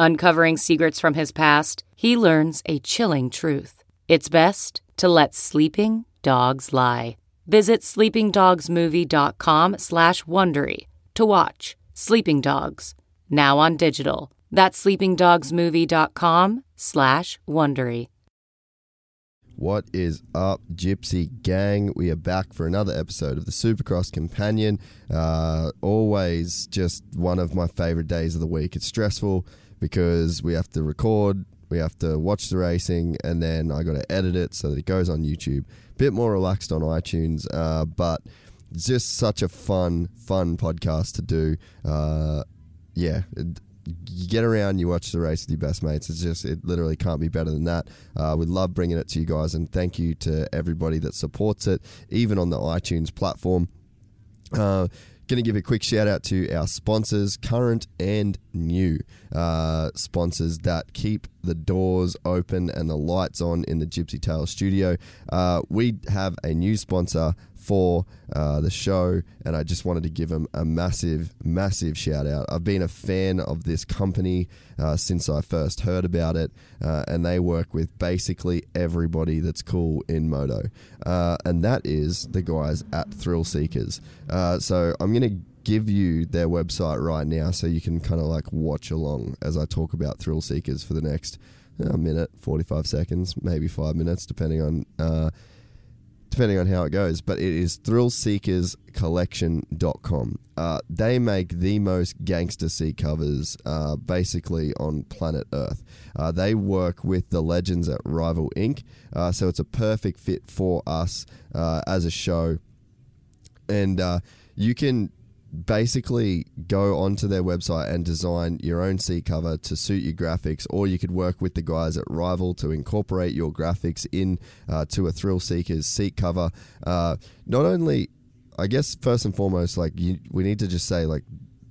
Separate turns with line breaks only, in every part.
Uncovering secrets from his past, he learns a chilling truth. It's best to let sleeping dogs lie. Visit sleepingdogsmovie.com slash Wondery to watch Sleeping Dogs, now on digital. That's sleepingdogsmovie.com slash Wondery.
What is up, Gypsy Gang? We are back for another episode of the Supercross Companion. Uh, always just one of my favorite days of the week. It's stressful because we have to record, we have to watch the racing, and then I got to edit it so that it goes on YouTube. Bit more relaxed on iTunes, uh, but it's just such a fun, fun podcast to do. Uh, yeah, it- you get around, you watch the race with your best mates. It's just, it literally can't be better than that. Uh, we love bringing it to you guys, and thank you to everybody that supports it, even on the iTunes platform. Uh, Going to give a quick shout out to our sponsors, current and new uh, sponsors that keep the doors open and the lights on in the Gypsy Tale studio. Uh, we have a new sponsor for uh, the show, and I just wanted to give them a massive, massive shout out. I've been a fan of this company uh, since I first heard about it, uh, and they work with basically everybody that's cool in Moto, uh, and that is the guys at Thrill Seekers. Uh, so I'm going to give you their website right now so you can kind of like watch along as I talk about Thrill Seekers for the next uh, minute, 45 seconds, maybe five minutes, depending on. Uh, depending on how it goes, but it is thrillseekerscollection.com. Uh, they make the most gangster sea covers uh, basically on planet Earth. Uh, they work with the legends at Rival Inc., uh, so it's a perfect fit for us uh, as a show and uh, you can basically go onto their website and design your own sea cover to suit your graphics or you could work with the guys at rival to incorporate your graphics in uh, to a thrill seekers seat cover uh, not only i guess first and foremost like you, we need to just say like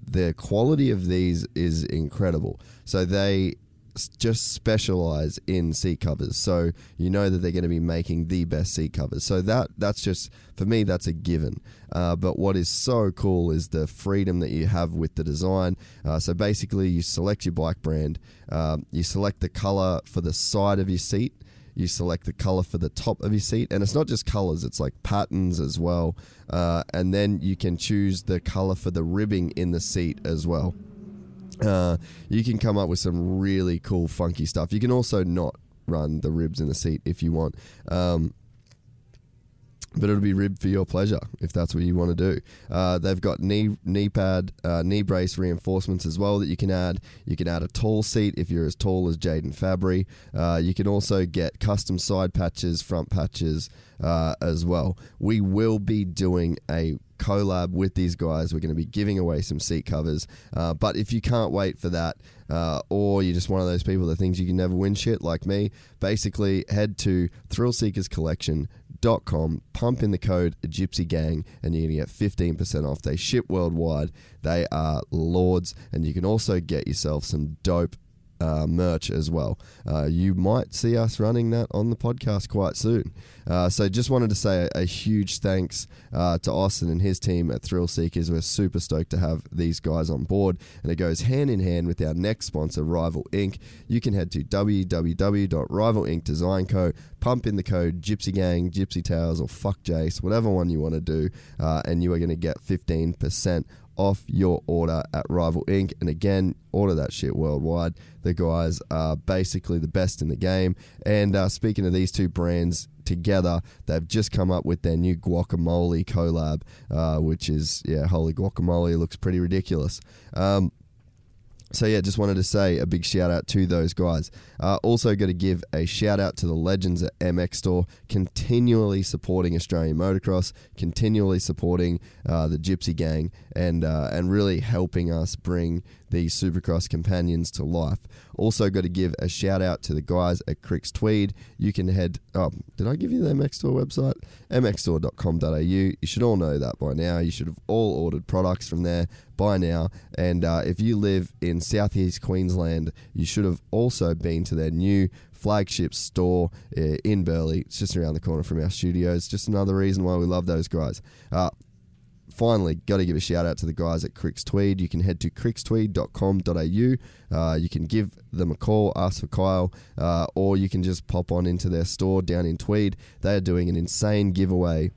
the quality of these is incredible so they s- just specialize in seat covers. So you know that they're going to be making the best seat covers. So that that's just for me that's a given. Uh, but what is so cool is the freedom that you have with the design. Uh, so basically, you select your bike brand, um, you select the color for the side of your seat. You select the color for the top of your seat, and it's not just colors; it's like patterns as well. Uh, and then you can choose the color for the ribbing in the seat as well uh, you can come up with some really cool, funky stuff. You can also not run the ribs in the seat if you want. Um, but it'll be ribbed for your pleasure if that's what you want to do. Uh, they've got knee knee pad, uh, knee brace reinforcements as well that you can add. You can add a tall seat if you're as tall as Jaden Fabry. Uh, you can also get custom side patches, front patches uh, as well. We will be doing a collab with these guys. We're going to be giving away some seat covers. Uh, but if you can't wait for that, uh, or you're just one of those people that thinks you can never win shit like me, basically head to thrillseekerscollection.com, pump in the code Gypsy Gang, and you're going to get 15% off. They ship worldwide. They are lords, and you can also get yourself some dope uh, merch as well. Uh, you might see us running that on the podcast quite soon. Uh, so just wanted to say a, a huge thanks uh, to Austin and his team at Thrill Seekers. We're super stoked to have these guys on board, and it goes hand in hand with our next sponsor, Rival Inc. You can head to www.rivalincdesignco, pump in the code Gypsy Gang, Gypsy Tales, or Fuck Jace, whatever one you want to do, uh, and you are going to get fifteen percent off your order at Rival Inc. And again, order that shit worldwide. The guys are basically the best in the game. And uh, speaking of these two brands, together. They've just come up with their new guacamole collab, uh, which is, yeah, holy guacamole, looks pretty ridiculous. Um, so yeah, just wanted to say a big shout out to those guys. Uh, also, got to give a shout out to the legends at MX Store, continually supporting Australian motocross, continually supporting uh, the Gypsy Gang, and uh, and really helping us bring these Supercross companions to life. Also, got to give a shout out to the guys at Cricks Tweed. You can head. Oh, did I give you the MX Store website? mxstore.com.au. You should all know that by now. You should have all ordered products from there by now. And uh, if you live in southeast Queensland, you should have also been to their new flagship store uh, in Burleigh. It's just around the corner from our studios. Just another reason why we love those guys. Uh, finally, got to give a shout out to the guys at Cricks Tweed. You can head to crickstweed.com.au. Uh, you can give them a call, ask for Kyle, uh, or you can just pop on into their store down in Tweed. They are doing an insane giveaway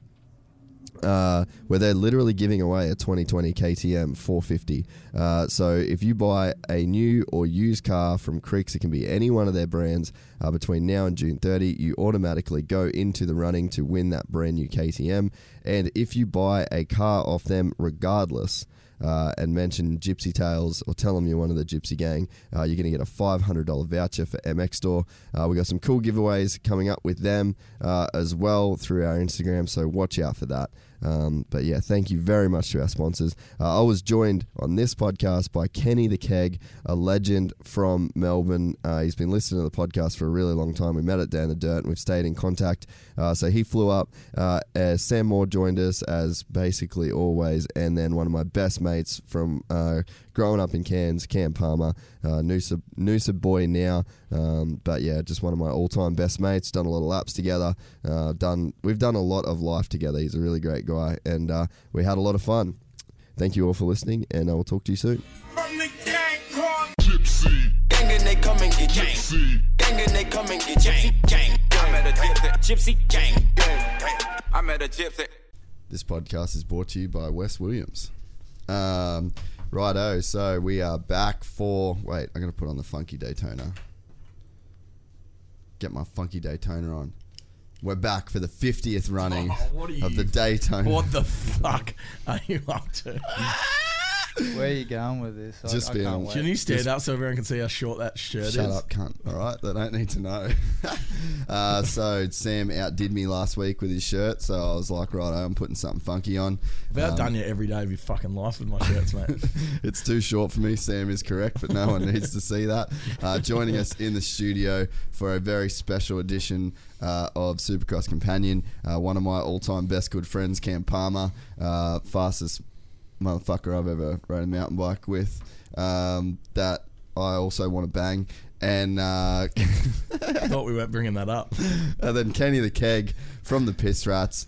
uh, where they're literally giving away a 2020 KTM 450. Uh, so if you buy a new or used car from Creeks, it can be any one of their brands uh, between now and June 30, you automatically go into the running to win that brand new KTM. And if you buy a car off them, regardless, uh, and mention Gypsy Tales or tell them you're one of the Gypsy Gang, uh, you're going to get a $500 voucher for MX Store. Uh, we got some cool giveaways coming up with them uh, as well through our Instagram, so watch out for that. Um, but yeah, thank you very much to our sponsors. Uh, I was joined on this podcast by Kenny the Keg, a legend from Melbourne. Uh, he's been listening to the podcast for a really long time. We met at Down the Dirt and we've stayed in contact. Uh, so he flew up. Uh, uh, Sam Moore joined us as basically always. And then one of my best mates from uh, growing up in Cairns, Cam Palmer, uh, Noosa, Noosa boy now. Um, but yeah, just one of my all time best mates. Done a lot of laps together. Uh, done We've done a lot of life together. He's a really great guy. And uh, we had a lot of fun. Thank you all for listening. And I will talk to you soon.
From the gang called
Gypsy,
Gang and they come and get you.
Gypsy,
Gang and they come and get you.
Gang. I'm at a gypsy.
Gypsy gang.
Gang. I'm at a gypsy.
This podcast is brought to you by Wes Williams. Um, righto, so we are back for. Wait, I'm going to put on the funky Daytona. Get my funky Daytona on. We're back for the 50th running
Oh, what are you-
of the Daytona.
What the fuck are you up to?
Where are you going with this? I,
Just
I
being
can't
on-
wait.
Can you stand up so everyone can see how short that shirt
Shut
is?
up, cunt. All right, they don't need to know. uh, so Sam outdid me last week with his shirt, so I was like, right, I'm putting something funky on.
I've
Um,
outdone you every day of your fucking life with my shirts, mate.
it's too short for me. Sam is correct, but no one needs to see that. Uh, joining us in the studio for a very special edition uh, of Supercross Companion, uh, one of my all-time best good friends, Cam Palmer, uh, fastest motherfucker I've ever rode a mountain bike with. Um, that I also want to bang. And uh,
Thought we weren't bringing that up.
and then Kenny the Keg from the Piss Rats,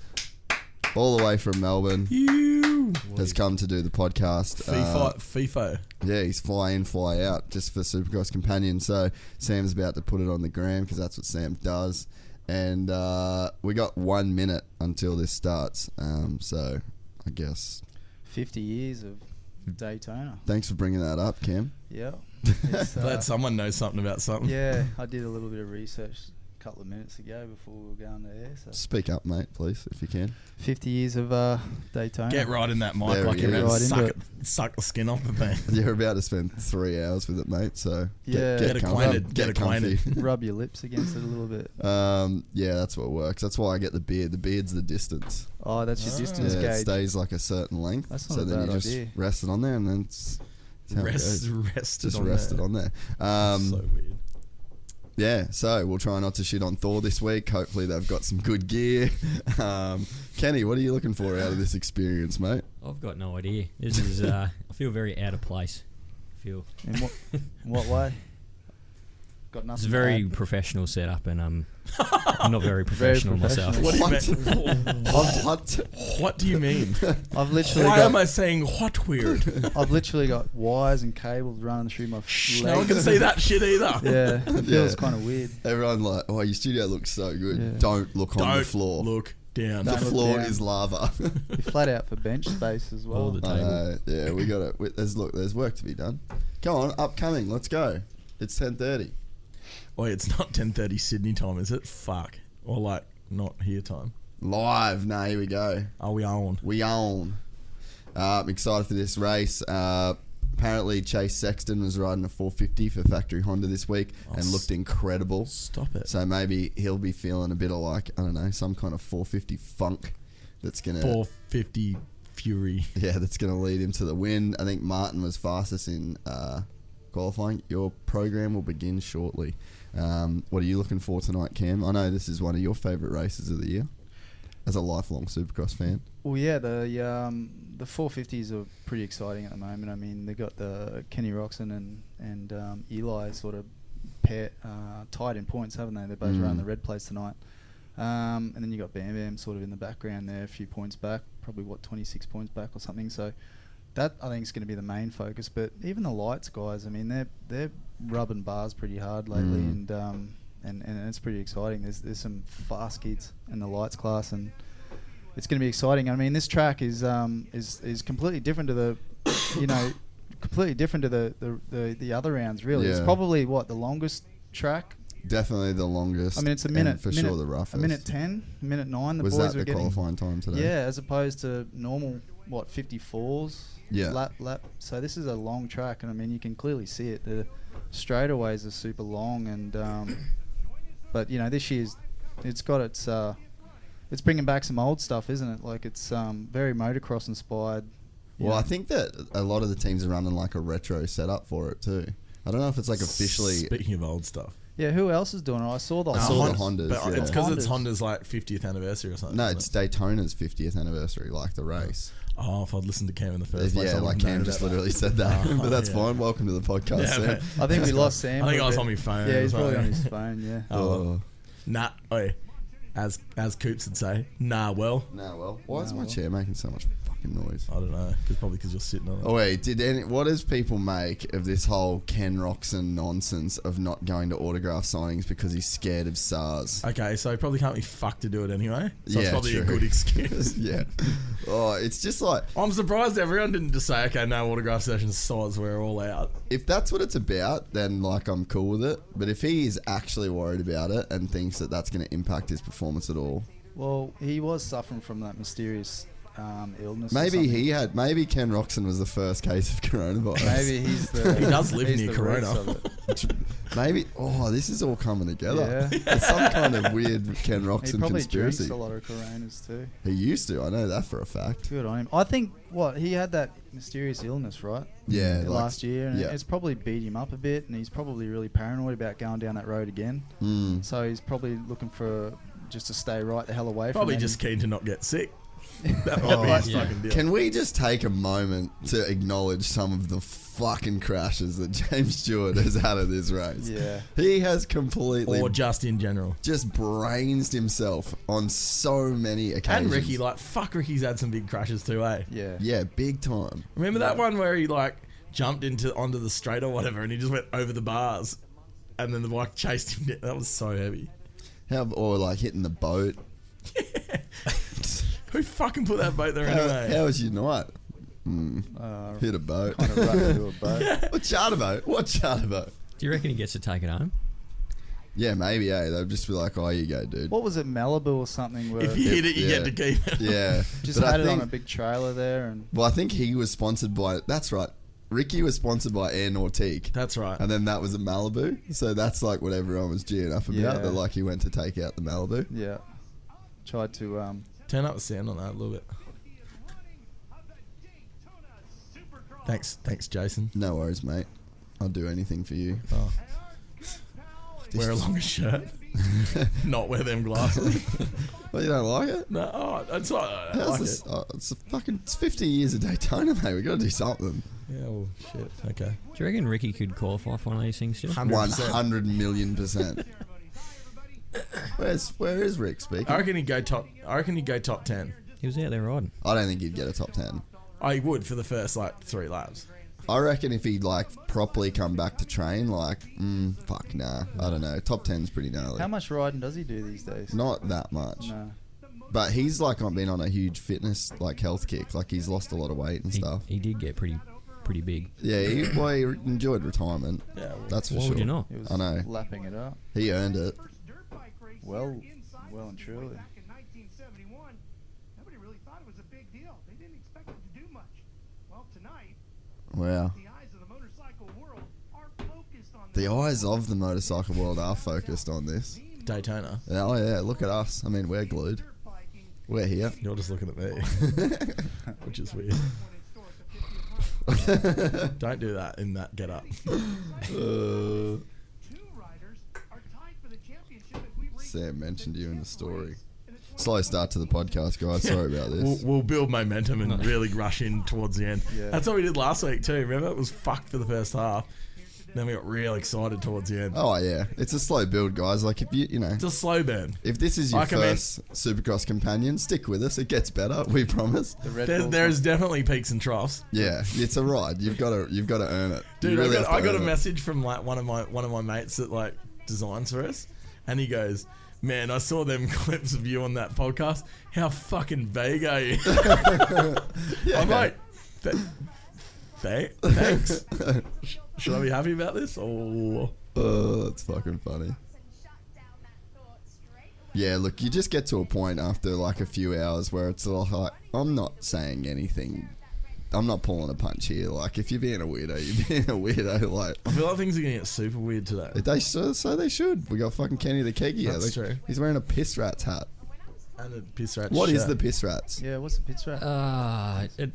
all the way from Melbourne,
You
has come to do the podcast. Uh,
FIFA, FIFO.
yeah, he's fly in, fly out, just for Supercross Companion. So Sam's about to put it on the gram because that's what Sam does. And uh, we got one minute until this starts. Um, so I guess
Fifty years of
Hmm.
Daytona.
thanks for bringing that up, Cam.
Yeah. It's, uh,
Glad someone knows something about something.
yeah, I did a little bit of research a couple of minutes ago before we were going to air. So
Speak up, mate, please, if you can.
fifty years of uh, Daytona.
Get right in that mic
There
like
we
you're
go.
about to
Right
suck,
into
it- suck the skin off of me.
You're about to spend three hours with it, mate. So
Yeah.
Get acquainted,
comfy-
get acquainted.
comfy.
Rub your lips against it a little bit.
Um, yeah, that's what works. That's why I get the beard. The beard's the distance.
Oh, that's
Ah.
your distance
yeah, it
gauge.
stays like a certain length.
That's
so
not a
then you
bad
just
idea.
rest it on there, and then it's, it's how it
Rest,
goes.
rested
just
on
rest it
there.
on there. Um,
so weird.
yeah, so we'll try not to shit on Thor this week. Hopefully, they've got some good gear. Um, Kenny, what are you looking for out of this experience, mate?
I've got no idea. This is. Uh, I feel very out of place. I feel
In what, in what way? Got nothing.
it's a
to
very
add.
professional setup, and um, I'm not very professional, myself.
professional.
What? what?
What do you mean?
I've literally
Why am
got.
I saying what weird?
I've literally got wires and cables running through my
Shh,
legs.
no one can see that shit either.
Yeah, it feels
Yeah.
kind of weird.
Everyone like, oh, your studio looks so good.
Yeah.
Don't look on
Don't
the floor.
look down.
the
Don't look
floor
down.
is lava.
You're flat out for bench space as well.
All the
I
table.
know. Yeah, we got it. We- There's look. There's work to be done. Come on, upcoming. Let's go. It's ten thirty.
Wait, it's not 10:30 Sydney time, is it? Fuck. Or like not here time.
Live. Nah, here we go.
Are we on?
We own. Uh, I'm excited for this race. Uh, apparently, Chase Sexton was riding a 450 for Factory Honda this week and looked incredible.
Oh, Stop it.
So maybe he'll be feeling a bit of like I don't know some kind of 450 funk that's gonna
450 Fury.
yeah that's gonna lead him to the win. I think Martin was fastest in uh, qualifying. Your program will begin shortly. Um, what are you looking for tonight, Cam? I know this is one of your favourite races of the year. As a lifelong Supercross fan,
Well, yeah, the um, the 450s are pretty exciting at the moment. I mean, they got the Kenny Roxon and and um, Eli sort of pair uh, tied in points, haven't they? They're both around the red place tonight. Um, and then you got Bam Bam sort of in the background there, a few points back, probably what 26 points back or something. So that I think is going to be the main focus. But even the lights guys, I mean, they're they're rubbing bars pretty hard lately, and um, and and it's pretty exciting. There's there's some fast kids in the lights class and it's going to be exciting. I mean, this track is um, is is completely different to the, you know, completely different to the the, the, the other rounds. Really, it's
Yeah.
probably what the longest track.
definitely the longest.
I mean, it's a
and
minute
for
minute,
sure. The roughest
a minute ten, a minute nine. The
was
boys
that
were
the
getting
qualifying time today.
yeah, as opposed to normal what fifty fours.
Yeah.
Lap lap. So this is a long track, and I mean you can clearly see it. The straightaways are super long, and um, but you know this year's it's got its uh, it's bringing back some old stuff, isn't it? Like it's um, very motocross inspired. you
Well, I
know.
think that a lot of the teams are running like a retro setup for it too. I don't know if it's like officially.
Speaking of old stuff.
yeah. Who else is doing it? I saw the.
I saw the
Honda-
Hondas.
But uh,
yeah.
it's because it's Honda's
Hondas.
like 50th anniversary or something.
no,
isn't
it's
it?
Daytona's 50th anniversary, like the race.
Oh, if I'd listened to Cam in the first place.
yeah,
I
like
wouldn't know
Cam just
that.
literally said that.
Oh,
but that's
yeah.
fine. Welcome to the podcast,
Yeah,
Sam.
but-
I think we lost Sam.
I think
for
I
a
was
bit.
on my phone.
Yeah, he's
or
probably on
something.
his phone. Yeah.
Oh, well.
Oh.
Nah, oi. As as Coops would say, nah. Well,
No, well, why is my chair making so much fucking noise?
I don't know. Cause probably because you're sitting on it.
Oh wait, did any? What does people make of this whole Ken Roxon nonsense of not going to autograph signings because he's scared of SARS?
Okay, so he probably can't be fucked to do it anyway. So it's
Yeah,
probably a
true.
good excuse.
yeah. Oh, it's just like
I'm surprised everyone didn't just say, okay, no autograph sessions, sods, we're all out.
if that's what it's about, then like I'm cool with it. But if he is actually worried about it and thinks that that's going to impact his performance at all,
Well, he was suffering from that mysterious um, illness. or
maybe
something.
he had. Maybe Ken Roxon was the first case of coronavirus.
Maybe he's the.
He does live
he's
near
the roots
Corona.
of it.
Maybe. Oh, this is all coming together.
Yeah.
It's some kind of weird Ken
He
Roxon
probably
conspiracy.
drinks a lot of Coronas too.
He used to. I know that for a fact.
Good on him. I think what he had that mysterious illness, right?
Yeah, like-
last year, and
yeah.
it's probably beat him up a bit, and he's probably really paranoid about going down that road again.
Mm.
So he's probably looking for just to stay right the hell away.
Probably
from
just
it.
keen to not get sick. That might be
Oh,
his
yeah.
fucking deal.
Can we just take a moment to acknowledge some of the fucking crashes that James Stewart has had at this race?
Yeah.
He has completely
or just in general.
just brainsed himself on so many occasions.
And Ricky, like, fuck, Ricky's had some big crashes too, eh?
Yeah.
yeah, big time.
Remember that one where he, like, jumped into onto the straight or whatever and he just went over the bars and then the bike chased him down? That was so heavy.
How or like hitting the boat.
Who fucking put that boat there
How,
anyway?
how was your night? Hmm.
Uh,
Hit a boat.
kind of wrapped into a boat.
what charter boat? What charter boat?
Do you reckon he gets to take it home?
Yeah, maybe. Yeah, they'll just be like, "Oh, you go, dude."
What was it, Malibu or something? Where
if you hit it, you
Yeah.
get to keep it.
Yeah,
just
But I
had it on
think-
a big trailer there, and
Well, I think he was sponsored by. That's right. Ricky was sponsored by Air Nautique.
That's right.
and then that was a Malibu, so that's like what everyone was gearing up about.
Yeah.
That like he went to take out the Malibu.
yeah, tried to um,
Turn up the sound on that a little bit. Thanks, thanks, Jason.
No worries, mate. I'll do anything for you.
Oh. Wear a longer shirt. Not wear them glasses.
Well, you don't like it?
no, oh, it's not. I
How's
like
this?
it.
Oh, it's a fucking it's 50 years of Daytona, mate. We got to do something.
Yeah, well, shit. Okay.
Do you reckon Ricky could qualify for one of these things still?
100 million percent. Where's where is Rick speaking?
I reckon he'd go top. I reckon he'd go top ten.
He was out there riding.
I don't think he'd get a top 10.
I would for the first like three laps.
I reckon if he'd like properly come back to train, like, mm, fuck nah, I don't know. Top 10's pretty gnarly.
How much riding does he do these days?
Not that much,
No.
but he's like on- been on a huge fitness like health kick. Like he's lost a lot of weight and
He,
stuff.
he did get pretty pretty big.
Yeah, he, well, he enjoyed retirement.
Yeah, well,
That's for
Why
sure.
would you not?
He was
I know.
lapping it up.
He earned it.
Well, well and truly.
Back in 1971, nobody really thought it was a big deal. They didn't expect it to do much. Well, tonight,
Wow.
the eyes of the motorcycle world are focused on
The eyes of the motorcycle world are focused on this.
Daytona.
Yeah, Oh yeah, look at us. I mean, we're glued.
dirt biking
We're here.
You're just looking at me, which is weird.
when it stores at 50 miles.
Don't do that in that get up.
Two riders are tied for the championship if we reach
Sam mentioned you in the story.
in the
Slow start to the podcast, guys. Sorry about
We'll,
this.
we'll build momentum and really rush in towards the end.
Yeah.
That's what we did last week too. Remember, it was fucked for the first half. Then we got real excited towards the end.
Oh yeah, it's a slow build, guys. Like if you, you know,
It's a slow burn.
if this is your
I commend-
first Supercross companion, stick with us. It gets better. We promise.
The Red
There,
Bull
there's definitely peaks and troughs.
Yeah, it's a ride. You've got to, you've got to earn it. You
Dude,
really
I
have
got,
to
I got a
earn it.
message from like one of my one of my mates that like designs for us, and he goes, "Man, I saw them clips of you on that podcast. How fucking vague are you?" I'm like, "Th- th- "Thanks." Should I be happy about this? Or
Oh, that's fucking funny. Yeah, look, you just get to a point after like a few hours where it's like, I'm not saying anything. I'm not pulling a punch here. Like, if you're being a weirdo, you're being a weirdo. Like,
I feel like things are gonna get super weird today.
they so, so they should. We got fucking Kenny the Keggy. here.
That's
Like,
true.
He's wearing a piss rat's hat.
And a piss rat
What is
shirt.
the piss rats?
Yeah, what's the pitch rate?
Uh, it,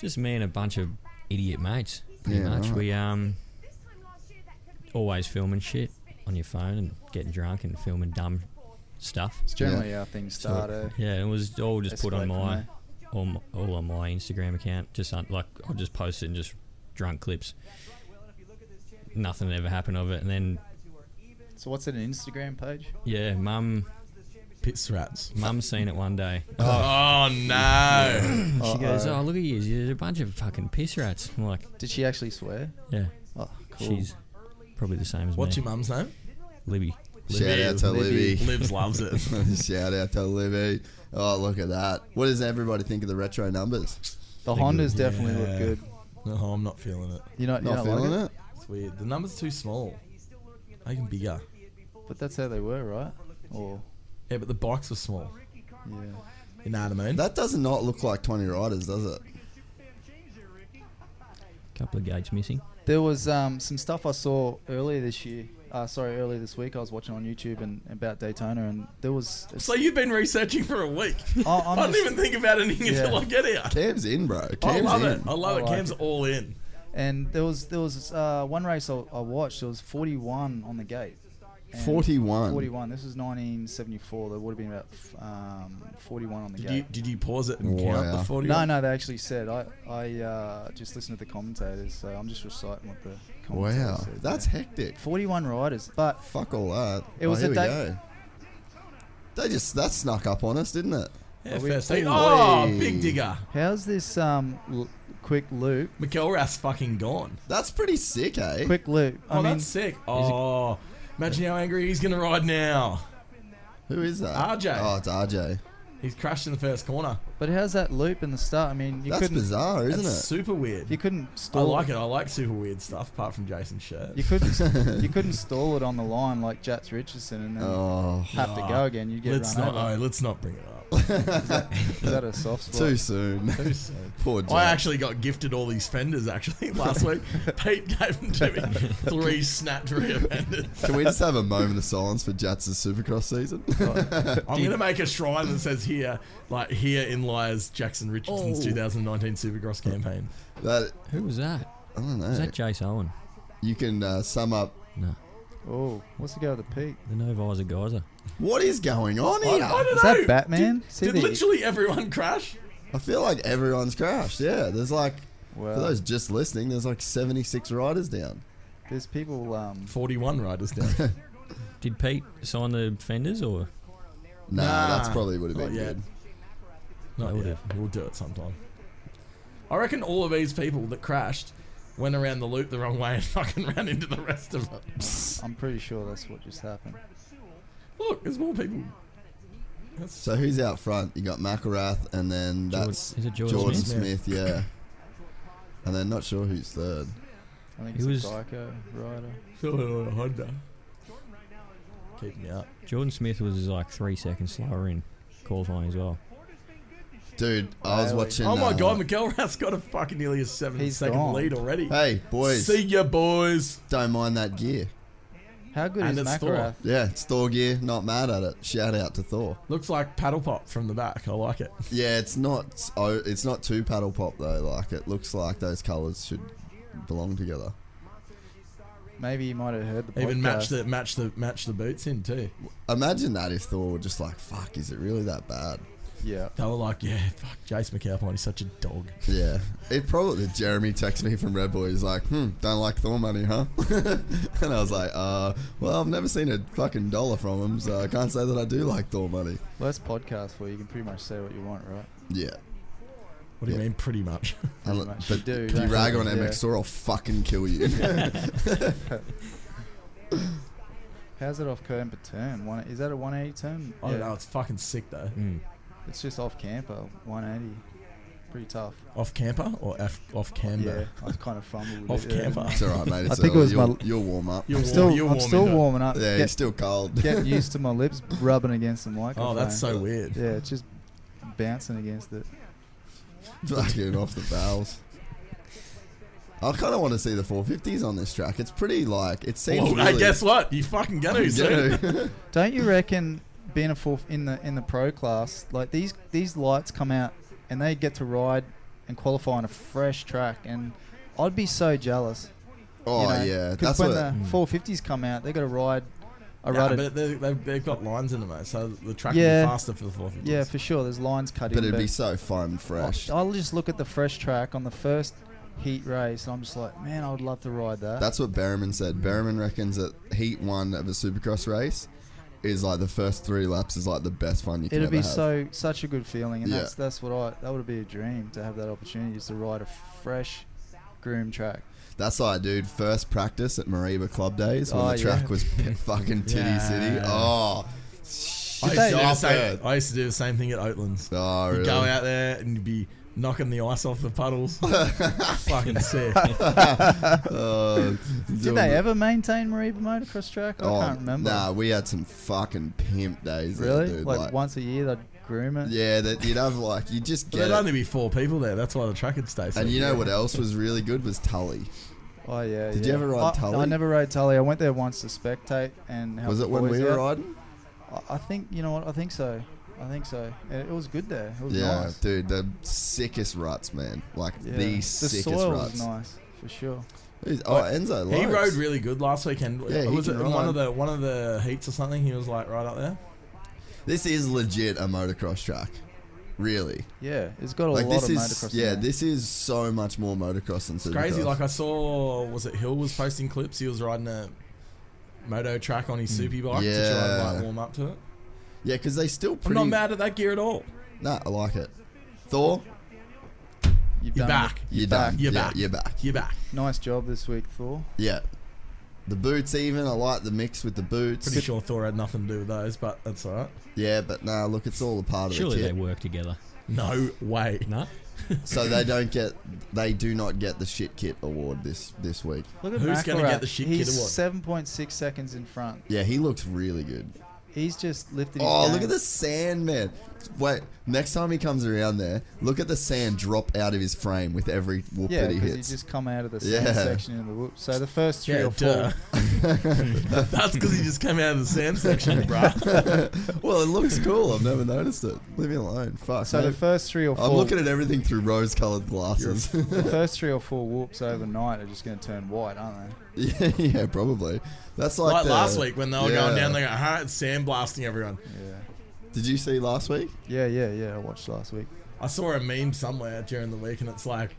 just me and a bunch of idiot mates, pretty
Yeah,
much.
right.
We um always filming shit on your phone and getting drunk and filming dumb stuff.
It's generally how things start. eh?
Yeah, it was all just put
Escalate
on
from
my,
there.
all, m- all on my Instagram account. Just un- like I'll just post it and just drunk clips. Nothing ever happened of it, and then
So what's it? An Instagram page?
yeah, mum,
piss rats?
mum seen it one day.
Oh, no!
She goes, oh look at you, you're a bunch of fucking piss rats. I'm like,
Did she actually swear?
yeah,
Oh, cool.
she's probably the same as
What's
me.
your mum's name?
Libby.
Shout out to
Libby.
Libby.
Libs loves it.
Shout out to Libby. Oh, look at that. What does everybody think of the retro numbers?
the Hondas definitely
Yeah.
look good.
No, Oh, I'm not feeling it.
You're not, you
Not
don't like
feeling
it?
it?
It's weird. The number's too small. Make them bigger.
But that's how they were, right? Or
Yeah, but the bikes were small.
yeah,
You know what I mean?
That does not look like 20 riders, does it?
Couple of gates missing.
there was um, some stuff I saw earlier this year. Uh, sorry, earlier this week I was watching on YouTube and about Daytona, and there was.
so you've been researching for a week.
Oh,
I
I'm
didn't
just-
even think about anything until
Yeah.
I get here.
Cam's in, bro.
Oh, I
Cam's
love
in.
it. I love
I
it.
like
Cam's all in.
And there was there was uh, one race I, I watched. There was 41 on the gate. And
41.
41. This was 1974. There would have been about um, 41 on the
Did
gate.
you did you pause it and
Wow.
count the forty?
No, no, they actually said. I, I uh, just listened to the commentators, so I'm just reciting what the commentators
Wow,
said.
that's
yeah.
hectic.
41 riders, but
Fuck all that.
It was
oh, here
a
we
day-
go. They just that snuck up on us, didn't it?
Yeah,
we-
first thing. Oh,
Boy.
big digger.
how's this um, l- quick loop?
McElrath's fucking gone.
That's pretty sick, eh?
Quick loop. I
Oh,
mean,
that's sick. Oh, imagine how angry he's gonna ride now.
Who is that?
RJ.
Oh, it's RJ.
He's crashed in the first corner.
but how's that loop in the start? I mean, you
That's
couldn't.
bizarre, isn't
That's
it?
super weird.
You couldn't
I
stall.
like it. I like super weird stuff apart from Jason's shirt.
You couldn't. you couldn't stall it on the line like Jats Richardson, and then
oh,
have to go again. You get
Let's not.
run over.
Oh, let's not bring it up.
Is that a soft spot?
too soon.
Too soon.
Poor Jack.
I actually got gifted all these fenders actually last week. Pete gave them to me. Three snapped rear fenders.
Can we just have a moment of silence for Jats' Supercross season?
I'm gonna make a shrine that says here, like here in lies Jackson Richardson's 2019 Supercross campaign.
that
Who was that?
I don't know.
Was that Jace Owen?
you can uh, sum up.
No,
Oh, what's the go with the peak?
the no visor geyser.
What is going on here?
I don't
I,
Is
know.
that Batman? See
Did
the-
literally everyone crash?
feel like everyone's crashed. Yeah, there's like
Well,
for those just listening, there's like 76 riders down.
there's people. Um,
41 riders down.
Did Pete sign the fenders or?
Nah,
Nah.
that's probably would have
Not
been
yet.
good.
Not
I
yet.
would've.
We'll do it sometime. I reckon all of these people that crashed went around the loop the wrong way and fucking ran into the rest of them.
I'm pretty sure that's what just happened.
Look, there's more people.
So who's out front? You got McElrath, and then that's
is it Jordan
Jordan
Smith?
Smith? yeah. And then not sure who's third.
I think
He
it's
was-
a psycho rider.
Still in a Honda. keep me up.
Jordan Smith was like three seconds slower in qualifying as well.
Dude, I was
Really?
watching.
oh my
uh,
God, McElrath's got a fucking nearly a seven
He's
second
gone.
lead already.
Hey, boys,
See ya, boys.
don't mind that gear.
How good
And
is
it's Thor.
Makarath?
Yeah, it's Thor gear. Not mad at it. Shout out to Thor.
Looks like paddle pop from the back. I like it.
Yeah, it's not. It's, oh, it's not too paddle pop though. Like it looks like those colours should belong together.
Maybe he might have heard the podcast.
Even match the match the match the boots in too.
Imagine that if Thor were just like, "Fuck, is it really that bad?"
Yeah.
They were like, yeah, fuck, Jace McAlpine, he's such a dog.
Yeah, it probably. Jeremy texted me from Red Bull. He's like, "Hmm, don't like Thor money, huh?" and I was like, "Uh, well, I've never seen a fucking dollar from him, so I can't say that I do like Thor money."
Well, that's podcast for you. can pretty much say what you want, right?
Yeah,
What do you
Yeah.
mean, pretty much?
and,
much
but
you do,
if you
don't
rag
you?
on
Yeah.
MX Thor, I'll fucking kill you.
How's it off camper turn? One, is that a 180 turn?
I don't know. It's fucking sick though.
Hmm.
Mm.
It's just off camper, 180. Pretty tough.
Off camper or F, off camber?
Yeah, I kind of fumbled.
Off
with it, yeah.
camper.
it's all right, mate. It's
think it was
early.
my-
You'll, you'll warm up.
You're
I'm
warm-
still,
you're
I'm
warming
still
up.
warming up.
Yeah, he's
get,
still cold.
get used to my lips rubbing against the microphone.
Oh, that's so weird.
Yeah, it's just bouncing against it.
Fucking off the valves. I kind of want to see the 450s on this track. It's pretty like it seems.
Well,
really,
hey, guess what? You fucking gonna soon.
Yeah.
Don't you reckon being a fourth in the in the pro class, like these these lights come out and they get to ride and qualify on a fresh track, and I'd be so jealous.
oh
you know?
yeah,
'Cause
that's
when
what.
the 450s come out, they got to ride a
Mm. Yeah,
rudder. Yeah,
but they, they've, they've got lines in them, mate, so the track
Yeah.
will be faster for the 450s.
for sure. There's lines cut
but
in.
it'd be so fun, fresh.
I'll, I'll just look at the fresh track on the first heat race, and I'm just like, man, I would love to ride that.
That's what Berriman said.
Mm.
Berriman reckons that heat one of a supercross race is like the first three laps is like the best fun you can
It'd
ever
be
have.
so such a good feeling, and
Yeah.
that's that's what I that would be a dream to have that opportunity is to ride a fresh groom track.
That's why, dude. First practice at Mariba Club Days when
Oh,
the track
yeah.
was p- fucking titty
Yeah.
city. Oh,
I
shit.
used, to do the
off
same,
it.
I used to do the same thing at Oatlands.
Oh,
You'd
really?
go out there and you'd be knocking the ice off the puddles. fucking sick.
Uh,
Did they ever maintain Mariba Motocross track? I
Oh,
can't remember.
Nah, we had some fucking pimp days. there,
really?
dude,
like, once a year they'd groom it.
Yeah, that you'd have like you just
But
get
there'd only
it.
be four people there. That's why the track would stay. so
And you know
big.
what else was really good was Tully.
Oh yeah.
Did
yeah.
you ever ride
I,
Tully?
I never rode Tully. I went there once to spectate and help
Was
the
it when
boys
we were
out.
riding?
I, I think you know what. I think so. I think so. It, it was good there. It was
Yeah,
nice.
dude, the sickest ruts, man. Like
Yeah.
the,
the
sickest
soil
ruts.
was nice for sure.
Who's- Oh, Enzo,
He
Lopes.
rode really good last weekend.
Yeah, he
was it
can
in one
ride.
of the one of the heats or something? He was like right up there.
This is legit a motocross track. Really,
Yeah, it's got a
like
lot
this
of
is
motocross. in
yeah,
there.
this is so much more motocross than
It's
supercross.
crazy. Like I saw, was it Hill was posting clips? He was riding a moto track on his soupy bike to try and
Mm. Yeah.
like warm up to it.
yeah, because they still pretty.
I'm not mad at that gear at all.
Nah, I like it. Thor,
You've
You're
done
back.
you're, done.
You're
yeah,
back.
You're back.
You're back.
a Nice job this week, Thor.
Yeah. The boots, even. I like the mix with the boots.
Pretty sure Thor had nothing to do with those, but that's all right.
Yeah, but nah, look, it's all a part of
Surely
the
they
kit.
work together.
No way.
No?
So they don't get, they do not get the shit kit award this this week.
Look at
Who's gonna get
McElrath.
the shit kid
He's
award?
seven point six seconds in front.
Yeah, he looks really good.
He's just lifted. his
Oh,
game.
look at the sand, man. Wait, next time he comes around there, look at the sand drop out of his frame with every whoop
Yeah,
that he
because
hits.
he's just come out of the sand
Yeah.
section in the whoop. So the first three
Yeah,
or
duh.
four.
That's because he just came out of the sand section, bruh.
well, it looks cool. I've never noticed it. Leave me alone. Fuck.
So the
mate.
first three or
I'm
four.
looking at everything through rose-colored glasses.
the first three or four whoops overnight are just going to turn white, aren't
yeah, yeah, probably. That's like,
Like,
the-
last week when they were
yeah.
going down, they go, "All right, sandblasting everyone."
they? Yeah.
Did you see last week?
Yeah, yeah, yeah. I watched last week.
I saw a meme somewhere during the week, and it's like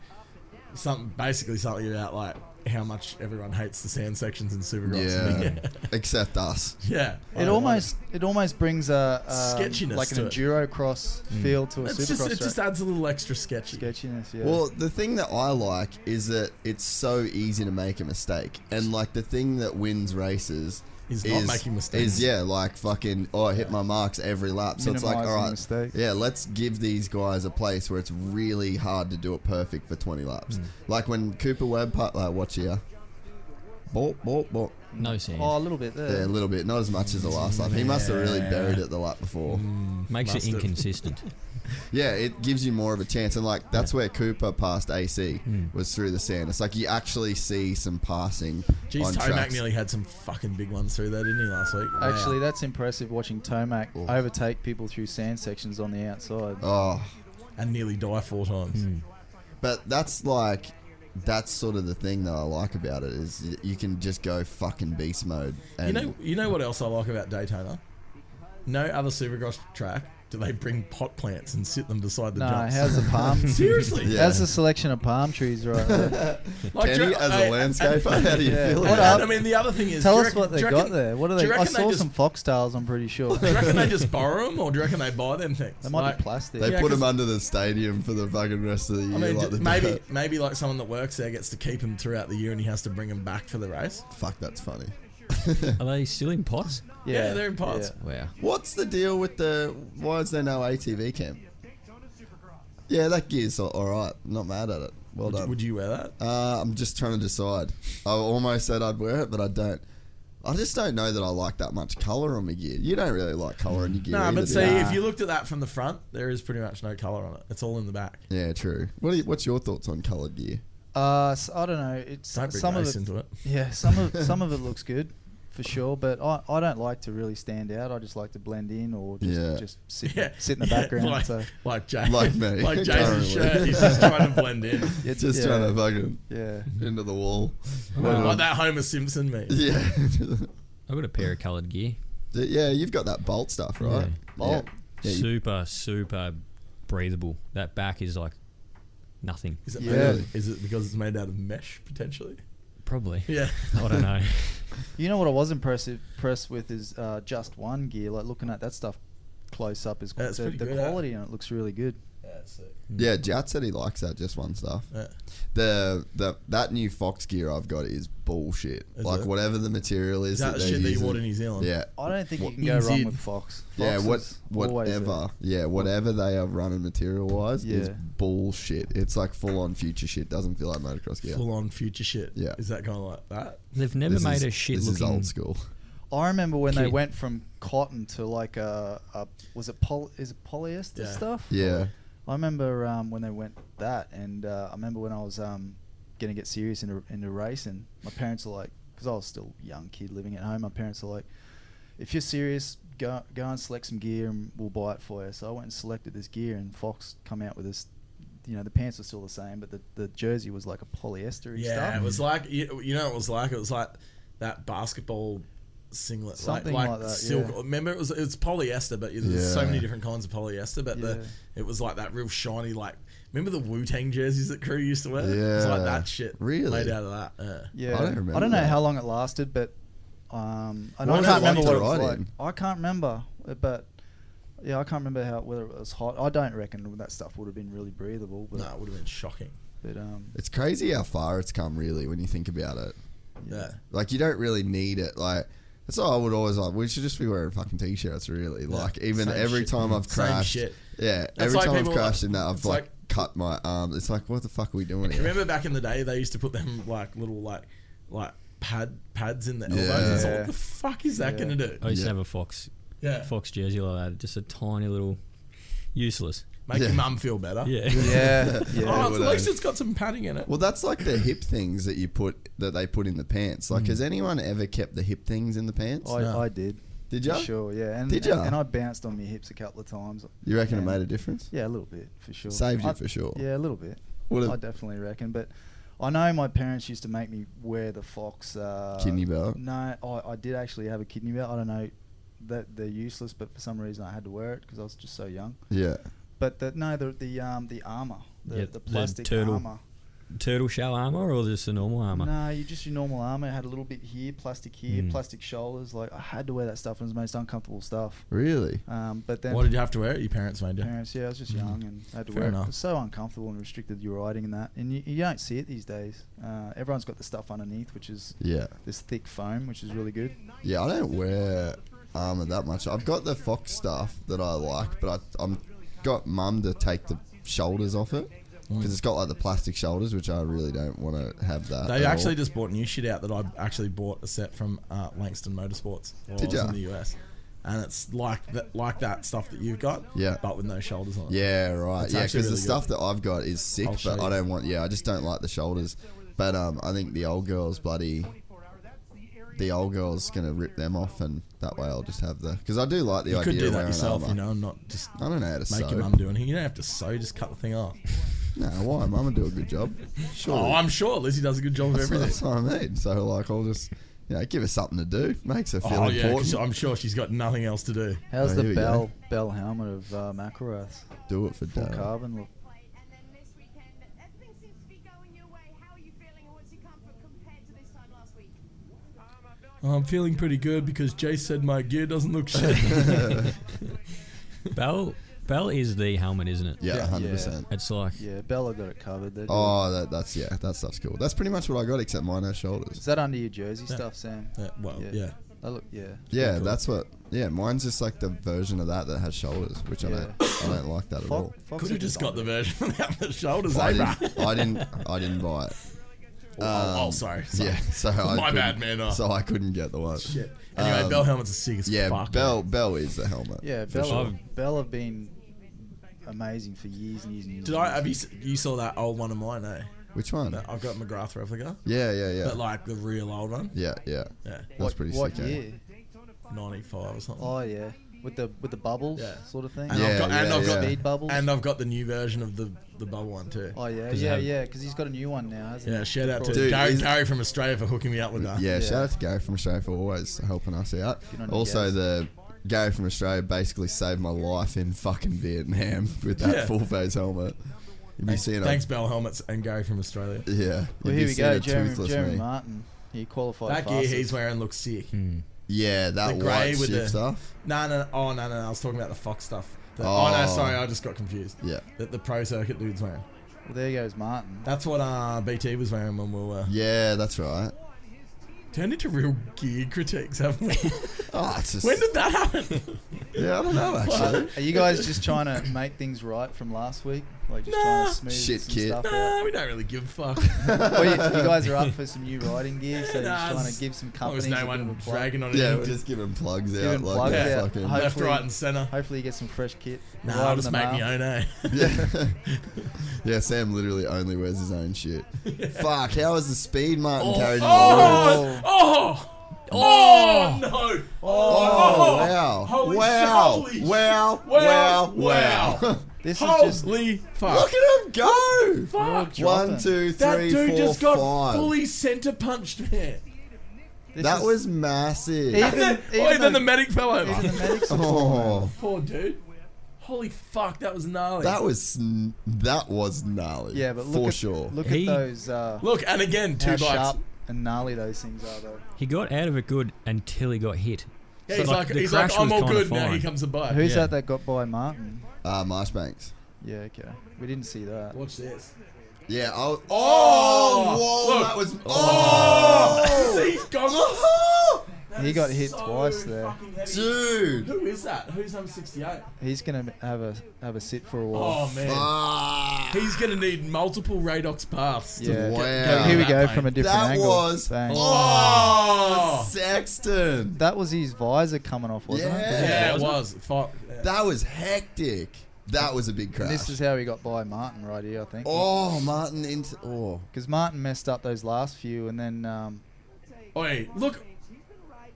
something, basically something about like how much everyone hates the sand sections in Supercross.
Yeah. Except us.
yeah. I
It
don't like
almost it almost brings a um,
Sketchiness
like an
to it.
enduro cross
Mm.
feel to a
It's
supercross
just it
track.
just adds a little extra sketchy.
sketchiness. Yeah.
Well, the thing that I like is that it's so easy to make a mistake, and like the thing that wins races
Is not making mistakes.
Is yeah, like fucking oh, I hit my marks every lap. So it's like all
Minimising
right,
mistakes.
yeah, let's give these guys a place where it's really hard to do it
Hmm.
perfect for 20 laps. Like when Cooper Webb, pu- like watch here, ball, ball, ball.
No sand.
Oh, a little bit there.
Yeah, a little bit, not as much as the last lap. He must have really buried it the lap before.
Makes it
must've.
inconsistent.
Yeah, it gives you more of a chance, and like that's where Cooper passed AC
Hmm.
was through the sand. It's like you actually see some passing on
Jeez, Tomac
tracks.
nearly had some fucking big ones through there, didn't he, last week? Wow.
Actually, that's impressive watching Tomac overtake people through sand sections on the outside.
Oh,
and nearly die four times.
Hmm.
but that's like that's sort of the thing that I like about it is y- you can just go fucking beast mode. And
You know, you know what else I like about Daytona? No other Supercross track do they bring pot plants and sit them beside the
no,
jumps.
how's the palm?
Seriously,
Yeah.
How's the selection of palm trees right there?
Like, do
Kenny,
you-
as
hey,
a
and-
landscaper, how do you
Yeah.
feel?
What
about
up?
And I mean, the other thing is,
Tell
do you
us
reckon-
what they
do you
got
reckon-
there. What are
do you
they? I
reckon they
saw
just-
some foxtails. I'm pretty sure.
Do you
they
reckon they just borrow them, or do you reckon they buy them things?
might
Like,
be plastic.
They
Yeah,
put
'cause-
him under the stadium for the fucking rest of the year.
I mean,
like
d-
the
maybe
dirt.
maybe like someone that works there gets to keep them throughout the year, and he has to bring them back for the race.
Fuck, that's funny.
Are they still in pots?
Yeah, they're in pots.
yeah.
Wow.
What's the deal with the? Why is there no ATV camp? Yeah, that gear's all, all right. Not mad at it. Well
Would,
done.
would you wear that?
Uh, I'm just trying to decide. I almost said I'd wear it, but I don't. I just don't know that I like that much color on my gear. You don't really like color on your gear.
No,
either,
but
do
see,
you?
if you looked at that from the front, there is pretty much no color on it. It's all in the back.
yeah, true. What are you, what's your thoughts on colored gear?
Uh, s I don't know. It's
Don't bring
some of
race
it.
into it.
Yeah, some of some of it looks good for sure, but I, I don't like to really stand out. I just like to blend in or just
Yeah.
just sit,
Yeah,
sit in the
yeah,
background.
Like,
so
like, Jay,
Like me,
like
currently.
Jason's shirt. He's just trying to blend in.
It's just
yeah.
trying to fucking
yeah,
into the wall.
Um,
Like that Homer Simpson meme.
Yeah,
I've got a pair of coloured gear.
yeah. You've got that bolt stuff, right?
Yeah.
Bolt. Yeah, you-
super, super breathable. That back is like nothing.
Is it,
Yeah.
made out of- is it because it's made out of mesh, potentially?
Probably.
Yeah.
I don't know.
you know what I was impressive impressed with is uh, just one gear. Like looking at that stuff close up is
Yeah, it's
the,
pretty
the
good, eh?
quality and it looks really good.
That's it.
Yeah, Jat said he likes that just one stuff.
Yeah.
The the that new Fox gear I've got is bullshit.
Is
like
it?
whatever the material is,
Is that
they're
shit that you
using-
bought in New Zealand?
Yeah,
I don't think
What-
you can go wrong
Easy.
with Fox. Fox
yeah. What
is always a-
whatever. Yeah, whatever they are running material wise is
Yeah.
bullshit. It's like full on future shit. Doesn't feel like motocross gear.
Full on future shit.
Yeah.
Is that kind of like that?
They've never
This
made
is-
a shit
This is
looking.
old school.
I remember when they
Kid.
went from cotton to like a, a was it poly, is it polyester
Yeah.
stuff?
Yeah.
I remember um, when they went that, and uh, I remember when I was um, gonna get serious into into racing. My parents were like, because I was still a young kid living at home. My parents were like, if you're serious, go go and select some gear, and we'll buy it for you. So I went and selected this gear, and Fox come out with this. You know, the pants were still the same, but the, the jersey was like a polyester
Yeah,
stuff.
it was like you, you know, what it was like it was like that basketball singlet,
Something
like,
like that,
silk.
yeah.
Remember, it was it was polyester, but there's so
Yeah.
many different kinds of polyester. But the, it was like that real shiny, like remember the Wu Tang jerseys that crew used to wear? it was like
Yeah.
that shit,
Really?
made out of that. Yeah.
Yeah,
I don't remember
know
that.
how long it lasted, but um, I,
Why
I
was
can't
it like
remember
to
what it was
ride
like.
in?
I can't remember, uh, but yeah, I can't remember how whether it was hot. I don't reckon that stuff would have been really breathable, but,
No, it would have been shocking.
but um,
It's crazy how far it's come, really, when you think about it.
Yeah,
Like you don't really need it. Like that's all I would always like. We should just be wearing fucking t-shirts, really. Like even
Same
every
shit.
time I've
Same
crashed,
shit.
yeah,
That's
every
like
time I've
people
crashed
like-
in that, I've
it's
like,
like-
cut my arm. It's like what the fuck are we doing here?
remember back in the day they used to put them like little like like pad pads in the elbows.
Yeah.
It's like, what the fuck is that
Yeah.
gonna do?
I used
Yeah.
to have a fox,
Yeah,
fox jersey like that, just a tiny little, useless.
make
Yeah.
your mum feel better.
Yeah.
yeah,
Oh,
yeah.
it's-
would
at least
have.
it's got some padding in it.
Well, that's like the hip things that you put that they put in the pants. Like, has anyone ever kept the hip things in the pants?
Mm. I,
No.
I did.
Oh. Did you?
For sure, yeah. And,
Did ya?
And I bounced on my hips a couple of times.
You reckon it
Yeah.
made a difference?
Yeah, a little bit for sure.
Saved you
I-
for sure.
Yeah, a little bit.
What a-
I definitely reckon, but I know my parents used to make me wear the fox uh,
Kidney belt?
No, I, I did actually have a kidney belt. I don't know that they're useless, but for some reason I had to wear it because I was just so young.
Yeah.
But the, no, the the um the armor, the,
Yeah,
the
the
plastic
turtle
armor.
Turtle shell armor or just a normal armor?
No, you just your normal armor. It had a little bit here, plastic here,
Mm.
plastic shoulders. Like I had to wear that stuff. It was the most uncomfortable stuff.
Really?
Um, but then
Why did you have to wear it? Your parents made you.
parents. Yeah, I was just young and had to
Mm. Fair
wear it.
enough.
It was so uncomfortable and restricted your riding and that. And you, you don't see it these days. Uh, everyone's got the stuff underneath, which is
Yeah.
this thick foam, which is really good.
Oh,
Yeah, I don't wear armor that much. I've got the fox stuff that I like, but I, I'm got mum to take the shoulders off it.
Mm.
because it's got like the plastic shoulders, which I really don't want to have that.
They
at
actually
all.
just bought new shit out that I actually bought a set from uh, Langston Motorsports while
Did
I was
ya?
in the US, and it's like that, like that stuff that you've got,
Yeah.
but with no shoulders on it.
Yeah, right.
It's
yeah, because
actually
the
really
stuff that I've got is sick,
I'll show
but I
you.
don't want. Yeah, I just don't like the shoulders. But um, I think the old girl's bloody. The old girl's gonna rip them off, and that way I'll just have the. Because I do like the
You
idea
could do
of
that
wearing
yourself,
armor.
you know, and not just
I don't know how to
make
sew.
your mum do anything. You don't have to sew; just cut the thing off.
No, why? Mum would do a good job. Sure.
Oh, I'm sure Lizzie does a good job of
that's, what-
everything.
that's what I mean. So like, I'll just you know, give her something to do. Makes her feel
Oh yeah, 'cause
important.
I'm sure she's got nothing else to do.
How's
Oh, here
the
we go.
bell bell helmet of uh, McElrath?
do it for
Full
Uh,
dad.
carbon look.
and then this weekend. Everything seems to be going your way. How are you feeling? and What's your comfort compared to this time last week?
I'm feeling pretty good because Jay said my gear doesn't look shit.
Bell, Bell is the helmet, isn't it?
Yeah,
Yeah.
hundred percent.
It's like
Yeah, Bella got it covered. They're doing-
Oh, that, that's yeah, that stuff's cool. That's pretty much what I got, except mine has shoulders.
Is that under your jersey stuff, Sam?
Yeah, well, yeah.
They look, yeah.
Yeah,
cool.
that's what. Yeah, mine's just like the version of that that has shoulders, which I don't, I don't like that at all.
Could have just got the version without the shoulders,
I
eh, bruh?
didn't, I didn't, I didn't buy it.
oh, oh, sorry. sorry.
Yeah, so I
My bad,
couldn't-
man, uh,
so I couldn't get the one.
Shit. Anyway,
Um,
bell helmets are sick as
Yeah,
fuck.
Bell,
man.
Bell is the helmet.
Yeah,
for
Bell,
sure.
I've-
Bell have been amazing for years and years and years.
Did I? Have you? s- You saw that old one of mine, eh?
Which one?
That I've got McGrath replica,
Yeah, yeah, Um, yeah,
but like the real old one.
yeah, yeah.
Yeah,
That's pretty
what
sick. eh?
year?
ninety-five or something.
Oh yeah, with the with the bubbles
Yeah.
sort of thing.
and
Yeah,
I've got, and
yeah,
I've got
yeah.
Speed bubbles.
and I've got the new version of the the bubble one too.
oh yeah,
Does it
yeah,
have-
yeah. Because he's got a new one now, hasn't
Yeah,
he?
shout out to
Dude,
Gary,
is-
Gary from Australia for hooking me up with that.
Yeah, shout
Yeah.
out to Gary from Australia for always helping us out.
Good on you,
Also,
guys.
the Gary from Australia basically saved my life in fucking Vietnam with that
Yeah.
full face helmet. You'd be
Thanks,
seeing
thanks,
a,
Bell helmets and Gary from Australia.
yeah. you'd be
Well, here we
seeing
go,
a
Jeremy,
toothless
Jeremy
me.
Martin. He qualified.
That gear
fastest.
he's wearing looks sick.
Hmm. Yeah, that white
The grey
shift
with the-
stuff.
No, no, oh no, no, I was talking about the Fox stuff. The- oh. no,
Oh.
sorry, I just got confused.
Yeah.
That the pro circuit dude's wearing.
Well, there goes Martin.
That's what uh, BT was wearing when we were.
Yeah, that's right.
Turned into real gear critiques, haven't we?
Oh, it's just,
when did that happen?
yeah, I don't know actually.
Are you guys just trying to make things right from last week? Like just trying
Nah.
to smooth
Shit,
some
kid.
stuff out.
nah, we don't really give a fuck.
Well, you, you guys are up for some new riding gear, so
Nah,
just trying
as
to give some
long as
companies.
no
a bit of
one
a plug.
dragging on it.
yeah, we're just giving plugs out
Giving
like
plugs
they're
out.
fucking.
Hope-
left,
hopefully-
right, and centre.
Hopefully, you get some fresh kit.
Nah,
Live
I'll
in
just
the
make
mouth.
me own, eh?
Yeah. yeah, Sam literally only wears his own shit. Fuck, how is the speed Martin carried in the woods?
Oh, oh, oh, no! Oh,
Oh, wow.
Holy
wow.
shit, holy
wow.
shit.
Wow.
Wow,
Wow.
wow.
This is just
Oh, Holy fuck!
Look at him go.
fuck!
One, two,
That
three,
dude
four,
just got
five.
fully centre punched, man.
this
that
is-
was massive.
Even-
Then,
even
oh, and then
though-
the medic fell
even the
over.
medics are poor, man.
oh,
Poor dude. Holy fuck! That was gnarly.
that was n- that was gnarly.
Yeah, but look
for
at,
sure.
Look
He-
at those. Uh,
Look, and again, two
how
bikes.
sharp and gnarly those things are, though.
he got out of it good until he got hit.
Yeah,
So,
he's like,
the
he's like,
crash
I'm
was
all
kinda
good now.
fine.
He comes a bike.
Who's
Yeah.
that that got by Martin?
uh, Marshbanks.
Yeah, okay. We didn't see that.
Watch this.
Yeah. I'll, oh, whoa,
look.
that was. Oh,
He's gone. That
He
is
got hit
so
twice there.
fucking heavy.
dude.
Who is that? Who's number 68?
He's gonna have a have a sit for a while.
Oh, man.
Ah,
He's going to need multiple Radox paths. to-
yeah.
Wow.
Here we go
That
from a different
that
angle.
was.
Thanks.
Oh, Sexton.
That was his visor coming off, wasn't
Yeah.
it?
Yeah, it was. Fuck.
That was hectic. That was a big crash.
And this is how he got by Martin right here, I think.
oh, Martin into. Oh.
Because Martin messed up those last few, and then um,
Oi, look.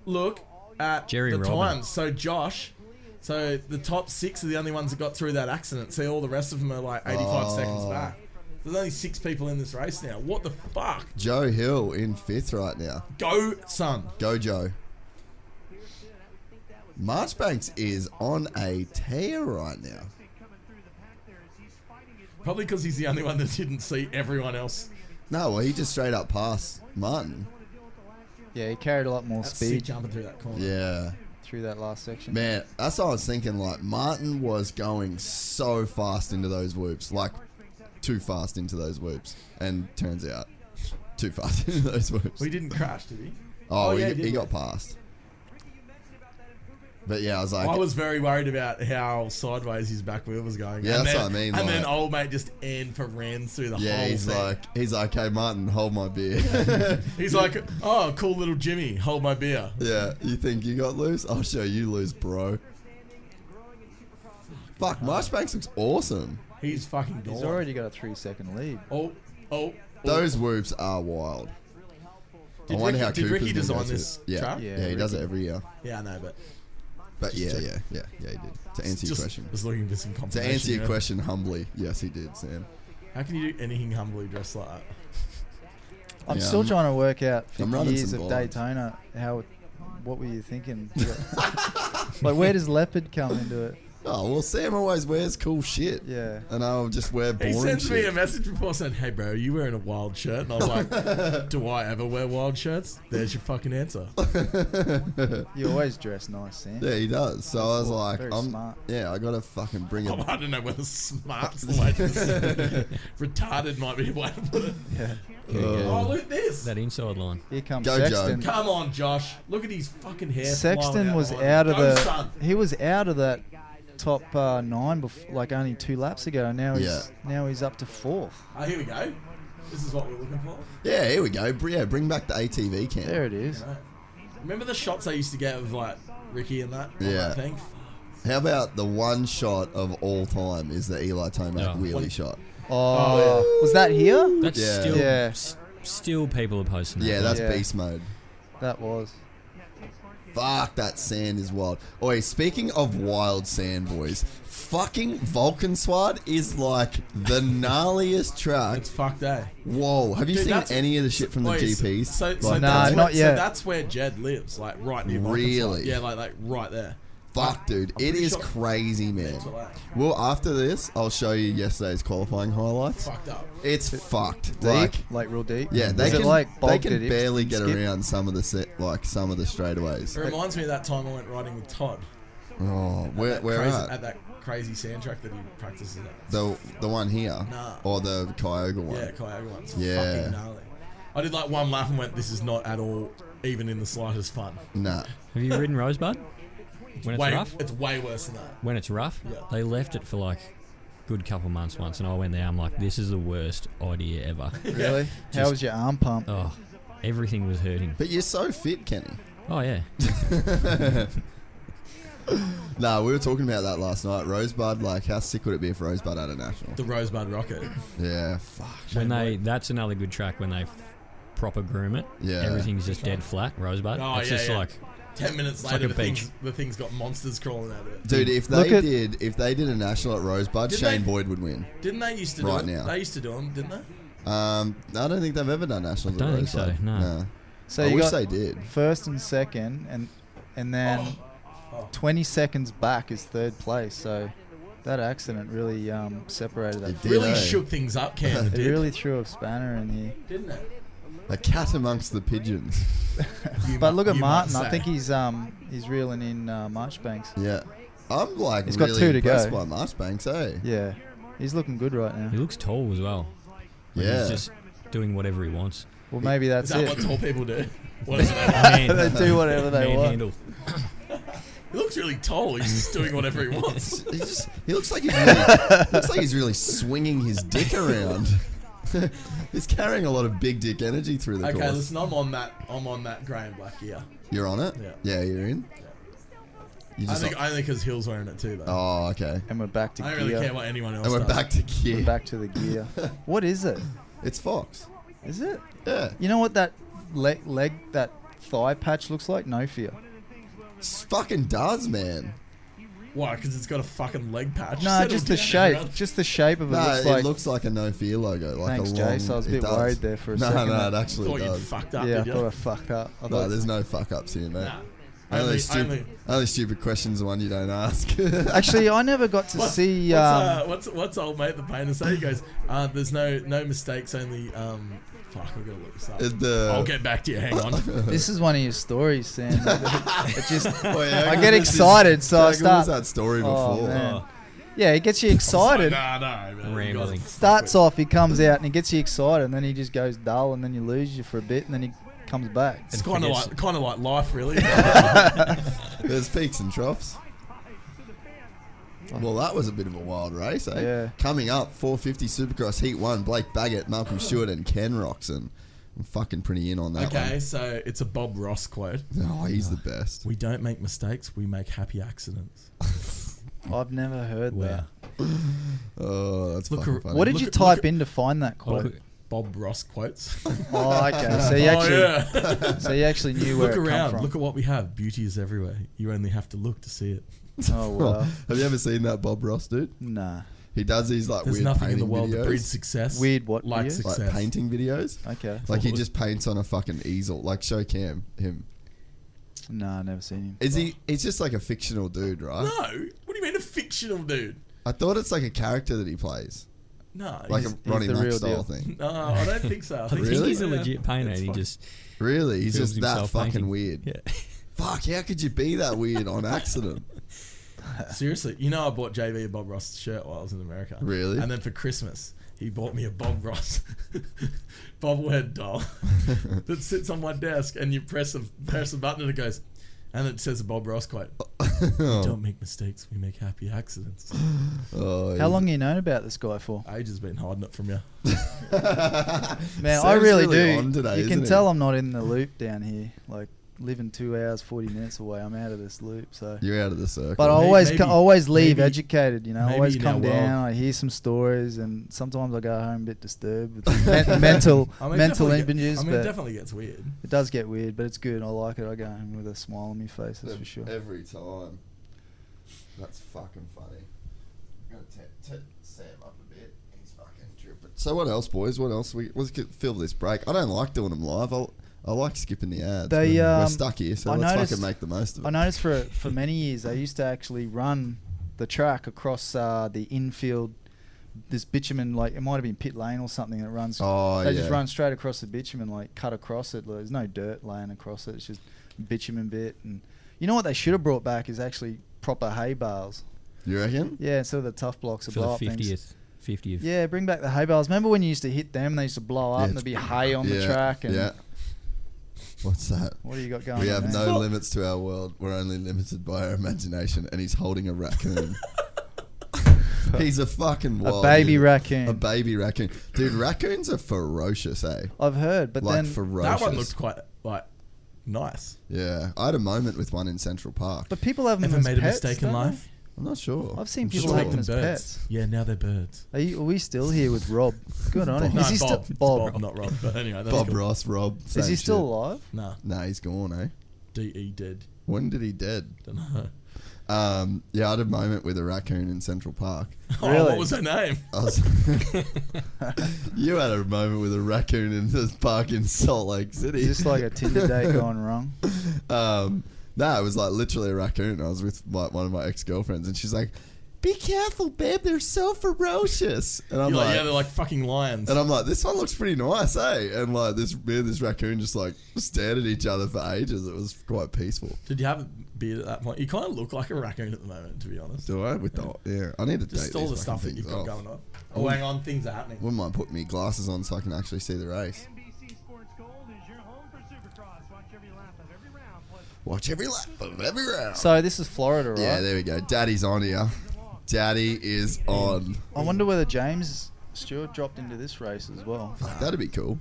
Look at
Jerry
the
Robin.
times. So, Josh. So, the top six are the only ones that got through that accident. See, all the rest of them are like 85 seconds back. There's only six people in this race now. What the fuck?
Joe Hill in fifth right now.
Go, son.
Go, Joe. Marchbanks is on a tear right now.
Probably because he's the only one that didn't see everyone else.
No, well, he just straight up passed Martin.
yeah, he carried a lot more
That's sick
speed
jumping through that corner.
Yeah.
through that last section.
Man, that's what I was thinking. Like, Martin was going so fast into those whoops. Like, too fast into those whoops. And turns out, too fast into those whoops.
We didn't crash, did we?
Oh,
Oh,
he,
yeah,
he
did
got passed. But yeah, I was like,
I was very worried about how sideways his back wheel was going.
Yeah,
and
that's
then,
what I mean,
And then
like-
old mate just end for ran through the
yeah,
whole
he's
thing.
like, he's like, hey Martin, hold my beer.
he's like, oh, cool little Jimmy, hold my beer.
yeah, you think you got loose? I'll show you loose, bro. Fuck, Marshbanks looks awesome.
He's fucking gone.
He's already got a three second lead.
Oh, oh.
Those whoops are wild.
Did
I wonder
Ricky-
how
did
Cooper's
Ricky
gonna
design
go to
this
it. Yeah,
track?
yeah,
Yeah,
he does it
Ricky.
every year.
Yeah, I know, but
But
Just
yeah,
check.
yeah, yeah, yeah, he did. To answer your
Just
question,
was looking for some
to
confirmation,
answer your
yeah.
question humbly, yes, he did, Sam.
how can you do anything humbly dressed like that?
I'm
Yeah,
still
I'm-
trying to work out
I'm
50
running
years
some
of
blinds.
Daytona. How, what were you thinking? like, where does leopard come into it?
Oh well, Sam always wears cool shit.
Yeah.
and I'll just wear
He
boring
sends me
shit.
a message before saying, "Hey, bro, are you wearing a wild shirt?" And I was like, "Do I ever wear wild shirts?" There's your fucking answer.
You always dress nice, Sam.
yeah, he does. So I was like,
Very
I'm,
smart.
yeah, I gotta fucking bring it.
Oh, I don't know whether smart's the way to say it. Retarded might be the way to put it. Oh, look at this.
That inside line.
Here comes
Go, Joe.
Sexton.
Come on, Josh. Look at his fucking hair.
Sexton
flowing
was
behind
out
him.
of
Go,
the.
son.
He was out of that top uh, nine, bef- like only two laps ago. Now he's now he's up to fourth.
Oh, here we go. This is what we're looking for.
Yeah, here we go. Br- Yeah, bring back the ATV cam.
There it is.
Right. Remember the shots I used to get of like Ricky and that?
Yeah.
That thing?
How about the one shot of all time is the Eli Tomac
Yeah.
wheelie
What-
shot?
Oh, was that here?
That's
Yeah.
still
Yeah.
s- still people are posting that.
Yeah, that's
Yeah.
beast mode.
That was.
Fuck, that sand is wild. Oi, speaking of wild sand, boys, fucking Vulcanswad is like the gnarliest track.
It's fucked, eh?
Whoa, have you
Dude,
seen
that's-
any of the shit from the
Wait,
GPs?
So, so,
Like,
Nah,
that's
not
where, so
yet.
that's where Jed lives, like right near. Vulcan's
Really?
Line. Yeah, like like right there.
Fuck, dude,
I'm
it
pretty
is
sure-
crazy, man.
what I-
Well, after this, I'll show you yesterday's qualifying highlights.
Fucked up.
It's fucked.
Deep,
Like,
like real deep.
yeah, they
Is
can
it like
they
bogged
can
at Ipswich
barely
and
get
skip?
around some of the set, like some of the straightaways.
It reminds me of that time I went riding with Todd.
Oh, where
That
where
crazy,
at?
that crazy sand track that he practices at.
The the one here,
Nah.
or the Cuyahoga one?
Yeah, Cuyahoga one's
Yeah.
fucking gnarly. I did like one lap and went, "This is not at all even in the slightest fun."
Nah.
Have you ridden Rosebud? When it's
way,
rough?
it's way worse than that.
When it's rough, they left it for like good couple months once, and I went there. I'm like, this is the worst idea ever.
Really? How
Just-
was your arm pump?
oh, everything was hurting.
But you're so fit, Kenny.
Oh yeah,
Nah, we were talking about that last night. Rosebud, like, how sick would it be if Rosebud had a national?
The Rosebud Rocket.
Yeah, fuck.
when they that's another good track when they f- proper groom it.
Yeah.
everything's just dead flat. Rosebud.
Oh,
it's
yeah,
just
yeah.
like
Ten minutes
It's like
later,
a
the, thing's,
beach.
the thing's got monsters crawling out of it.
Dude, if
Look
they
at-
did, if they did a national at Rosebud,
Did
Shane
they-
Boyd would win.
Didn't they used to
Right
do it?
now.
They used to do them, didn't they?
Um, I don't think they've ever done nationals.
I don't
at
think so,
Rosebud.
no.
So
I
you
wish
got
they did.
first and second, and and then
Oh.
20 seconds back is third place. So that accident really um, separated that.
It
field.
did,
really
eh?
shook things up, Cam.
It really threw a spanner in here.
didn't it?
A cat amongst the pigeons.
You
But look
mu-
at
you must
Martin. I
say.
think he's um he's reeling in uh, Marchbanks.
Yeah. I'm like
He's got
really
two to go.
impressed by Marchbanks, eh?
Yeah, he's looking good right
he
now.
looks tall as well. Like,
Yeah.
he's just doing whatever he wants.
Well, maybe
Is
that's
that what
it.
tall people do? What is that?
they do whatever they want.
Manhandle.
He looks really tall. He's just doing whatever he wants.
He's just, he looks like he's really, looks like he's really swinging his dick around. he's carrying a lot of big dick energy through the
Okay,
course.
listen. I'm on that. I'm on that grey and black gear.
You're on it.
Yeah.
you're in. You
I
just.
think only because Hill's wearing it too, though.
oh, okay.
And we're back to
I
gear.
don't really care what anyone else.
And we're
does.
back to gear.
We're back to the gear. what is it?
It's Fox.
Is it?
Yeah.
You know what that leg, leg that thigh patch looks like? No fear.
It's fucking does, man.
Why? Because it's got a fucking leg patch.
No,
Settle
just the
down,
shape.
everyone.
Just the shape of it
No,
looks
it
like.
looks like a no fear logo. Like
Thanks,
a long,
Jace. I was a
it
bit
does.
worried there for a
no,
second.
No, it
I
actually
thought you'd
does.
fucked up.
yeah, I
did you?
thought I fucked up. I
No,
thought
there's no fuck ups here, mate.
Nah.
Only,
Only,
stupid,
only.
only stupid questions, the one you don't ask.
Actually, I never got to
What-
see.
what's,
Um,
uh, what's what's old mate the painter say? He goes, uh, "There's no no mistakes, only um, fuck, I gotta look this up.
uh,
The-
I'll get back to you. Hang on.
this is one of your stories, Sam. it just,
Oh, yeah, how
I get
good was
excited, so
how
I
good
start-
Was that story
Oh,
before?
man. yeah, it gets you excited.
Nah, nah, man. you guys
Rambling.
are
Starts off, he comes out and he gets you excited, and then he just goes dull, and then you lose you for a bit, and then he comes back.
It's kind of like kind of like life, really.
There's peaks and troughs. Well, that was a bit of a wild race, eh?
Yeah.
Coming up, 450 Supercross Heat 1, Blake Baggett, Malcolm Stewart, and Ken Roxon. I'm fucking pretty in on that
okay,
one.
so it's a Bob Ross quote.
No, he's the best.
We don't make mistakes; we make happy accidents.
I've never heard
Wow.
that.
Oh, that's
Look
fucking
ar-
funny.
What did
Look
you
at- look
type
at-
in to find that
Look
quote?
at Bob Ross quotes.
Oh, okay. So you
Oh,
actually,
yeah.
so you actually knew where
look
it come
around.
from.
Look at what we have. Beauty is everywhere. You only have to look to see it.
Oh wow.
Have you ever seen that Bob Ross dude?
nah.
He does these like
There's
weird
nothing in the
painting
world
videos.
that breeds success.
Weird what
like
videos?
success?
like painting videos.
Okay.
Like he
What was-
just paints on a fucking easel. Like show Cam him.
Nah, never seen him.
Is he? It's just like a fictional dude, right?
No. What do you mean a fictional dude?
I thought it's like a character that he plays,
No.
like
he's-
a Ronnie
the
Mack
real
style
deal.
thing.
no, I don't think so. I
I think
oh, Really?
he's a
yeah.
legit painter
That's
and he
fine.
just
Really, he's
films
just that
himself
fucking
painting.
weird.
Yeah.
Fuck, how could you be that weird on accident?
Seriously, you know I bought JV a Bob Ross shirt while I was in America.
Really?
And then for Christmas, he bought me a Bob Ross bobblehead doll that sits on my desk, and you press a press a button and it goes, and it says a Bob Ross quote.
Oh.
Don't make mistakes, we make happy accidents.
Oh,
How long you known about this guy for?
Age has been hiding it from you.
Man, I
Sam's
really,
really
do.
on today,
you can
isn't he?
tell I'm not in the loop down here. Like living two hours forty minutes away, I'm out of this loop. So,
You're out of the circle.
but I
May-
always,
maybe-
co- always leave
maybe-
educated. You know, I
maybe
always
in
come
our world.
down. I hear some stories, and sometimes I go home a bit disturbed with men- mental,
I mean,
mental
definitely get-
images.
I mean, it
but
definitely gets weird.
it does get weird, but it's good. I like it. I go home with a smile on my face. That's
Ev-
for sure.
Every time. That's fucking funny. I'm gonna t- t- Sam up a bit. He's fucking dripping. So what else, boys? What else? We let's get, fill this break. I don't like doing them live. I I like skipping the ads.
They,
We're- we're
um,
stuck here, so
I
let's
noticed-
fucking make the most of it.
I noticed for for many years they used to actually run the track across uh, the infield. This bitumen, like it might have been pit lane or something that runs.
Oh,
they just
yeah.
run straight across the bitumen, like cut across it. Like, there's no dirt laying across it. It's just bitumen bit. And you know what they should have brought back is actually proper hay bales.
You reckon?
Yeah, instead of the tough blocks of
for the
blow up things.
fiftieth, fiftieth.
Yeah, bring back the hay bales. Remember when you used to hit them? They used to blow up,
Yeah,
and there'd be hay on the
Yeah,
track. And
yeah. What's that?
what do you got going?
We
on
have
there?
no limits to our world. We're only limited by our imagination. And he's holding a raccoon. he's a fucking
A
wild
baby
dude.
raccoon.
A baby raccoon. Dude, raccoons are ferocious, eh?
I've heard, but
like
then
ferocious.
That one looked quite like nice.
Yeah, I had a moment with one in Central Park.
but people have them
Ever
as
made a
Mm, pets,
mistake in
don't they?
life?
I'm not sure.
I've seen
I'm
people
Just
like
make
them
them
as
birds.
pets.
Yeah, now they're birds.
Are, you, are we still here with Rob? Good on him.
No,
is he
Bob,
still
Bob,
Bob?
not Rob. But anyway, that's
Bob
cool.
Ross, Rob.
is
same
he still
shit.
alive?
Nah,
Nah, he's gone, eh?
D E dead.
When did he dead?
Don't know.
Um, yeah, I had a moment with a raccoon in Central Park.
Oh,
Really?
what was her name?
I was you had a moment with a raccoon in this park in Salt Lake City.
Is this like a Tinder date gone wrong?
um, no, it was like literally a raccoon. I was with my, one of my ex girlfriends, and she's like, "Be careful, babe. They're so ferocious." And I'm
You're like,
like,
yeah, they're like fucking lions.
And I'm like, this one looks pretty nice, eh? And like this me and this raccoon just like stared at each other for ages. It was quite peaceful.
Did you have a beard at that point? You kind of look like a raccoon at the moment, to be honest.
Do I? With the yeah, I need to
Just
date
all
these
the stuff
fucking
that you've
things
got
off.
going on. Oh, hang on, things are happening.
Wouldn't mind putting me glasses on so I can actually see the race.
NBC Sports Gold is your home for Supercross. Watch every lap of every round, plus
Watch every lap of every round.
So this is Florida, right?
yeah, there we go. Daddy's on here. Daddy is on.
I wonder whether James Stewart dropped into this race as well.
Fuck, that'd be cool.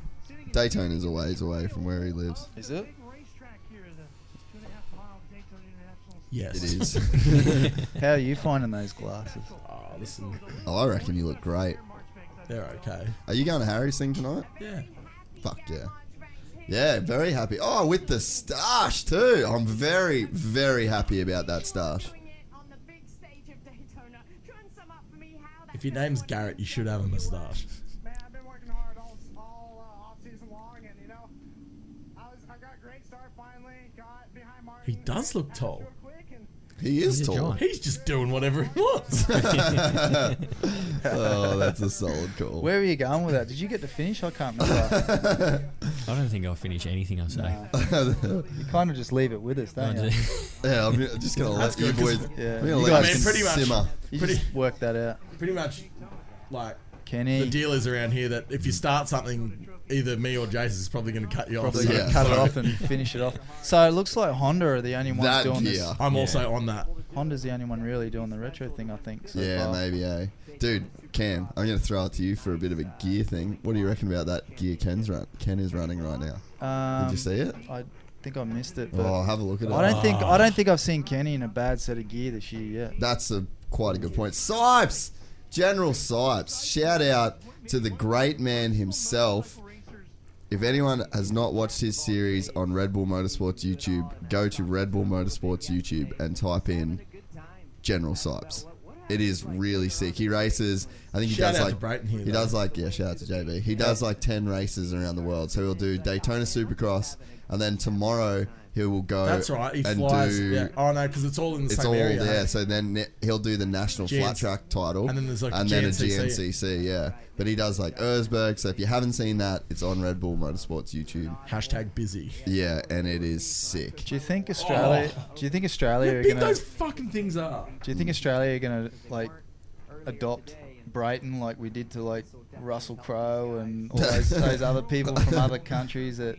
Daytona's a ways away from where he lives.
Is it?
big racetrack here, the two and a half mile Daytona International.
Yes.
It is.
How are you finding those glasses?
Oh, listen,
oh, I reckon you look great.
they're okay.
Are you going to Harry's thing tonight?
Yeah.
Fuck yeah. Yeah, very happy. Oh, with the stash too. I'm very, very happy about that stash.
Doing it on the big stage of Daytona. Try and sum up for me how that
If your name's Garrett, you should have a moustache.
Man, I've been working hard all, all uh, off season long, and you know, I was I got a great start finally. Got behind Martin.
He does look
Passed
tall.
real quick, and
He is
He's a
tall.
giant.
He's just doing whatever he wants.
oh, that's a solid call.
Where were you going with that? Did you get to finish? I can't remember.
I don't think I'll finish anything I say.
you kind of just leave it with us,
I
don't you?
do-
yeah, I'm just gonna let you boys.
Yeah.
I'm gonna
You
let you
guys
can- I mean, pretty much.
simmer.
You
Pretty-
just work that out.
Pretty much, like,
Kenny.
The deal is around here that if you start something, either me or Jason is probably going to cut you off.
Probably
so-
gonna cut it
sorry.
off and finish it off. So it looks like Honda are the only ones
That
doing this.
gear. I'm also on that.
Honda's the only one really doing the retro thing, I think. So
yeah,
far.
maybe, eh? Dude, Cam, I'm going to throw it to you for a bit of a gear thing. What do you reckon about that gear Ken's run? Ken is running right now.
Um,
Did you see it?
I think I missed it. But
Oh, have a look at it.
I don't think I don't think I've seen Kenny in a bad set of gear this year yet.
That's a quite a good point. Sipes, General Sipes. Shout out to the great man himself. If anyone has not watched his series on Red Bull Motorsports YouTube, go to Red Bull Motorsports YouTube and type in General Sipes. It is really sick. He races. I think he
Shout
does
out
like
to Brayton here,
he
though.
does like yeah. Shout out to JB. He does like ten races around the world. So he'll do Daytona Supercross, and then tomorrow he will go.
That's right. He
and
flies.
do-
yeah. Oh no, because it's all in eh? the
it's
same
all
area.
there. So then ne- he'll do the national flat
GNC.
track title,
And then there's, like,
and then a
GNCC.
GNCC, yeah. But he does like Erzberg. So if you haven't seen that, it's on Red Bull Motorsports YouTube.
Hashtag busy.
Yeah, and it is sick.
Do you think Australia? Do you think Australia
How
are
big
gonna?
Oh. those fucking things are.
Do
Mm.
you think Australia are gonna like adopt Brighton like we did to like Russell Crowe and all those, those other people from other countries that?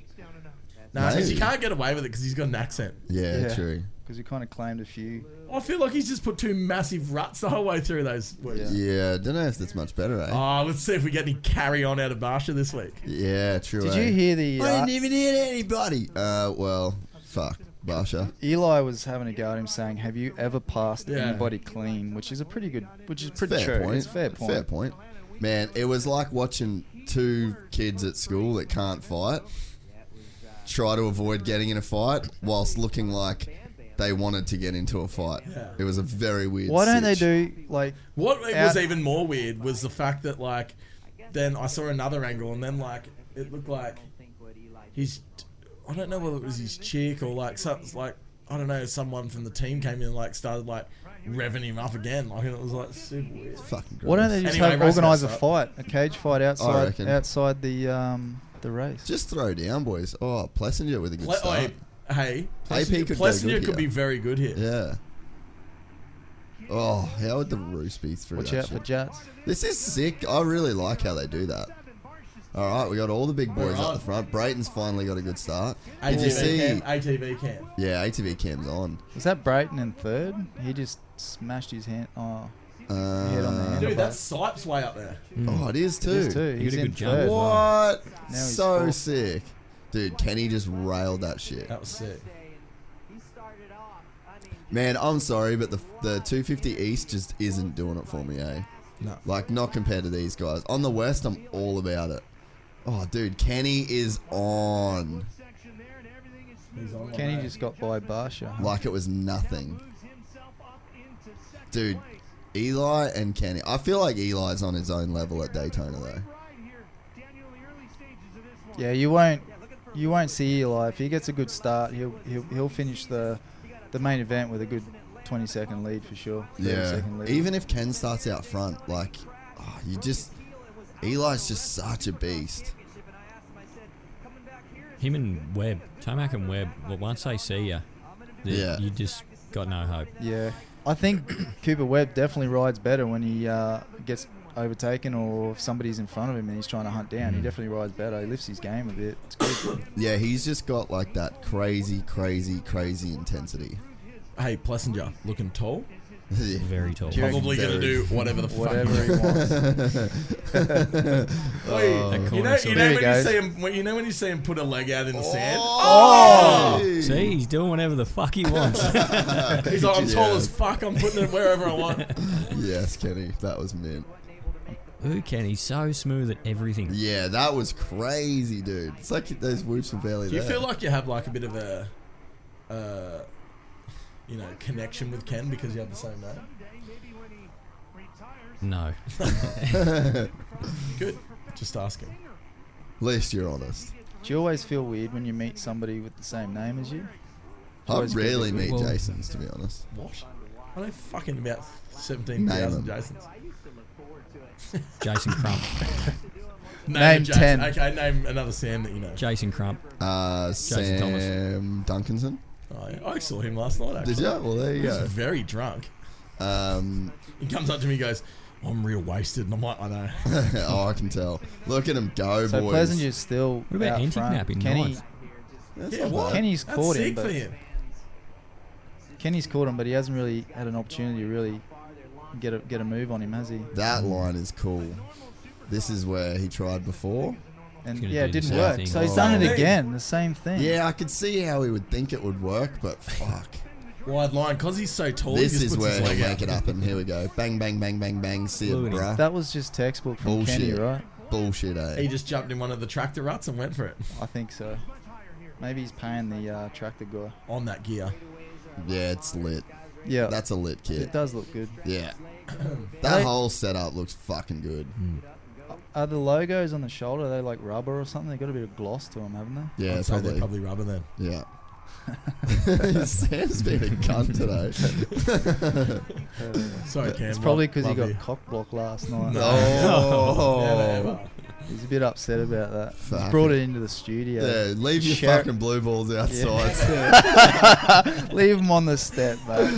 No, because you can't get away with it because he's got an accent.
Yeah, true.
Because we kind of claimed a few.
I feel like he's just put two massive ruts the whole way through those
Yeah,
words.
I don't know if that's much better, eh?
Oh, let's see if we get any carry on out of Barsha this week.
Yeah, true.
Did
eh?
you hear the?
I
uh,
didn't even hear anybody. Uh, well, fuck, Barsha.
Eli was having a go at him saying, "Have you ever passed
Yeah.
anybody clean?" Which is a pretty good, which is pretty
fair
true.
Point.
It's a fair point.
Fair point. Man, it was like watching two kids at school that can't fight try to avoid getting in a fight whilst looking like they wanted to get into a fight. It was a very weird.
Why don't they
sitch.
do like?
What it
out-
was even more weird was the fact that like, then I saw another angle, and then like it looked like his, I don't know whether it was his chick or like something like I don't know someone from the team came in and like started like revving him up again, like and it was like super weird.
Fucking
Why don't they just have organise a fight, a cage fight outside
reckon.
outside the um the race?
Just throw down, boys. Oh, Plessinger with a good
Ple-
start.
oi, hey,
AP
Plessinger,
could go
Plessinger
good
could
here.
be very good here.
Yeah. Oh, how would the Roos be through
Watch
that
out for
shit?
Jats.
This is sick. I really like how they do that. All right, we got all the big boys
We're
up
on.
the front. Brayton's finally got a good start. Did
ATV
you see?
Cam, ATV Cam.
Yeah, ATV cam's on.
Was that Brayton in third? He just smashed his hand. Oh,
Uh,
head on the handle.
Dude, that's Sipes way up there.
Oh, it is too.
is too. He's in third.
What?
Now he's
So
fourth.
sick. Dude, Kenny just railed that shit.
That was sick.
Man, I'm sorry, but the the 250 East just isn't doing it for me, eh?
No.
Like, not compared to these guys. On the West, I'm all about it. Oh, dude, Kenny is on.
He's on like
Kenny
that.
just got by Barsha. huh?
Like it was nothing. Dude, Eli and Kenny. I feel like Eli's on his own level at Daytona, though.
Yeah, you won't you won't see Eli if he gets a good start. He'll he'll, he'll finish the the main event with a good 20 second lead for sure. 30
Yeah.
second lead.
Even if Ken starts out front, like, oh, you just. Eli's just such a beast.
Him and Webb, Tomac and Webb. Well, once they see you,
Yeah.
you just got no hope.
Yeah, I think Cooper Webb definitely rides better when he uh, gets overtaken or if somebody's in front of him and he's trying to hunt
Mm.
down. He definitely rides better. He lifts his game a bit. It's good.
Yeah, he's just got like that crazy, crazy, crazy intensity.
Hey, Plessinger, looking tall.
Yeah.
Very tall.
you reckon-
Probably gonna do whatever the
Whatever
fuck.
he wants. Oh,
Wait, you know, you know
There he
when
goes. Oh.
you see him, when- you know when you see him put a leg out in the sand.
Oh!
See, he's doing whatever the fuck he wants.
He's like, I'm tall
Yeah.
as fuck. I'm putting it wherever I want.
Yes, Kenny, that was mint.
Ooh, Ken, he's so smooth at everything.
Yeah, that was crazy, dude. It's like those whoops were barely
Do you
there.
feel like you have like a bit of a, uh, you know, connection with Ken because you have the same name?
No.
Good. Just asking.
At least you're honest.
Do you always feel weird when you meet somebody with the same name as you?
I
Always good to
rarely meet
well-
Jasons, to be honest.
What? I know fucking about seventeen thousand
Name 'em.
Jasons.
Jason Crump.
Name,
Name
a Jason.
10.
Okay, name another Sam that you know.
Jason Crump.
Uh,
Jason Thomas.
Sam Duncanson.
Oh, yeah. I saw him last night. Actually.
Did you? Well, there you
He was
go.
very drunk.
Um,
He comes up to me, and goes, I'm real wasted. And I'm like, I know.
oh, I can tell. Look at him go,
So
boys.
Pleasant is still
What about
out front.
anti-napping?
Kenny,
Nice. That's
not bad.
Kenny's
That's
caught
sick
him,
for
but
him.
Kenny's caught him, but he hasn't really had an opportunity to really get a get a move on him, has he?
That line is cool. This is where he tried before.
And yeah, it didn't work. So
Oh.
he's done it again, the same thing.
Yeah, I could see how he would think it would work, but fuck.
Wide line, because he's so tall.
this
he just
is
puts
where
his
he'll
leg out.
make it up, and here we go. Bang, bang, bang, bang, bang. See it, bruh.
That was just textbook from
Bullshit.
Kenny, right?
Bullshit, eh?
He just jumped in one of the tractor ruts and went for it
I think so. Maybe he's paying the uh, tractor guy.
on that gear.
Yeah, it's lit.
Yeah.
That's a lit kid.
It does look good.
Yeah.
Are
that
they-
whole setup looks fucking good.
Are the logos on the shoulder? Are they like rubber or something? They got a bit of gloss to them, haven't they?
Yeah,
I'd say
probably.
they're probably rubber then.
Yeah. Sam's been a cunt today.
Sorry, Cam.
It's probably
love-
because he
love
got
you.
cock blocked last night.
No.
Oh.
Never.
He's a bit upset about that.
Fuck
He's brought
it.
it into the studio.
Yeah, leave your
Share-
fucking blue balls
Yeah,
outside.
that's it. leave him on the step, mate.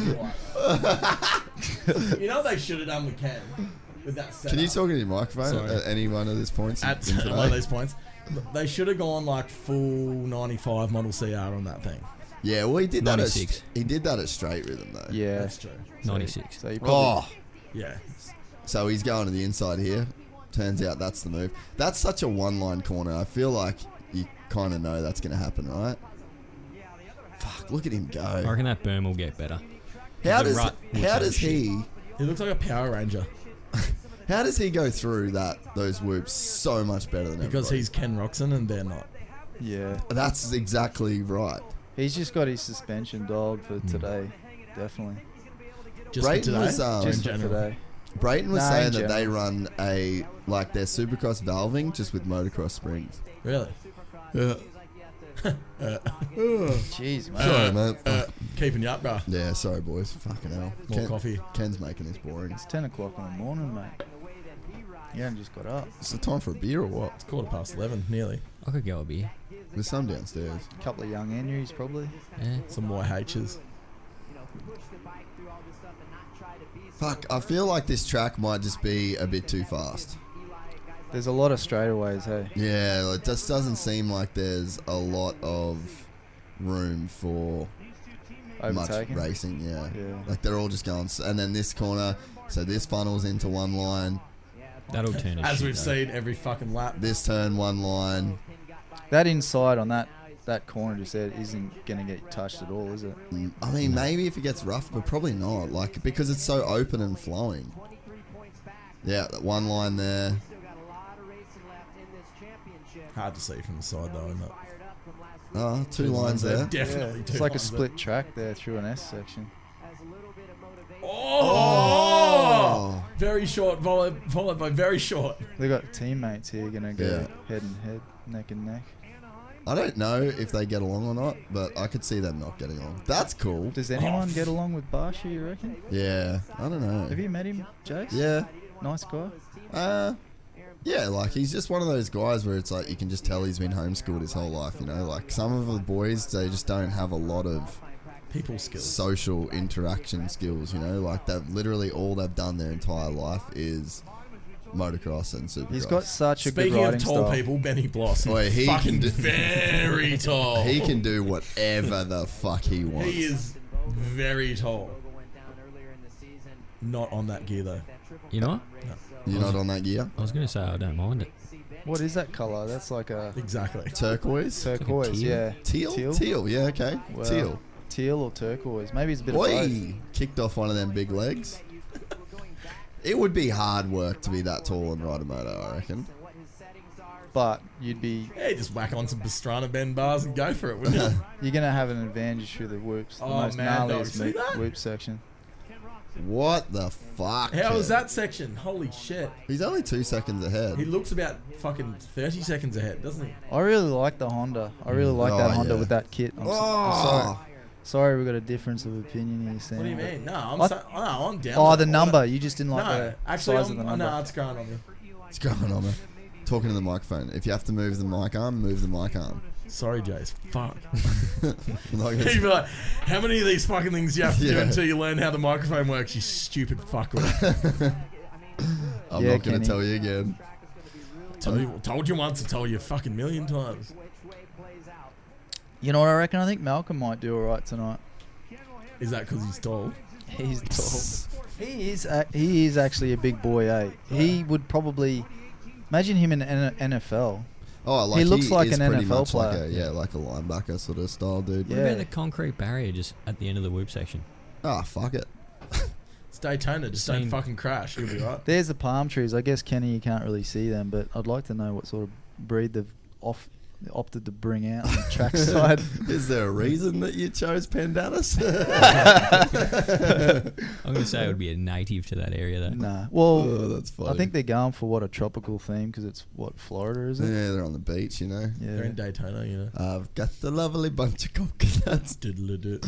you know what they should have done with Cam with that setup.
Can you talk into your microphone
Sorry.
at any one of these points?
at
in today?
one of those points? They should have gone like full 95 model CR on that thing.
Yeah, well, he did that. At,
96.
he did that at straight rhythm though.
Yeah.
That's true.
96.
So you probably,
Oh,
Yeah.
so he's going to the inside here. Turns out that's the move. That's such a one-line corner. I feel like you kind of know that's going to happen, right? Fuck! Look at him
I
go.
reckon that berm will get better.
How
the
does
rut will
how
take
does
shit.
he
He looks like a Power Ranger
how does he go through that those whoops so much better than
because
everybody?
he's Ken Roxon and they're not.
yeah.
That's exactly right.
He's just got his suspension dialed for today, definitely.
Just
Brayton
for today.
was, um,
or
Just
in
for
general?
today.
Brayton was
Nah,
saying
in
that they
general.
run a like their supercross valving just with motocross springs.
Really?
Yeah.
Jeez, mate.
Sorry, mate.
Uh, keeping you up, bro.
yeah, sorry, boys. Fucking hell.
More coffee.
Ken's making this boring.
It's 10 o'clock in the morning, mate. You haven't just got up.
Is it time for a beer or what?
It's quarter past 11, nearly.
I could go a beer.
There's some downstairs.
A couple of young Henrys, probably.
Yeah.
Some YHs.
Fuck, I feel like this track might just be a bit too fast.
There's a lot of straightaways, hey?
Yeah, like, it just doesn't seem like there's a lot of room for
Overtaking.
much racing. Yeah.
Yeah.
Like they're all just going. s- And then this corner, so this funnels into one line.
That'll turn it.
As we've seen every fucking lap.
This turn, one line.
That inside on that that corner just there isn't going to get touched at all, is it?
Mm, I mean, maybe if it gets rough, but probably not. Like because it's so open and flowing. Yeah, that one line there.
Hard to see from the side, though, isn't it?
Oh, two lines there.
Definitely two
It's like a
lines there.
split track there through an S section.
Oh!
Oh.
Very short, followed, followed by very short.
They've got teammates here going to go
Yeah.
head and head, neck and neck.
I don't know if they get along or not, but I could see them not getting along. That's cool.
Does anyone get along with Barsha, you reckon?
Yeah, I don't know.
Have you met him, Jace?
Yeah.
Nice guy.
Uh, yeah, like he's just one of those guys where it's like you can just tell he's been homeschooled his whole life, you know? Like some of the boys, they just don't have a lot of
People skills.
social interaction skills, you know? Like they've literally all they've done their entire life is motocross and supercross.
He's got such a
Speaking
good riding
of tall
style.
people, Benny Bloss. is
Boy, he can
fucking
do-
very tall.
He can do whatever the fuck he wants.
He is very tall. Not on that gear though.
You know what?
You're not on that gear?
I was going to say I don't mind it.
What is that color? That's like a
Exactly.
Turquoise?
turquoise,
teal.
yeah.
Teal? Teal,
Teal?
yeah, okay.
Well,
Teal.
Teal or turquoise. Maybe it's a bit of both.
Oi! Kicked off one of them big legs. It would be hard work to be that tall and ride a moto, I reckon.
But you'd be
Yeah, just whack on some Pastrana Ben bars and go for it, wouldn't you?
you're gonna have an advantage through the whoops, the
Oh,
most
man, dog,
gnarliest
see that?
mo- whoop section.
What the fuck?
How was
Ken?
that section? Holy shit.
He's only two seconds ahead.
He looks about fucking 30 seconds ahead, doesn't he?
I really like the Honda. I really like that
Oh,
Honda
yeah.
with that kit. I'm, s- I'm sorry.
Oh,
Sorry, we got a difference of opinion here, Sam.
What do you mean? No, I'm,
I-
so, no, I'm down.
Oh,
with
the
it.
number. You just didn't like
No,
the
actually,
size
I'm,
of the number.
no, it's growing on me.
what's going on? Man? Talking to the microphone. If you have to move the mic arm, move the mic arm.
Sorry, Jace. Fuck.
I'm not gonna-
He'd be like, how many of these fucking things you have to do
Yeah.
until you learn how the microphone works, you stupid fuckwit?
I'm
Yeah,
not going
Kenny.
to tell you again.
Told you, told you once, I told you a fucking million times.
You know what I reckon? I think Malcolm might do all right tonight.
Is that because he's tall?
He's tall. he is. A, he is actually a big boy, eh? He would probably imagine him in N- NFL.
Oh, like
he looks like
is
an
pretty
NFL
much
player.
Like a, yeah, like a linebacker sort of style dude.
What about the concrete barrier just at the end of the whoop section?
Ah, fuck it.
It's Daytona, just don't
Seen-
fucking crash. You'll be right.
There's the palm trees. I guess Kenny, you can't really see them, but I'd like to know what sort of breed they've off opted to bring out on the trackside.
Is there a reason that you chose Pandanus?
I'm going to say it would be a native to that area, though.
nah. Well,
Oh, that's
I
funny.
think they're going for what a tropical theme because it's what Florida is
yeah,
it?
they're on the beach, you know.
Yeah.
They're in Daytona, you know.
I've got the lovely bunch of coconuts.
Diddle-a-doo.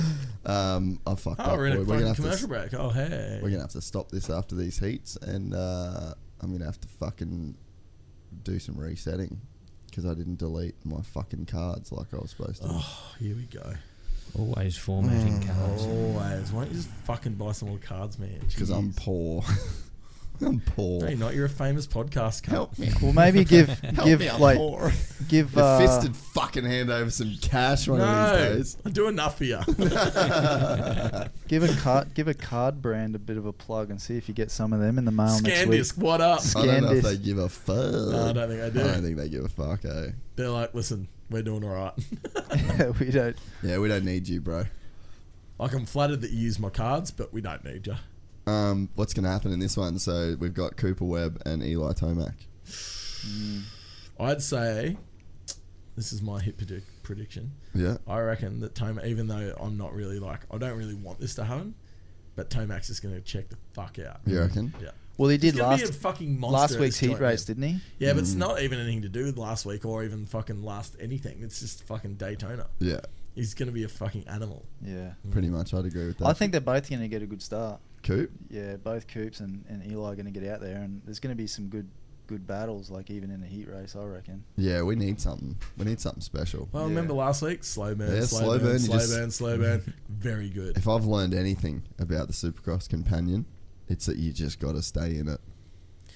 Um, I fucked
Oh,
up.
we're in
boy.
a fucking
have to
commercial break. Oh, hey.
We're gonna have to stop this after these heats, and uh, I'm gonna have to fucking do some resetting because I didn't delete my fucking cards like I was supposed to.
Oh, here we go.
Always
Mm.
formatting cards.
Always. Why don't you just fucking buy some more cards, man?
Because I'm
Jeez.
poor. I'm poor.
No, you're not. You're a famous podcast. cunt.
Help me.
Well, maybe give
Help
give
me, I'm
like
poor.
give
The
uh,
fisted fucking hand over some cash one of
No,
these days.
I do enough for you.
give a card give a card brand a bit of a plug and see if you get some of them in the mail next week.
Scandisc, what up?
I don't know if
Scandis.
they give a fuck.
No, I don't think I do.
I don't think they give a fuck, eh?
They're like, listen, we're doing all right.
we don't.
Yeah, we don't need you, bro.
like, I'm flattered that you use my cards, but we don't need you.
Um, what's going to happen in this one? So we've got Cooper Webb and Eli Tomac.
I'd say, this is my hit predict- prediction.
Yeah.
I reckon that Tomac, even though I'm not really like, I don't really want this to happen, but Tomac's is going to check the fuck out.
Mm-hmm.
You reckon?
Yeah.
Well, he did
He's gonna be
last
a fucking monster
last
at
week's
this
heat
joint,
race,
man.
didn't he?
Yeah, but it's not even anything to do with last week or even fucking last anything. It's just fucking Daytona.
Yeah,
He's going to be a fucking animal.
Yeah.
pretty much. I'd agree with that.
I think they're both going to get a good start.
Coop.
Yeah, both Coops and, and Eli are going to get out there, and there's going to be some good good battles, like even in the heat race, I reckon.
Yeah, we need something. We need something special.
Well,
Yeah.
remember last week? Slow burn,
Yeah,
slow,
slow
burn,
burn, you
slow
just-
burn, slow burn. Very good.
If I've learned anything about the Supercross companion, it's that you just got to stay in it.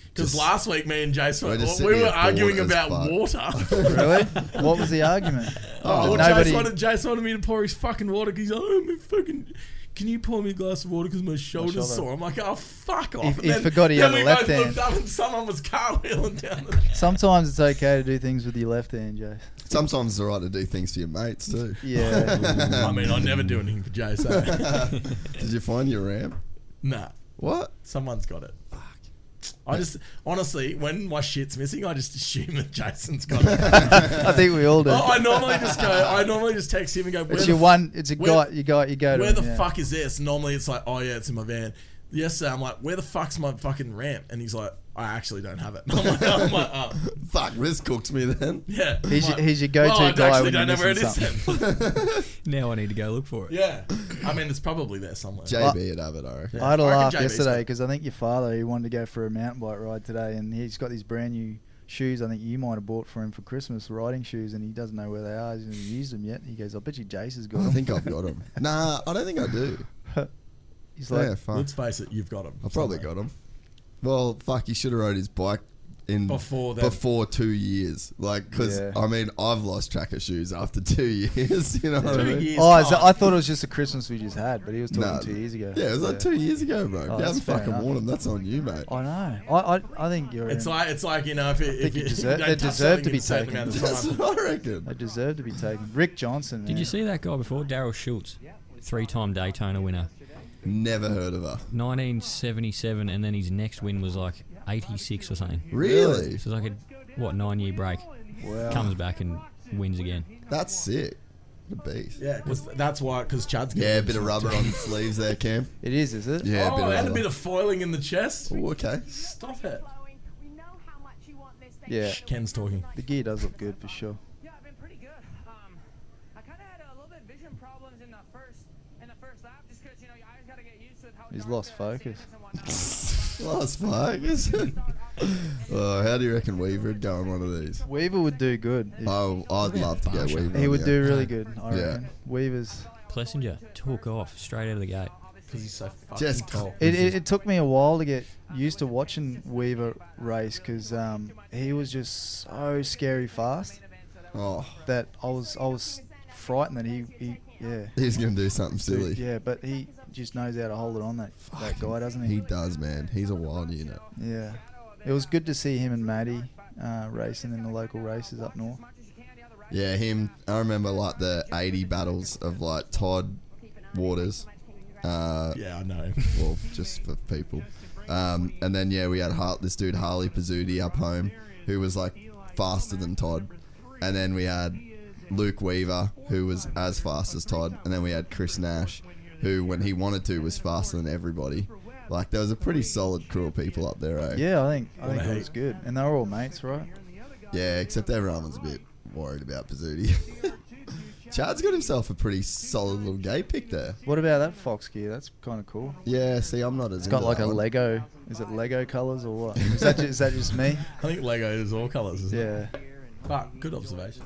Because
Just-
last week, me and Jace
We're
were,
just sitting
we were
here bored
arguing
as
about
fuck.
water.
Really? what was the argument?
oh,
That
well, Jace, wanted, Jace wanted me to pour his fucking water because he's like, oh, my fucking. Can you pour me a glass of water because my shoulder's
shoulder.
sore? I'm like, oh, fuck off.
He-
And
he forgot he had
then
a
we
left
both
hand.
looked up and someone was cartwheeling down the.
Sometimes it's okay to do things with your left hand, Jay.
Sometimes it's alright to do things for your mates too.
Yeah.
I mean, I never do anything for Jace. eh?
Did you find your ramp?
nah,
What?
someone's got it. Fuck. I just honestly, when my shit's missing, I just assume that Jason's got it.
I think we all do.
Oh, I normally just go. I normally just text him and go. Where
it's
the
your one. It's a
where-
guy. You got. You go
f-
to.
Where the
him, yeah.
fuck is this? Normally it's like, oh yeah, it's in my van. Yesterday I'm like, where the fuck's my fucking ramp? And he's like, I actually don't have it. I'm like, I'm like, oh,
Fuck, this cooked me then.
yeah. I'm
He's
like,
your- he's your go-to
well, I
guy
actually
when
don't
you're
know where it is.
missing
then.
Now I need to go look for it.
yeah, I mean it's probably there somewhere.
JB would have it, I reckon.
I had a
I reckon
laugh
JB's
yesterday
got-
because I think your father he wanted to go for a mountain bike ride today, and he's got these brand new shoes. I think you might have bought for him for Christmas, riding shoes, and he doesn't know where they are. He hasn't used them yet. He goes, "I bet you Jace has got
I
them."
think I've got him. Nah, I don't think I do.
He's like,
Yeah, fuck.
Let's face it, you've got him.
I probably got him. Well, fuck, he should have rode his bike in
Before that.
before two years. Like, because
Yeah.
I mean, I've lost track of shoes after two years. You know what I
Two
mean?
years.
"Oh, is
time.
that, I thought it was just a Christmas we just had," but he was talking
Nah.
two years ago.
Yeah, it was like two years ago, bro. if you
Oh, that's
haven't
fair
fucking
enough.
worn them, that's on you, mate.
I know. I I, I think you're.
It's
in-
like it's like you know if, it, if
you
you, you
deserve-
don't
they
touch
deserve
something
to be
in a certain
taken.
amount of
That's
time.
what I
they
reckon.
deserve to be taken. Rick Johnson.
Did
man.
you see that guy before? Daryl Schultz, three-time Daytona winner,
Never heard of her.
1977, and then his next win was like 86 or something.
Really?
So it's like a what nine-year break.
Wow.
Comes back and wins again.
That's sick. What a beast.
Yeah, 'cause that's why because Chad's gonna
Yeah, a
win.
bit of rubber on the sleeves there, Cam.
It is, is it?
Yeah, a
Oh,
bit of
and
rubber.
a bit of foiling in the chest.
Ooh, okay.
Stop it.
Blowing. We know how much you want this thing.
Yeah.
to be
Ken's talking.
The gear does look good for sure.
Yeah, I've been pretty good. Um, I kind of had a little bit of vision problems in the first in the first lap, just 'cause you know your eyes gotta get used to how
He's
dark
lost
the stadium
focus.
is and whatnot.
Last Vegas. oh, how do you reckon Weaver'd go on one of these?
Weaver would do good. if-
Oh, I'd love to get Weaver.
he
on,
would
yeah.
do really good. I
Yeah.
reckon. Weaver's.
Plessinger took off straight out of the gate.
because he's so fucking
Just-
tall.
It, it, it took me a while to get used to watching Weaver race because um, he was just so scary fast
Oh,
that I was I was frightened that he, he yeah
he's gonna do something silly.
yeah but he just knows how to hold it on that that guy doesn't he?
He does, man. He's a wild unit.
Yeah, it was good to see him and Maddie uh, racing in the local races up north.
Yeah, him. I remember like the eighty battles of like Todd Waters. Uh,
yeah, I know.
well, just for people. Um, and then yeah, we had Har- this dude Harley Pizzuti up home, who was like faster than Todd. And then we had Luke Weaver, who was as fast as Todd. And then we had Chris Nash, who when he wanted to was faster than everybody. Like there was a pretty solid crew of people up there, eh?
Yeah, I think I think it was good, and they were all mates, right?
Yeah, except everyone was a bit worried about Pizzuti. Chad's got himself a pretty solid little gay pick there.
What about that fox gear? That's kind of cool.
Yeah, see, I'm not as
It's got
into
like
that
a
one.
Lego. Is it Lego colors or what? Is that just, is that just me?
I think Lego is all colours, isn't
Yeah.
it? But good observation.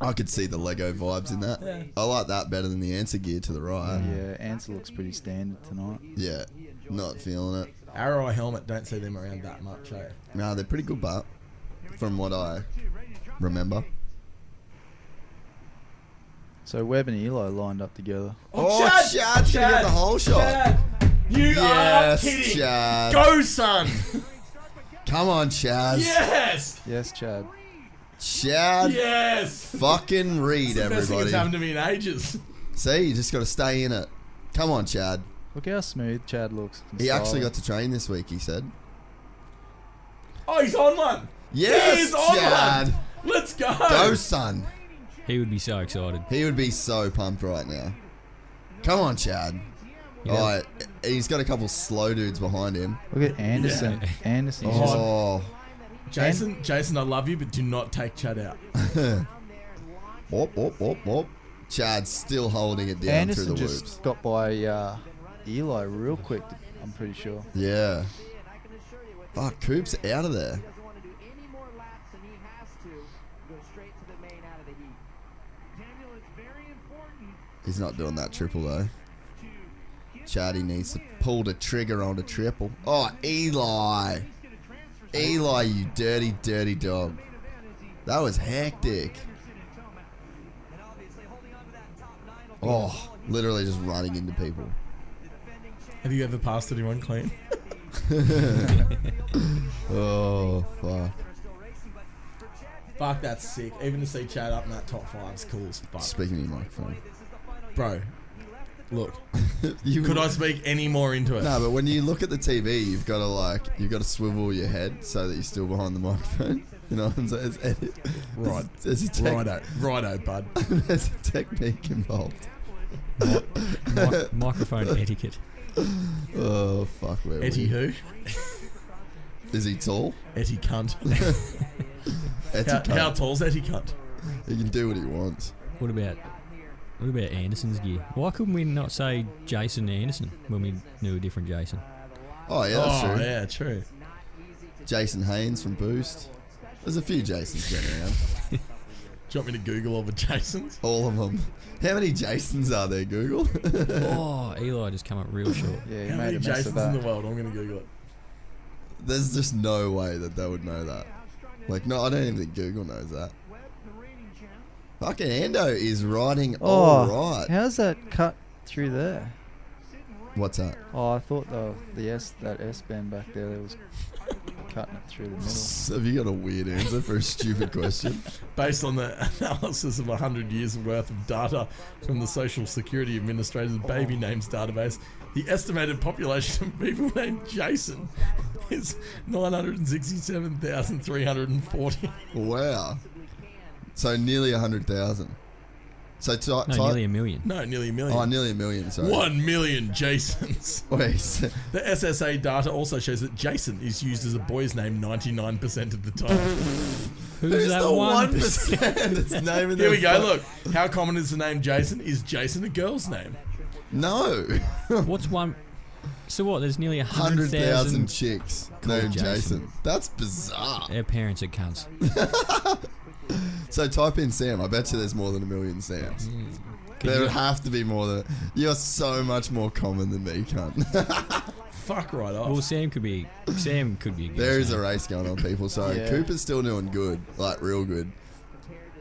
I could see the Lego vibes in that.
Yeah.
I like that better than the answer gear to the right.
Yeah, answer looks pretty standard tonight.
Yeah, not feeling it.
Arrow helmet, don't see them around that much, eh?
No, they're pretty good, but from what I remember.
So Webb and Eli lined up together.
Oh, Chad's gonna get the whole shot.
You
Yes,
are kidding.
Chad.
Go, son.
Come on, Chaz.
yes.
Yes, Chad.
Chad.
Yes.
Fucking read,
That's the best thing that's happened
everybody.
to me in ages.
See, you just got to stay in it. Come on, Chad.
Look how smooth Chad looks.
He actually got to train this week. He said.
Oh, he's on one.
Yes,
he is on
Chad.
one. Let's go.
Go, son.
He would be so excited.
He would be so pumped right now. Come on, Chad.
You know-
All right, he's got a couple slow dudes behind him.
Look at Anderson. Anderson.
Oh,
Jason, Jason, I love you, but do not take Chad out.
op, op, op, op. Chad's still holding it down
Anderson
through the
just
whoops.
got by uh, Eli real quick. I'm pretty sure.
Yeah. Fuck, Coop's out of there. He's not doing that triple though. Chaddy needs to pull the trigger on the triple. Oh, Eli. Eli, you dirty, dirty dog. That was hectic. Oh, literally just running into people.
Have you ever passed anyone clean?
Oh, fuck.
Fuck, that's sick. Even to see Chad up in that top five's cool as fuck.
Speaking to your microphone.
Bro, look.
You
Could I speak any more into it?
No, but when you look at the TV, you've got to like, you've got to swivel your head so that you're still behind the microphone. You know what I'm saying? It's, it's,
Right.
There's a, tech,
Righto, righto, bud.
there's a technique involved.
Mi- microphone etiquette.
Oh fuck, where were
Etty
we?
who?
Is he tall?
Etty cunt.
Etty
how, how
cunt.
tall's Etty cunt?
He can do what he wants.
What about what about Anderson's gear? Why couldn't we not say Jason Anderson when we knew a different Jason?
Oh yeah, that's
oh,
true.
yeah, true.
Jason Haynes from Boost. There's a few Jasons going around.
Do you want me to Google all the Jasons?
All of them. How many Jasons are there, Google?
oh, Eli just come up real short.
Yeah, he
How
made
many
a mess of
Jasons in the
that.
world? I'm going to Google it.
There's just no way that they would know that. Like, no, I don't even think Google knows that. Fucking Ando is riding all
Oh,
right.
how's that cut through there?
What's that?
Oh, I thought the the S that S band back there that was cutting it through the middle.
Have you got a weird answer for a stupid question?
Based on the analysis of 100 years worth of data from the Social Security Administrator's baby names database, the estimated population of people named Jason is 967,340.
Wow. So nearly a hundred thousand. So t-
No, nearly a million.
No, nearly a million.
oh, nearly a million. Sorry.
One million Jasons.
Wait. so-
The SSA data also shows that Jason is used as a boy's name 99% of the time.
Who's,
Who's
that
the
one?
one percent that's naming their
Here we go.
fu-
Look, how common is the name Jason? Is Jason a girl's name?
No,
What's one? So what? There's nearly a
hundred
hundred
thousand
thousand.
chicks named
Jason.
Jason. That's bizarre.
Their uh, parents are cunts.
So type in Sam. I bet you there's more than a million Sams. There would have to be more than You're so much more common than me, cunt.
Fuck right off.
Oh, Well, Sam could be. Sam could be.
There is a race going on, people. So
Yeah.
Cooper's still doing good, like real good.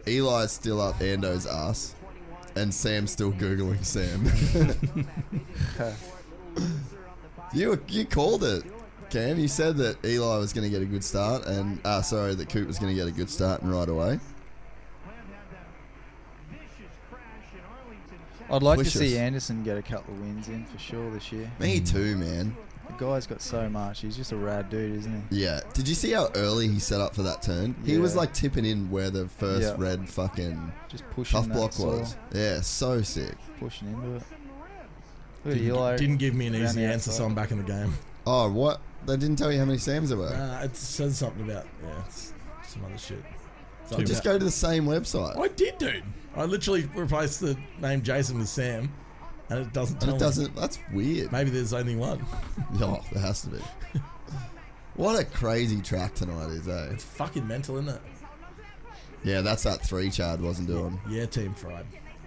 Eli's still up Ando's ass, and Sam's still googling Sam. you you called it, Cam. You said that Eli was going to get a good start, and ah, sorry, that Coop was going to get a good start and right away.
I'd like
Vicious.
to see Anderson get a couple of wins in for sure this year.
Me too, man.
The guy's got so much. He's just a rad dude, isn't he?
Yeah. Did you see how early he set up for that turn? He was
Yeah.
like tipping in where the first
Yeah.
red fucking
Just pushing
tough
that
block
saw.
was. Yeah, so sick.
Pushing into it. Look at
Didn't,
Eli
didn't give me an
around
easy
the
answer, so
outside.
I'm back in the game.
Oh, what? They didn't tell you how many Sams there were.
Nah, it says something about yeah, it's some other shit.
So
Something
just
about-
go to the same website.
I did, dude. I literally replaced the name Jason with Sam, and it doesn't.
And
Tell
it
me.
doesn't. That's weird.
Maybe there's only one.
Oh, there has to be. what a crazy track tonight is, eh?
Fucking mental, isn't it?
Yeah, that's that three Chad wasn't doing.
Yeah, Team Fried.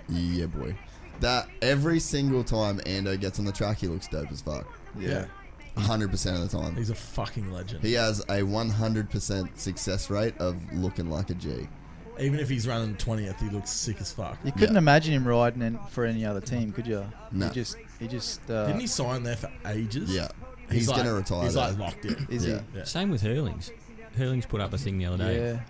Yeah, boy. That every single time Ando gets on the track, he looks dope as fuck.
Yeah.
hundred percent of the time.
He's a fucking legend.
He has a 100% success rate of looking like a G.
Even if he's running twentieth, he looks sick as fuck.
You couldn't imagine him riding in for any other team, could you?
No.
He just, he just. Uh,
Didn't he sign there for ages?
Yeah.
He's,
He's
like-
gonna retire
He's like
there.
locked in.
Is he? Yeah.
Same with Hurlings. Hurlings put up a thing the other day.
Yeah.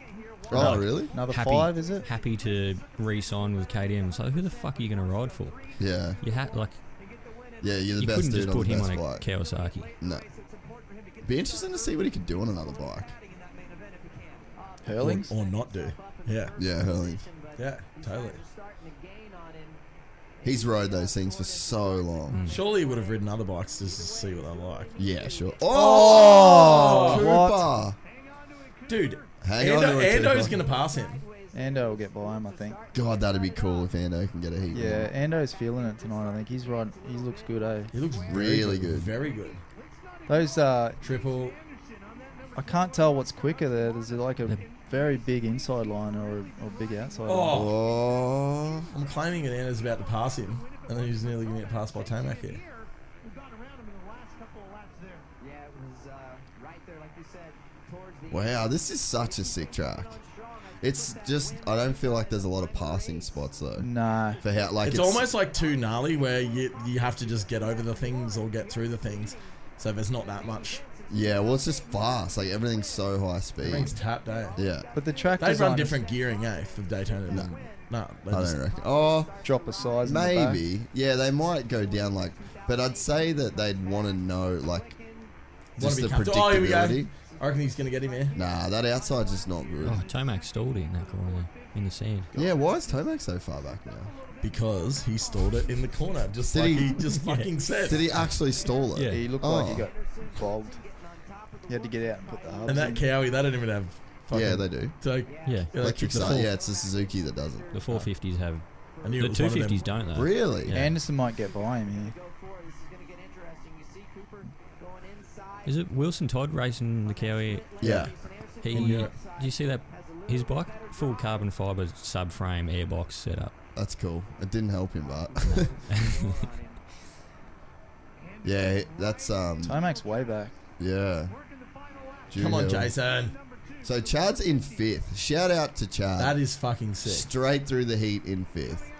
Oh, really?
Another five, is it?
Happy to re-sign with KTM. So who the fuck are you going to ride for?
Yeah.
You had like
Yeah, you're the
you
best
couldn't
dude
just
on
put
the
him
best
on a
bike.
Kawasaki.
No. Be interesting to see what he could do on another bike.
Hurlings?
or, or not do. Yeah.
Yeah, Hurlings.
Yeah, totally.
He's rode those things for so
Hmm.
long.
Surely he would have ridden other bikes just to see what they're like.
Yeah, sure. Oh,
Oh! what?
Dude,
Hang on
Ando,
to it,
Ando's
Cooper.
going to pass him.
Ando will get by him, I think.
God, that'd be cool if Ando can get a heat.
Yeah, Ando's feeling it tonight. I think he's riding. He looks good, eh?
He looks
Really good.
Very good.
Those uh,
Triple.
I can't tell what's quicker there. There's like a very big inside line or a or big outside line.
Oh.
Oh.
I'm claiming that Ando's about to pass him, and then he's nearly going to get passed by Tomac here.
Wow, this is such a sick track. It's just, I don't feel like there's a lot of passing spots though.
Mm. Nah.
For how, like,
it's,
it's,
almost like too gnarly where you, you have to just get over the things or get through the things. So there's not that much.
Yeah, well, it's just fast. Like, everything's so high speed.
Everything's tapped, eh?
Yeah.
But the track
They
design
run
is
different gearing, eh, for Daytona. No. No, they
I
just-
don't reckon. Oh,
drop a size. in the back.
maybe. Yeah, they might go down like, but I'd say that they'd want to know like
wanna
just
be
the
comfortable. Oh, here we
predictability.
go. I reckon he's going to get him here.
Nah, that outside's just not good.
Oh, Tomac stalled it in that corner in the sand.
Yeah, why is Tomac so far back now?
Because he stalled it in the corner, just
Did
like
he-
he, just fucking said.
Did he actually stall it?
Yeah.
He looked like he
Oh.
got bobbed. He had to get out and put the hubs.
And that
in.
cowie, they don't even have. Fucking
Yeah, they do.
Like,
Yeah.
Electric
uh, the
start.
full-
Yeah, it's the Suzuki that does it.
The 450s have.
I
The
knew it was one of them.
250s don't though.
Really?
Yeah.
Anderson might get by him here.
Is it Wilson Todd racing the Cowie?
Yeah.
He. Do you see that? His bike, full carbon fiber subframe airbox setup.
That's cool. It didn't help him, but yeah, that's um,
Tomac's way back.
yeah.
Come on,
Judo.
Jason.
So Chad's in fifth. Shout out to
Uh,
Chad.
That is fucking sick.
Straight through the heat in fifth.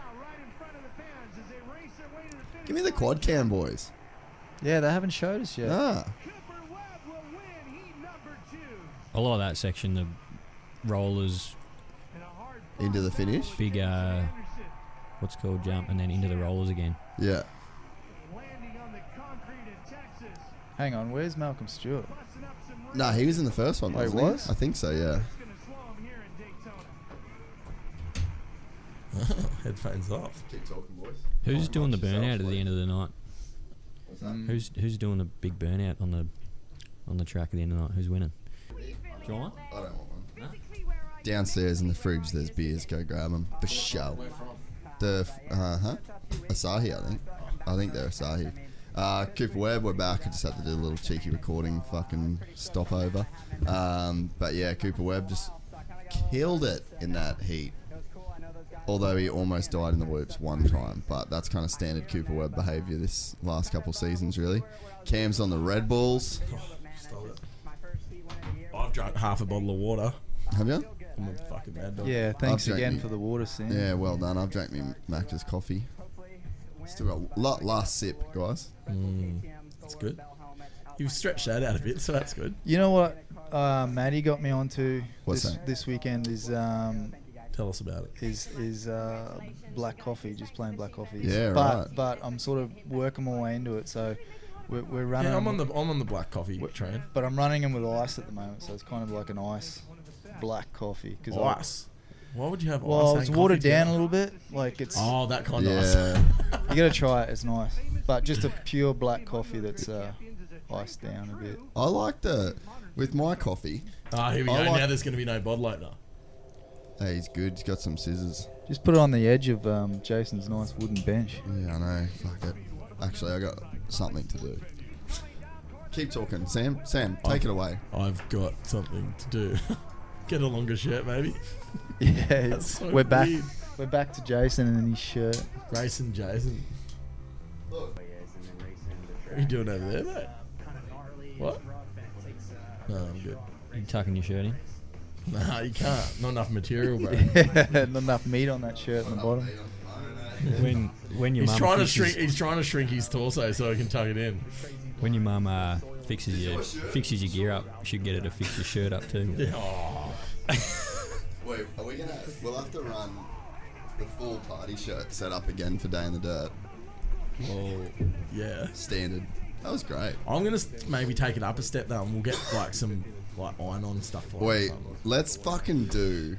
Give me the quad cam, boys.
Yeah, they haven't showed us yet.
Ah,
I like that section. The rollers,
into the finish.
big, uh, what's it called jump, and then into the rollers again.
Yeah.
Hang on, where's Malcolm Stewart?
No, he was in the first one.
Oh, he
Wasn't
was?
I think so. Yeah.
Headphones off.
Keep talking, boys.
Who's doing the burnout at the end of the night? Who's who's doing the big burnout on the on the track at the end of the night? Who's winning? John?
I don't want one. Downstairs in the fridge, there's beers. Go grab them for show. The uh huh, Asahi, I think. I think they're Asahi. Uh, Cooper Webb, we're back. I just had to do a little cheeky recording, fucking stopover. Um, but yeah, Cooper Webb just killed it in that heat. Although he almost died in the whoops one time, but that's kind of standard Cooper Webb behaviour this last couple seasons, really. Cam's on the Red Bulls.
Stole Oh, it. I've drunk half a bottle of water.
Have you?
I'm a fucking mad dog.
Yeah, thanks
I've drank
again
me-
for the water, Sam.
Yeah, well done. I've drank me Macca's coffee. Still got lot last sip, guys.
That's good. You've stretched that out a bit, so that's good.
You know what uh, Maddie got me onto
What's
this,
that?
this weekend is um,
Tell us about it.
is is uh, black coffee, just plain black coffee.
Yeah,
but,
right.
But I'm sort of working my way into it, so we're, we're running.
Yeah, I'm on
them-
the I'm on the black coffee train.
but I'm running them with ice at the moment, so it's kind of like an ice black coffee. Cause I-
Ice? Why would you have ice
Well,
and
it's watered
coffee
down a little bit. Like it's.
Oh, that kind of ice. Yeah.
you gotta try it. It's nice, but just a pure black coffee that's uh, iced down a bit.
I like the with my coffee.
Ah, here we
I
go.
like-
now there's going to be no bod later.
Hey, he's good. He's got some scissors.
Just put it on the edge of um, Jason's nice wooden bench.
Yeah, I know. Fuck it. Actually, I got something to do. Keep talking, Sam. Sam, take it away.
I've got something to do. Get a longer shirt, maybe.
Yeah,
That's so
we're back.
weird.
We're back to Jason and his shirt.
Grace and Jason. Oh, What are you doing over there, mate? What? No, I'm good.
You tucking your shirt in?
Nah, you can't. Not enough material, bro.
Not enough meat on that shirt on the bottom.
When when your
he's
mum
trying to
fixes-
shrink. He's trying to shrink his torso so he can tuck it in.
When your mum uh, fixes your fixes your gear up, you should get her to fix your shirt up too.
Yeah. Oh.
Wait, are we gonna? We'll have to run the full party shirt set up again for Day in the Dirt.
Oh, yeah.
Standard. That was great.
I'm gonna s- maybe take it up a step though, and we'll get like some like iron-on stuff. Like
Wait,
that.
let's fucking do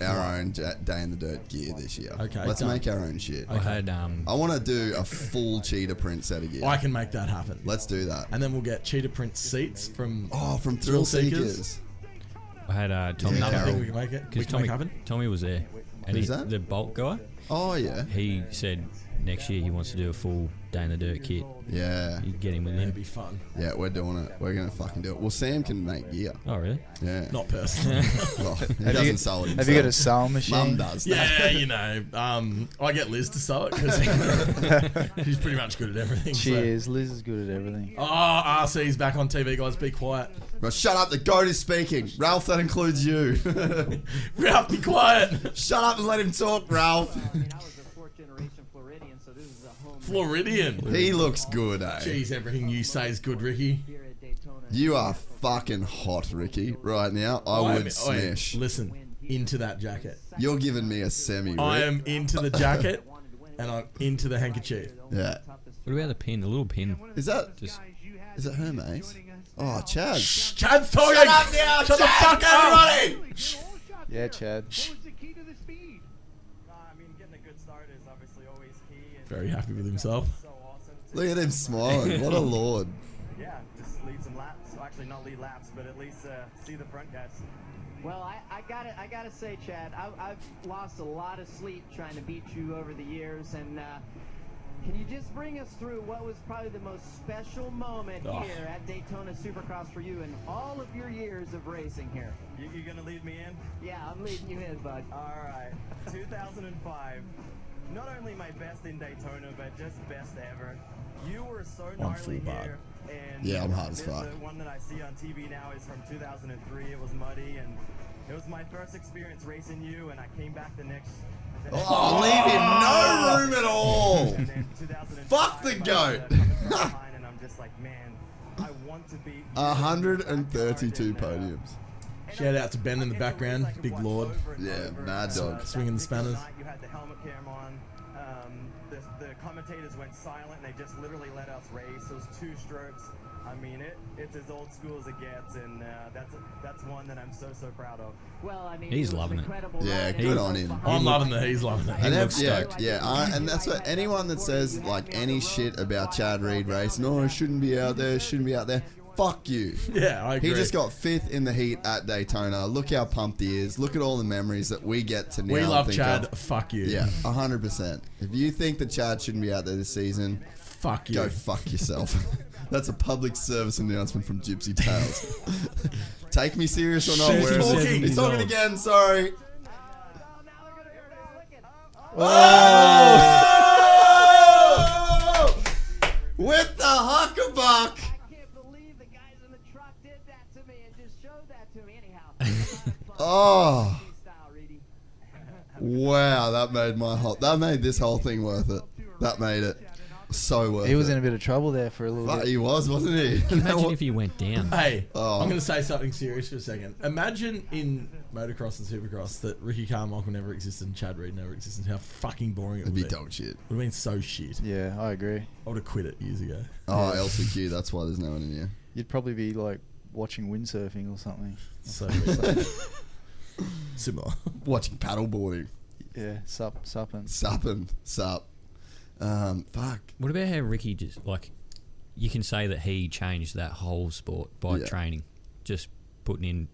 our own ja- Day in the Dirt gear this year.
Okay,
Let's
done.
make our own shit.
I had um,
I want to do a full cheetah print set of gear.
I can make that happen.
Let's do that.
And then we'll get cheetah print seats from
Oh, from Thrill Seekers.
I had uh, Tommy.
Another thing we can make it. We
Because
can make
Tommy,
happen.
Tommy was there, and
Who's
he-
that?
the bulk guy.
Oh yeah.
He said next year he wants to do a full day in the dirt kit.
Yeah.
You get him with
It'd
him.
be fun.
Yeah, we're doing it. We're gonna fucking do it. Well, Sam can make gear.
Oh really?
Yeah.
Not personally.
Well, he
Have
doesn't
you-
sell it.
Have you got a
himself.
sewing machine?
Mum does.
yeah, you know, um, I get Liz to sell it because she's pretty much good at everything. so-
Cheers. Liz is good at everything.
Oh, RC's back on TV, guys. Be quiet.
Well, shut up. The goat is speaking. Ralph, that includes you.
Ralph, be quiet.
shut up and let him talk, Ralph.
Floridian.
He looks good, eh?
Jeez, everything you say is good, Ricky.
You are fucking hot, Ricky. Right now, I
am-
would
am-
smash.
listen, into that jacket.
You're giving me a semi. Rick.
I am into the jacket and I'm into the handkerchief.
Yeah.
What about the pin? The little pin.
Is that
Just
is it Hermes? Oh, Chaz.
Chad's talking! Shut up now! Shut the fuck up!
Everybody.
Yeah, Chad.
Very happy with himself.
Look at him smiling. What a lord.
Yeah, just lead some laps. Well, Actually, not lead laps, but at least uh, see the front guys.
Well, I, I gotta I gotta say, Chad, I, I've lost a lot of sleep trying to beat you over the years, and uh, can you just bring us through what was probably the most special moment
Oh.
here at Daytona Supercross for you in all of your years of racing here?
You, you gonna lead me in?
Yeah, I'm leading you in, bud.
All right. 2005. Not only my best in Daytona, but just best ever. You were so gnarly
full bud.
here, and
Yeah, I'm hard as
this, uh,
fuck.
one that I see on TV now is from 2003. It was muddy, and it was my first experience racing you, and I came back the next. the next-
Oh, leave him no room at all.
And then 2005,
Fuck the
I was,
goat.
uh, coming from behind, and I'm just like, man, I want to beat. you.
A 132 podiums.
Shout out to Ben in the background, big lord.
Yeah, mad dog.
Swinging the spanners.
You had the helmet cam on. Um, the, the commentators went silent. and They just literally let us race. Those two strokes. I mean, it it's as old school as it gets, and uh, that's that's one that I'm so so proud of.
Well, I mean,
He's
it was
loving
an
it.
incredible
Yeah,
ride.
good on him.
I'm loving that. He's loving that.
And
He
ev-
looks
yeah,
stoked.
yeah, I, and that's what anyone that says like any shit about Chad Reed racing. No, I shouldn't be out there. Shouldn't be out there. Fuck you.
Yeah, I agree.
He just got fifth in the heat at Daytona. Look how pumped he is. Look at all the memories that we get to now.
We love
think
Chad.
of.
Fuck you.
Yeah, hundred percent. If you think that Chad shouldn't be out there this season,
Fuck you.
go fuck yourself. That's a public service announcement from Gypsy Tales. Take me serious or not,
She's
wherever-
talking.
It's talking again. Sorry. With the huckabuck. Oh. Wow, that made my whole that made this whole thing worth it. That made it so worth it.
He was in a bit of trouble there for a little
Fuck,
bit.
he was, wasn't he?
Imagine if you went down.
Hey,
Oh.
I'm going to say something serious for a second. Imagine in motocross and supercross that Ricky Carmichael never existed and Chad Reed never existed. How fucking boring it would
It'd be
be.
dog shit.
Would have been so shit.
Yeah, I agree.
I would have quit it years ago.
Oh, LCQ, that's why there's no one in here.
You'd probably be like watching windsurfing or something.
So similar.
Watching paddleboarding.
yeah, sup, supping.
Supping. Sup. Um, fuck.
What about how Ricky just like you can say that he changed that whole sport by
Yeah.
training, just putting in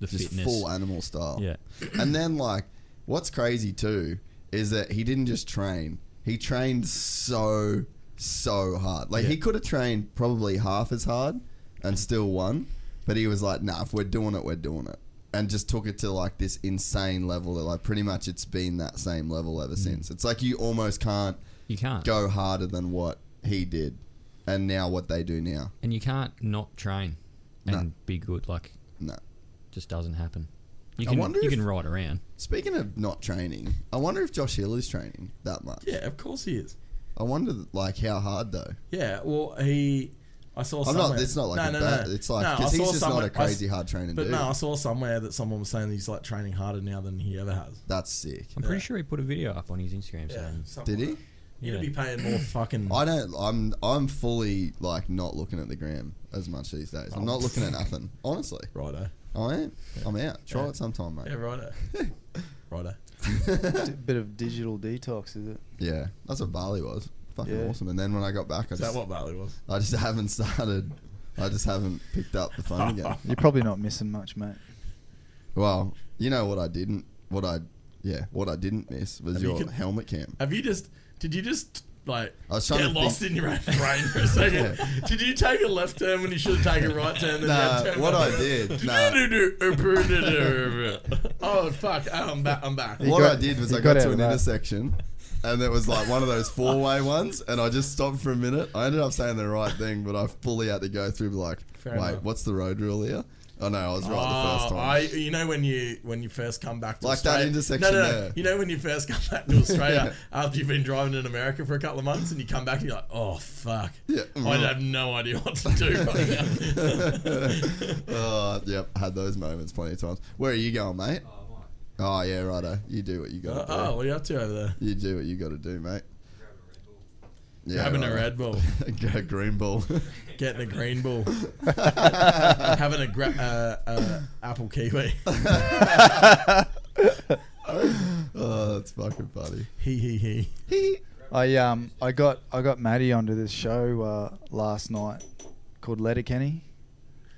the
just
fitness.
full animal style.
Yeah.
And then like, what's crazy too is that he didn't just train. He trained so so hard. Like he
Yeah.
could have trained probably half as hard and still won, but he was like, "Nah, if we're doing it, we're doing it." And just took it to like this insane level that like pretty much it's been that same level
Mm.
ever since. It's like you almost can't
You can't.
go harder than what he did, and now what they do now.
And you can't not train and be good. Like
No.
just doesn't happen. You
I
can
wonder
you
if-
can ride around.
Speaking of not training, I wonder if Josh Hill is training that much.
Yeah, of course he is.
I wonder, like, how hard though.
Yeah, well, he. I saw.
I'm not-
somewhere,
it's not like a bad- it's like- 'cause
I
he's
saw
just not a
somewhere- I s-
crazy hard training
But
dude.
no, I saw somewhere that someone was saying he's like training harder now than he ever has.
That's sick.
I'm pretty sure he put a video up on his Instagram
Yeah,
saying
something
Did he?
like that. You'd be paying more fucking.
I don't. I'm. I'm fully like not looking at the gram as much these days. I'm
Oh.
not looking at nothing. Honestly,
Righto.
I am. I'm out. Try
Yeah.
it sometime, mate.
Yeah, righto. righto.
D- bit of digital detox, is it?
Yeah, that's what Bali was. Fucking
Yeah.
awesome. And then when I got back, I
Is that
just,
what Barley was?
I just haven't started. I just haven't picked up the phone again.
You're probably not missing much, mate.
Well, you know what I didn't. What I. Yeah, what I didn't miss was
Have you
your
con-
helmet cam.
Have you just? Did you just like
I was trying to
get lost
think-
in your own brain for a second? Did you take a left turn when you should have taken a right turn? then
Nah,
left turn
what
right
I
turn?
did, nah.
oh fuck! Oh, I'm back. I'm back.
what
got-
I did was
he
I got,
got out
to
of
an
that.
intersection, and it was like one of those four way ones, and I just stopped for a minute. I ended up saying the right thing, but I fully had to go through like,
Fair
wait,
enough.
what's the road rule here? Oh no, I was right the first
Oh,
time.
I, you know when you when you first come back to
Like that
Australia-
intersection
No, no, no.
there.
You know when you first come back to Australia after you've been driving in America for a couple of months, and you come back and you're like, oh fuck,
Yeah.
I have no idea what to do right now.
oh, yep, had those moments plenty of times. Where are you going, mate? Oh yeah, righto. You do what you
Uh,
got to
oh,
do.
what are you up to over there?
You do what you got to do, mate. Yeah,
Having a
righto.
Red Bull,
Go Green Oh, Bull.
getting a Green Bull, having a gra- uh, uh, apple kiwi.
oh, that's fucking funny.
He he he.
I um I got I got Maddie onto this show uh, last night called Letterkenny.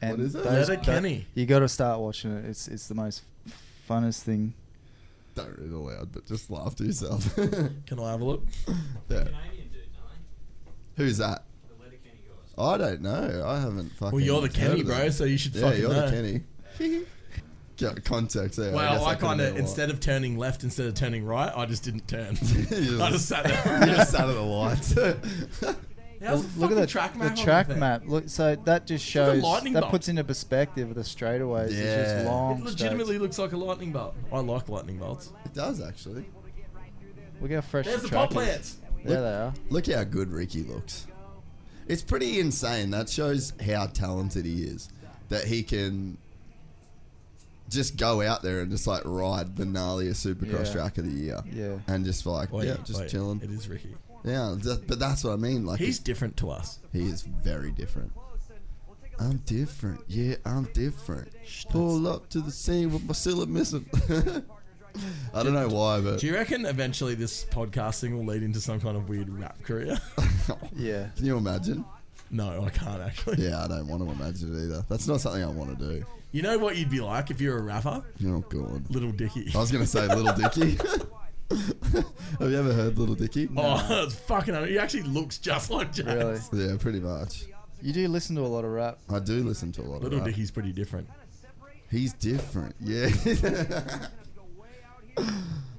What is it?
those-
Letterkenny.
that- you got to start watching it. It's it's the most funnest thing.
Don't read it aloud, but just laugh to yourself.
Can I have a look?
yeah. Who's that? I don't know. I haven't fucking.
Well, you're the
heard
Kenny,
of them.
bro, so you should
Yeah,
fucking
you're
know.
the Kenny. Yeah, context there.
Well, I, kind of
instead
instead of turning left instead of turning right, I just didn't turn. I just sat there.
you just sat at the lights.
How's the
Look at
fucking
the
track
the
map. on
track
there?
map. Look, so that just
like a
shows
lightning
that
bolt.
puts into perspective the straightaways. It's
Yeah.
just
It
long.
legitimately looks
straights.
like a lightning bolt. I like lightning bolts.
it does actually.
Look how fresh
There's the
the track
pot
is.
plants.
There they are.
Look how good Ricky looks. It's pretty insane. That shows how talented he is. That he can just go out there and just like ride the gnarliest supercross
Yeah.
track of the year.
Yeah.
And just like, yeah, just
wait,
chilling.
It is Ricky.
Yeah, th- but that's what I mean. Like
He's different to us.
he is very different. I'm different. Yeah, I'm different. Pull up to the scene with my silly missing. I don't know why, but
Do you reckon eventually this podcasting will lead into some kind of weird rap career?
Yeah.
can you imagine?
no, I can't actually.
Yeah, I don't want to imagine it either. That's not something I want to do.
You know what you'd be like if you were a rapper?
Oh god.
Little Dicky.
I was gonna say Little Dicky. Have you ever heard Little Dicky?
Oh, that's fucking. un- He actually looks just like James.
Really.
Yeah, pretty much.
You do listen to a lot of rap.
I do listen to a lot
Little
of rap.
Dicky's pretty different.
He's different. Yeah.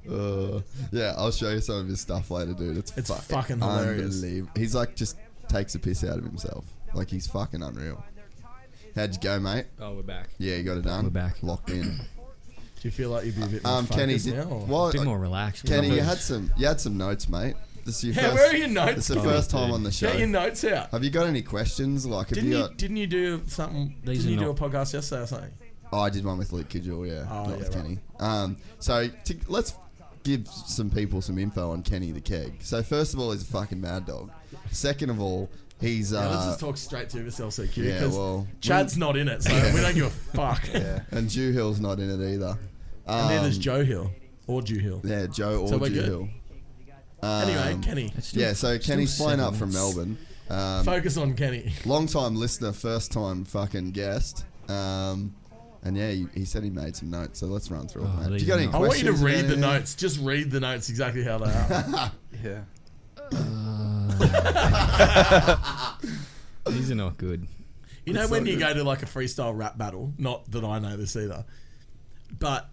Uh, yeah, I'll show you some of his stuff later, dude. It's,
It's fucking hilarious.
unbelievable. He's like just takes a piss out of himself. Like he's fucking unreal. How'd you go, mate?
Oh, we're back.
Yeah, you got it done. We're back. Locked in.
Do you feel like you'd be a bit more
Um, Kenny,
focused
did,
now? or-
well, uh, Kenny, you had some, you had some notes, mate. This is your
Yeah,
first,
where are your notes,
It's the
dude?
first time on the
Get
show.
your notes out.
Have you got any questions? Like, have
Didn't
you
you,
got?
didn't you do something?
These
didn't
are
you do a
not-
podcast yesterday or something?
Oh, I did one with Luke Kidgel, yeah.
Oh,
not
yeah,
with
right.
Kenny. Um, so to, let's give some people some info on Kenny the Keg. So first of all, he's a fucking mad dog. Second of all, he's uh,
Yeah, let's just talk straight to this LCQ
yeah,
because
well,
Chad's
we-
not in it, so
Yeah.
we don't give a fuck.
Yeah. And Jew Hill's not in it either.
And neither's
Um,
Joe Hill or Jew Hill.
Yeah, Joe or
So we're
Jew
good.
Hill. um,
Anyway, Kenny. It's still-
yeah, so
still
Kenny's flying
seven
up from
minutes.
Melbourne. Um,
Focus on Kenny.
Long time listener, first time fucking guest. Um, and yeah, he, he said he made some notes, so let's run through
Oh,
it. Mate. Do you got any
I want you to
questions about
read the
anything?
notes. Just read the notes exactly how they are.
yeah.
These are not good.
You know when you go to like a freestyle rap battle, not that I know this either, but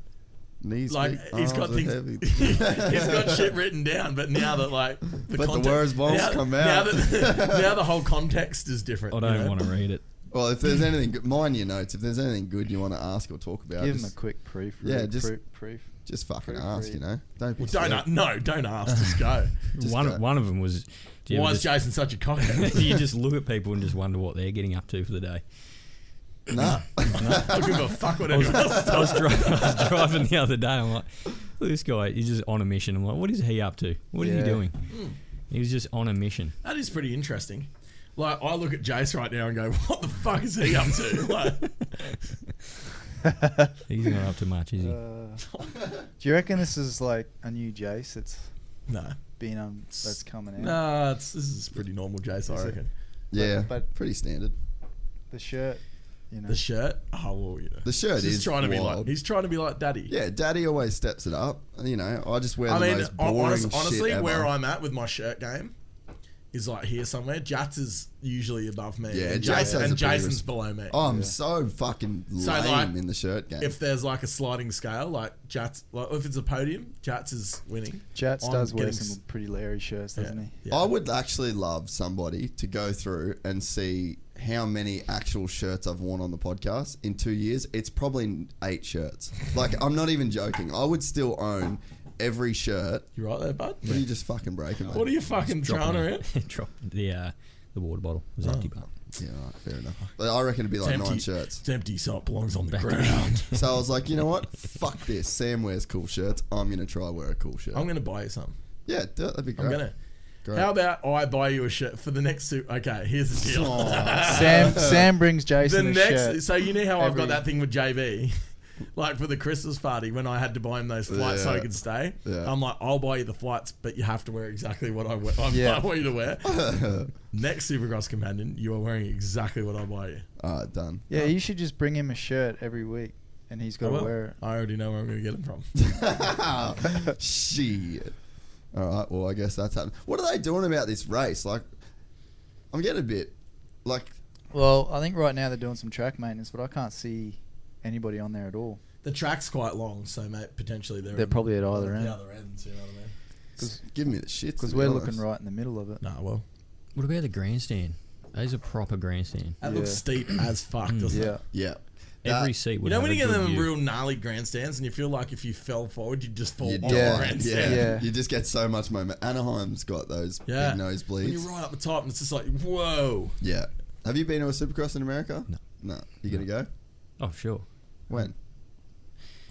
Knees
like
weak,
he's got
arms are
things,
Oh, heavy.
he's got shit written down. But now that like
But the words won't
now-
come
now
out.
that, now the whole context is different. you know?
it.
Well, if there's anything, good, mind your notes. If there's anything good you want to ask or talk about,
Give him
just-
a quick brief,
Yeah,
really,
just
brief- brief-
Just fucking
brief
ask,
read.
you know. Don't be
Well, don't uh,
scared.
a- no, don't ask. Just go.
Just
one,
go.
one of them was. do you
Why
ever
is Jason such a cockhead?
do you just look at people and just wonder what they're getting up to for the day?
Nah.
I don't give a fuck what
I was,
anyone else
I was
does.
dri- I was driving the other day. I'm like, look at this guy. He's just on a mission. I'm like, what is he up to? What is
Yeah.
he doing?
Mm.
He was just on a mission.
That is pretty interesting. Like I look at Jace right now and go, "What the fuck is he up to?" Like,
He's not up to much, is he?
Uh,
Do you reckon this is like a new Jace that's
no
been um that's coming out?
Nah, it's, this is pretty normal, Jace.
Is
I
it?
reckon.
Yeah,
But- but-
pretty standard.
The shirt, you know.
The shirt. Oh well, you know.
The shirt
He's
is
trying to be like.
wild.
He's trying to be like Daddy.
Yeah, Daddy always steps it up. You know, I just wear
I
the
mean,
most
hon-
boring
honest,
shit
honestly,
ever.
where I'm at with my shirt game is like here somewhere. Jats is usually above me.
yeah,
and,
Jace has
Jason,
a
and
bit of
Jason's
res-
below me.
Oh, I'm so fucking lame
So, like,
in the shirt game.
If there's like a sliding scale, like Jats, like if it's a podium, Jats is winning.
Jats
I'm
does wear
getting s-
some pretty Larry shirts, doesn't he?
I would actually love somebody to go through and see how many actual shirts I've worn on the podcast in two years. It's probably eight shirts. Like, I'm not even joking. I would still own every shirt.
You right there, bud?
What are you just fucking breaking, mate?
What are you fucking
Dropping
trying
it.
around?
Dropped the uh, the water bottle It was
Oh.
empty, but
Yeah, all right, fair enough. But I reckon it'd be like
It's
nine
empty.
shirts.
It's empty, so it belongs on the ground.
So I was like, you know what? Fuck this. Sam wears cool shirts. I'm gonna try wear a cool shirt.
I'm gonna buy you some.
yeah, d- that'd be great.
I'm gonna.
Great.
How about I buy you a shirt for the next two? Okay, here's the deal.
Aw.
Sam Sam brings Jason
the
a
next,
shirt.
so you know how I've got
every-
that thing with JB, like for the Christmas party when I had to buy him those flights so he
Yeah.
could stay.
Yeah.
I'm like, I'll buy you the flights, but you have to wear exactly what I, wear, I,
Yeah.
I want you to wear. next Supercross companion, you are wearing exactly what I buy you.
All right, done.
Yeah, you should just bring him a shirt every week, and he's got
I
to
will.
wear it.
I already know where I'm going to get them from.
Shit. All right. Well, I guess that's happened. What are they doing about this race? Like, I'm getting a bit like.
Well, I think right now they're doing some track maintenance, but I can't see anybody on there at all.
the track's quite long, so mate, potentially they're,
They're
in-
probably at either
the
end.
other ends, you know what I mean?
s- Give me the shits.
Because
to
we're
be
looking
honest.
right in the middle of it.
Nah, well,
what about the grandstand? That is a proper grandstand.
that looks
Yeah.
steep as fuck, doesn't
Yeah.
it?
Yeah.
Every
That-
seat
You
would
know
have
when
a
you get
good
them
view.
real gnarly grandstands and you feel like if you fell forward you'd just fall
You-
off the
yeah, yeah,
grandstand.
Yeah.
You just get so much moment. Anaheim's got those
Yeah.
big
When you're
nosebleeds.
right up the top and it's just like, whoa.
Yeah. Have you been to a Supercross in America?
No.
No. You gonna go?
Oh, sure.
When?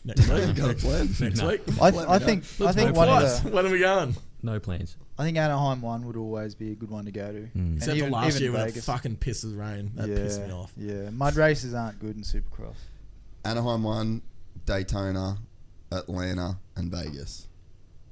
Next
You
week.
got a plan?
Next
No.
week.
I,
Let
th-
me
I
know.
think I
Let's
think
make
one of
flights.
the
When are we going?
No plans.
I think Anaheim one would always be a good one to go to. And
Except
even-
for last
even
year when it
Vegas.
fucking pisses rain. That pissed me off.
Yeah, mud races aren't good in Supercross.
Anaheim one, Daytona, Atlanta, and Vegas.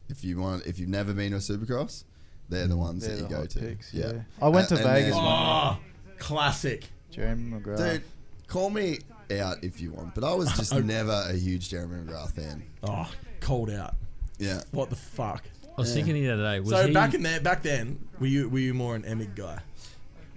If you want, if you've never been to a Supercross, they're
Mm.
the ones
They're
that you
the
go
hot
to.
picks,
yeah.
yeah. I went
A-
to
and then-
Vegas one.
Oh, classic.
Jeremy McGrath.
dude. Call me out if you want, but I was just never a huge Jeremy McGrath fan.
Oh, cold out.
Yeah,
What the fuck?
I was thinking the other day. Was
so
he,
back in there, back then, were you were you more an Emig guy?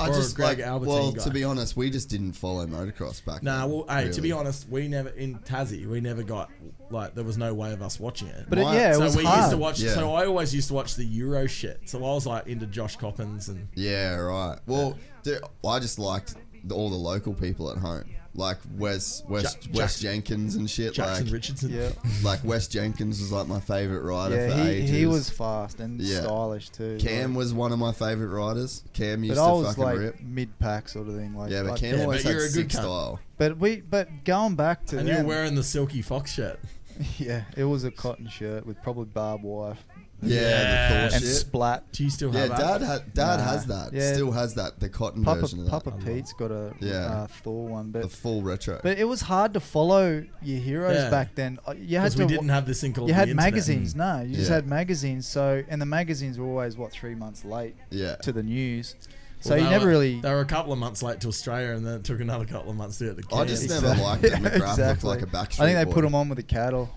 I
Or
just
Greg
like,
Albertine
well,
guy.
to be honest, we just didn't follow motocross back.
Nah,
then,
well, hey, to
really.
be honest, we never in Tassie, we never got like there was no way of us watching it.
But it- yeah, it
so
was
we used to
hard.
watch.
Yeah.
So I always used to watch the Euro shit. So I was like into Josh Coppins and
Yeah, right. Well, dude, I just liked the, all the local people at home, like Wes Wes
Ja-
Wes
Jackson-
Jenkins and shit.
Jackson
like,
Richardson. Yeah.
like Wes Jenkins was like my favorite rider
Yeah,
for
he-
ages.
he was fast and stylish too,
Cam
like-
was one of my favorite riders. Cam used
but I
to
was
fucking
like
rip.
mid pack sort of thing. Like
Yeah, but
like-
Cam Yeah, always but had you're a good sick cunt. style.
But we but going back to
and
them,
you're wearing the silky fox shirt.
yeah, it was a cotton shirt with probably barbed wire.
Yeah, the
and
thought shit.
splat.
Do you still
yeah, Dad had, Dad has that. Still has that. The cotton
Papa,
version of that.
Papa Pete's got a
Yeah.
uh, Thor one, but
the full retro.
But it was hard to follow your heroes
Yeah.
back then. Uh, You had
'Cause
to
we
wa-
didn't have this thing called
you
the
had
internet.
magazines.
Mm.
No, you just
Yeah.
had magazines. So and the magazines were always what three months late.
Yeah.
To the news, so
Well,
you
they
never
were-
really.
They were a couple of months late to Australia, and then it took another couple of months to get the.
I just
Kids.
never liked that McGrath looked like a
I
backstreet.
think they
boy.
put him on with the cattle.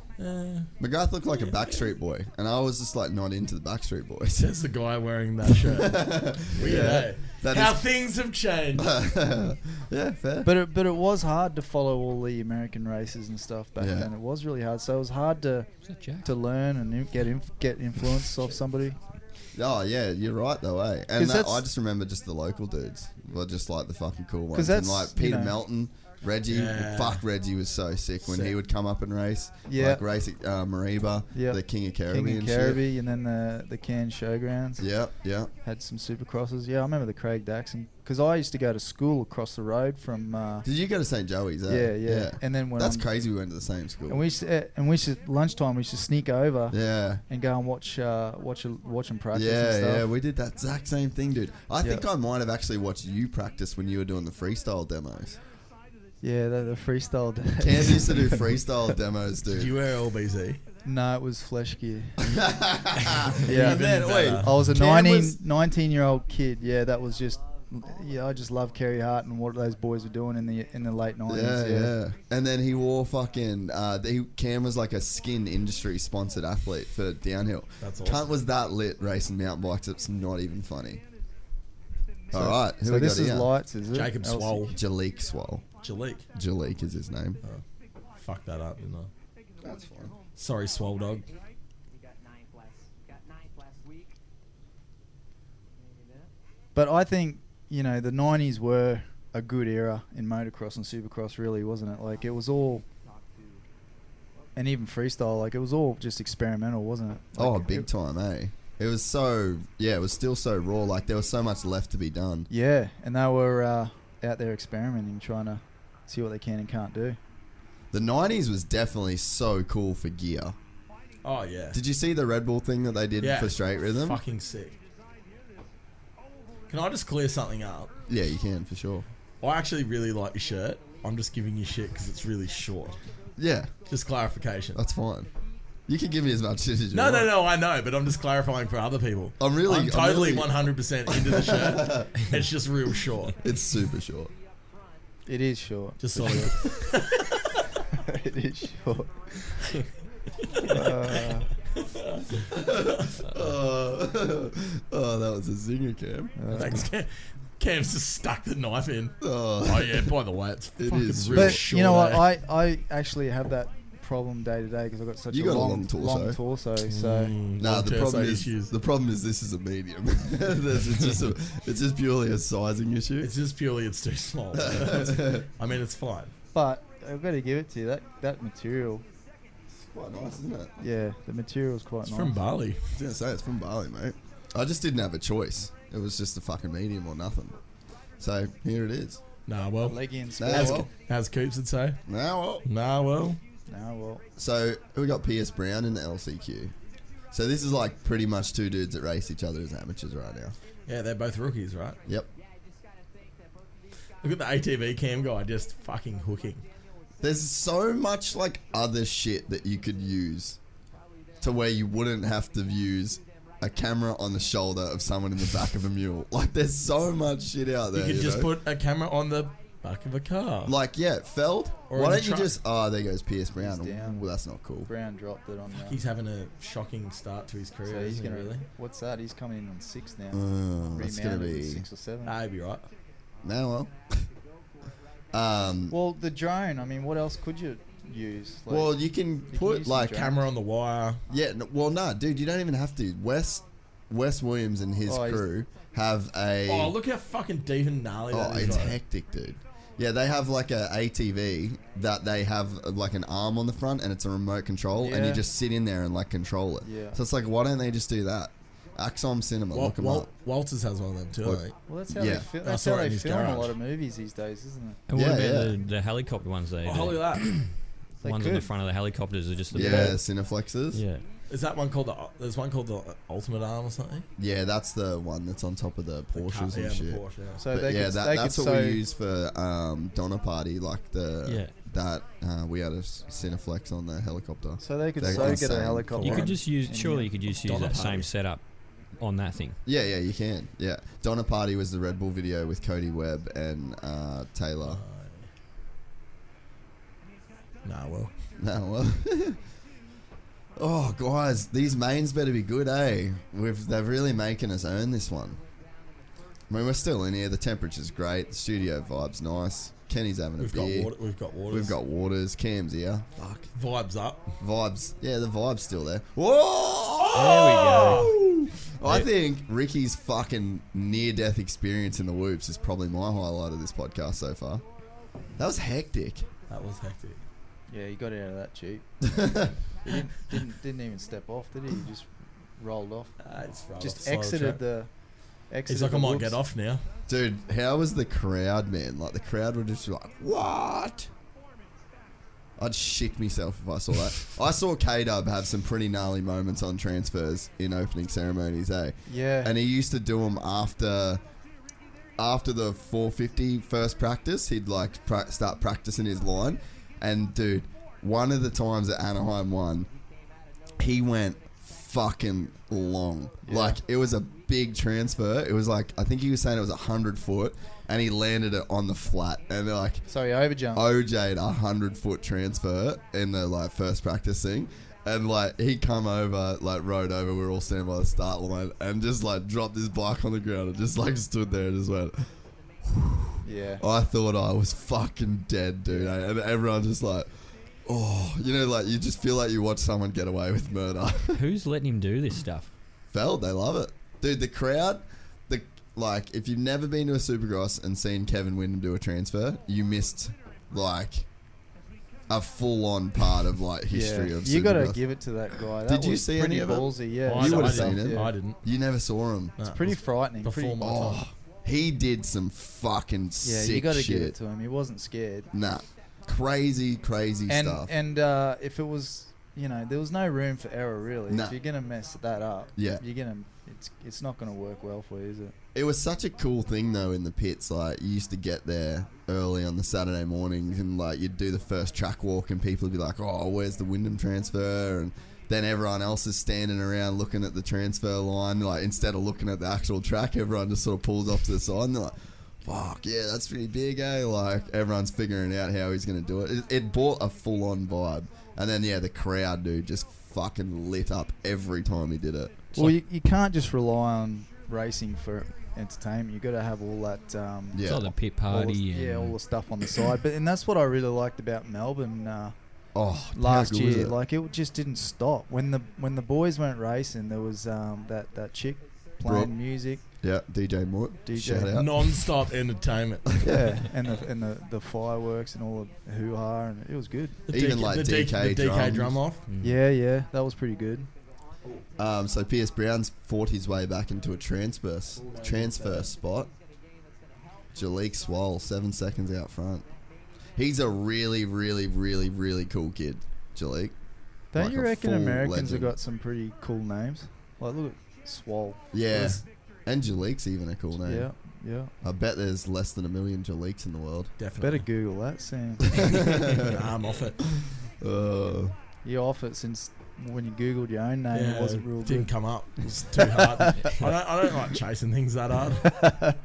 McGrath looked like a Backstreet Boy, and I was just like not into the Backstreet Boys.
Says the guy wearing that shirt. Weird, eh?
That
How
is-
things have changed.
yeah, fair.
But it, but it was hard to follow all the American races and stuff back
Yeah.
then. It was really hard. So it was hard to to learn and in- get inf- get influence off somebody.
Oh yeah, you're right though, eh? And that,
'Cause that's-
I just remember just the local dudes, well, just like the fucking cool ones,
'Cause
and
that's,
like
you
Peter
know-
Melton, Reggie.
Yeah.
Fuck, Reggie was so sick when he
Sick.
would come up and race.
Yeah.
like race at, uh, Mariba,
Yeah,
the King of Caribbean.
King of Caribbee, and then the the Cairns Showgrounds.
Yeah, yeah.
Had some supercrosses. Yeah, I remember the Craig Daxon because I used to go to school across the road from. Uh,
Did you go to St Joey's?
Yeah,
Eh?
yeah. And then when
that's
I'm-
crazy, we went to the same school.
and we used to, eh, and we used to, lunchtime we used to sneak over.
Yeah.
And go and watch uh, watch watch them practice.
yeah,
and stuff.
yeah, we did that exact same thing, dude. I
Yeah.
think I might have actually watched you practice when you were doing the freestyle demos.
Yeah, the, the freestyle. days.
Cam used to do freestyle demos, dude.
Did you wear LBZ?
No, it was flesh gear.
Even
yeah,
then, wait,
I was a
Cam
19,
was-
19 year old kid. Yeah, that was just. Yeah, I just love Kerry Hart and what those boys were doing in the in the late nineties.
Yeah, yeah. And then he wore fucking. Uh, he, Cam was like a skin industry sponsored athlete for downhill.
That's
Cunt
awesome.
was that lit racing mountain bikes. It's not even funny.
So-
All right, who
so
we
this
got
is
here?
lights, is it? Jacob Elsie? Swole.
Jalik Swole.
Jalik.
Jalik is his name.
Fuck that up, didn't I?
That's fine.
Sorry, swole dog.
But I think you know the nineties were a good era in motocross and supercross, really, wasn't it? Like it was all, and even freestyle, like it was all just experimental, wasn't it?
oh, big time, eh? It was so. Yeah, it was still so raw. Like there was so much left to be done.
Yeah, and they were uh, out there experimenting, trying to see what they can and can't do.
The '90s was definitely so cool for gear.
Oh yeah.
Did you see the Red Bull thing that they did
Yeah.
for straight rhythm?
Fucking sick. Can I just clear something up?
Yeah, you can for sure.
I actually really like your shirt. I'm just giving you shit because it's really short.
Yeah.
Just clarification.
That's fine. You can give me as much shit as you
No,
want.
no, no. I know, but I'm just clarifying for other people.
I'm really-
I'm
I'm
totally
really-
100% into the shirt. it's just real short.
It's super short.
It is short.
Just
For
sort of-
sure. it is short. Uh,
Uh.
oh, oh, that was a zinger, Cam.
Thanks, Cam. Cam's just stuck the knife in.
Oh.
Oh, yeah. By the way, it's
It
fucking
is
real
but
short.
you know what?
eh?
I, I actually have that problem day to day because I've got such
You
a,
got a
long,
long torso.
long torso, So
Mm.
Nah, the problem is the problem is this is a medium. This is just a- it's just purely a sizing issue.
It's just purely it's too small. I mean, it's fine.
But I've got to give it to you that that material.
quite nice, isn't it?
Yeah, the material's quite
It's
nice.
from Bali. Yeah, so it's from Bali, mate. I just didn't have a choice. It was just a fucking medium or nothing. So here it is.
Nah, well,
Leggy and
Nah,
as,
well.
as Coops would say.
Now, oh. well.
Nah, well.
Now, well.
So we got Pierce Brown in the LCQ. So this is like pretty much two dudes that race each other as amateurs right now.
Yeah, they're both rookies, right?
Yep.
Look at the ATV cam guy just fucking hooking.
There's so much like other shit that you could use to where you wouldn't have to use a camera on the shoulder of someone in the back of a mule. Like there's so much shit out
You
there.
could just
know?
put a camera on the back of a car.
Like, yeah, Feld.
Or
why
in the
don't you
truck.
just? Oh, there goes Pierce Brown.
He's down.
Well, that's not cool.
Brown dropped it on.
Fuck, he's having a shocking start to his career.
So he's
isn't he,
gonna.
really?
What's that? He's coming in on six now.
Oh, that's gonna
Remounted
be-
at six or seven.
Nah, he'll be right.
No, well. um.
Well, the drone. I mean, what else could you use? Like,
well, you can put
use the
like
drone. Camera
on the wire.
Yeah. No, well, no, dude, you don't even have to. Wes, Wes Williams and his
Oh, he's-
crew have a.
Oh, look how fucking deep and gnarly
Oh,
that is.
it's
like.
hectic, dude. Yeah, they have like a ATV that they have uh, like an arm on the front and it's a remote control and you
Yeah.
just sit in there and like control it.
Yeah.
So it's like, why don't they just do that? Axom Cinema,
Wal-
look 'em
Wal-
up.
Walters has one of them too.
Well-
I think.
Well, that's how
Yeah.
they, fil-
I
that's
saw
how
it in
they
his
film
garage.
a lot of movies these days, isn't it?
And what about The, the helicopter ones? They,
Oh,
the
holy lap. They
ones on the
could.
front of the helicopters are just the
Yeah, Cineflexes.
Yeah.
Is that one called the? There's one called the Ultimate Arm or something.
Yeah, that's the one that's on top of the Porsches
yeah,
and
the
shit.
Porsche, yeah.
So
But
they
yeah,
could-
that,
they
that's
could
what
sew-
we use for um, Donner Party, like the
Yeah.
that uh, we had a s- Cineflex on the helicopter.
So they could
They're
so get
insane
a helicopter.
You
for
could
it.
just use. Surely you could just use
Dollar
that
party.
same setup on that thing.
Yeah, yeah, you can. Yeah, Donna Party was the Red Bull video with Cody Webb and uh, Taylor.
Nah, well.
Nah, well. oh, guys, these mains better be good, eh? We've they're really making us earn this one. I mean, we're still in here. The temperature's great. The studio vibe's nice. Kenny's having a
We've got
beer.
water- we've got waters.
We've got waters. Cam's here.
Fuck. Vibes up.
Vibes. Yeah, the vibe's still there. Whoa!
There
we go. I think Ricky's fucking near death experience in the whoops is probably my highlight of this podcast so far. That was hectic.
That was hectic.
Yeah, he got out of that cheap. he didn't, didn't, didn't even step off, did he? He just rolled off.
Ah, it's rolled off
just
the side of the
exited
track.
the. Exited
like,
the
"I might
whoops."
get off now.
Dude, how was the crowd, man? Like, the crowd were just like, what? I'd shit myself if I saw that. I saw K Dub have some pretty gnarly moments on transfers in opening ceremonies, eh?
Yeah.
And he used to do them after. After the 450 first practice, he'd like pra- start practicing his line. And dude, one of the times that Anaheim won, he went fucking long. Like it was a big transfer. It was like I think he was saying it was hundred foot, and he landed it on the flat. And they're like,
so he overjumped.
OJ'd a hundred foot transfer in the like first practice thing. And like he come over, like rode over, we were all standing by the start line, and just like dropped his bike on the ground and just like stood there and just went.
Yeah.
I thought I was fucking dead, dude. eh? And everyone just like, oh, you know, like you just feel like you watch someone get away with murder.
Who's letting him do this stuff?
Feld, they love it, dude. The crowd, the like, if you've never been to a Supercross and seen Kevin Windham do a transfer, you missed like a full-on part of like history
yeah.
of.
You got to
Supercross.
give it to that guy. That
Did you
was
see
pretty
any of it?
ballsy, Yeah.
you would have seen
Yeah.
it. You never saw him.
It's pretty frightening. pretty,
oh, he did some fucking
yeah,
sick
you got to
shit.
give it to him. He wasn't scared.
Nah, crazy, crazy
and
stuff.
and uh, if it was, you know, there was no room for error really.
Nah.
If you're gonna mess that up,
Yeah.
you're gonna. It's it's not gonna work well for you, is it?
It was such a cool thing though in the pits. Like you used to get there early on the Saturday mornings, and like you'd do the first track walk, and people would be like, "Oh, where's the Wyndham transfer?" And then everyone else is standing around looking at the transfer line. Like instead of looking at the actual track, everyone just sort of pulls off to the side. And they're like, "Fuck yeah, that's pretty big, eh?" Like everyone's figuring out how he's gonna do it. It, it brought a full-on vibe, and then yeah, the crowd dude just fucking lit up every time he did it.
well, you, you can't just rely on racing for entertainment. You got to have all that. Um,
Yeah. It's like the
pit
all the-
party
yeah,
and-
all the stuff on the side. But and that's what I really liked about Melbourne. Uh,
Oh,
last
how good was
year,
it?
like it just didn't stop. When the when the boys went racing, there was um, that that chick playing
Brooke.
music.
Yeah, DJ Moore.
DJ.
Shout out.
Non-stop entertainment.
yeah, and the and the, the fireworks and all the hoo ha, and it was good.
The Even DK like the DK the DK drum off. Mm.
Yeah, yeah, that was pretty good.
Um, so Pierce Brown's fought his way back into a transfer transfer spot. Jalik Swole, seven seconds out front. He's a really, really, really, really cool kid, Jalik.
Don't
Like
you
a
reckon
full
Americans
legend.
have got some pretty cool names? Like look at Swole.
Yeah, and Jalik's even a cool name.
Yeah, yeah.
I bet there's less than a million Jaliks in the world.
Better Google that, Sam.
Nah, I'm off it.
Uh,
You're off it since when you googled your own name. it wasn't real
didn't
good.
come up. It was too hard. I don't. I don't like chasing things that hard.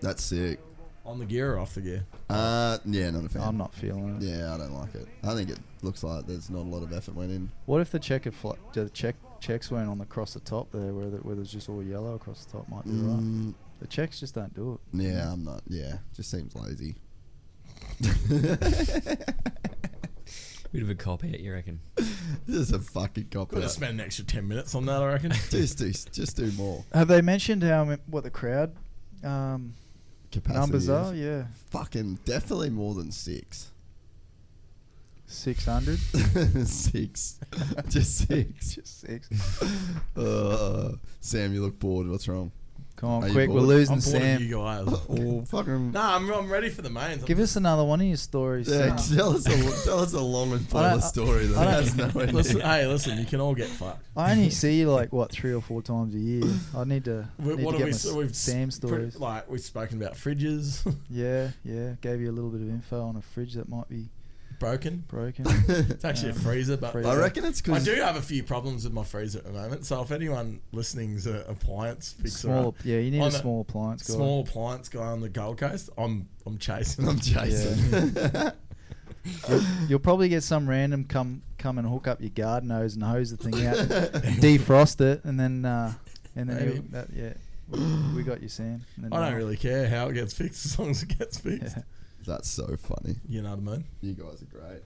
That's sick.
On the gear or off the gear?
Uh, yeah, not a fan.
I'm not feeling
it. Yeah, I don't like it. I think it looks like there's not a lot of effort went in.
What if the checker fl- the check checks weren't on the across the top there, where the, where there's just all yellow across the top might be right.
Mm.
The checks just don't do it.
Yeah, I'm not. Yeah, just seems lazy.
Bit of a cop out, you reckon?
Just a fucking cop
Could have
out.
spent an extra 10 minutes on that, I reckon.
just do, just do more.
Have they mentioned how m- what the crowd um,
Capacity
numbers
is
are? Yeah,
Fucking definitely more than six.
six hundred.
six. Just six.
Just six.
Uh, Sam, you look bored. What's wrong?
Come on,
Are you
quick, we're
bored?
losing
I'm bored
Sam.
of you guys.
Oh, fucking.
nah, I'm, I'm ready for the mains. I'm
Give us another one of your stories.
Yeah,
Sam.
tell us, a, tell us a long and
I
pointless
don't-
story that
I don't-
has no ending.
Listen, hey, listen, you can all get fucked.
I only see you like what three or four times a year. I need to,
We,
need
what
to
have
get
we?
my
So we've
Sam
s- pretty-
stories.
like we've spoken about fridges
Yeah, yeah. Gave you a little bit of info on a fridge that might be
broken.
broken.
It's actually a
Um,
freezer, but
freezer.
I reckon it's
I
because
do have a few problems with my freezer at the moment. So if anyone listening's an appliance fixer,
Small, yeah, you need
I'm
a small appliance guy.
small appliance guy on the Gold Coast, I'm I'm chasing.
I'm chasing.
You'll probably get some random come come and hook up your garden hose and hose the thing out, defrost it, and then uh, and then
Maybe.
you- that, yeah, we- we got you, Sam. And then
I don't
uh,
really care how it gets fixed as long as it gets fixed.
Yeah.
That's so funny.
You know what I mean?
You guys are great.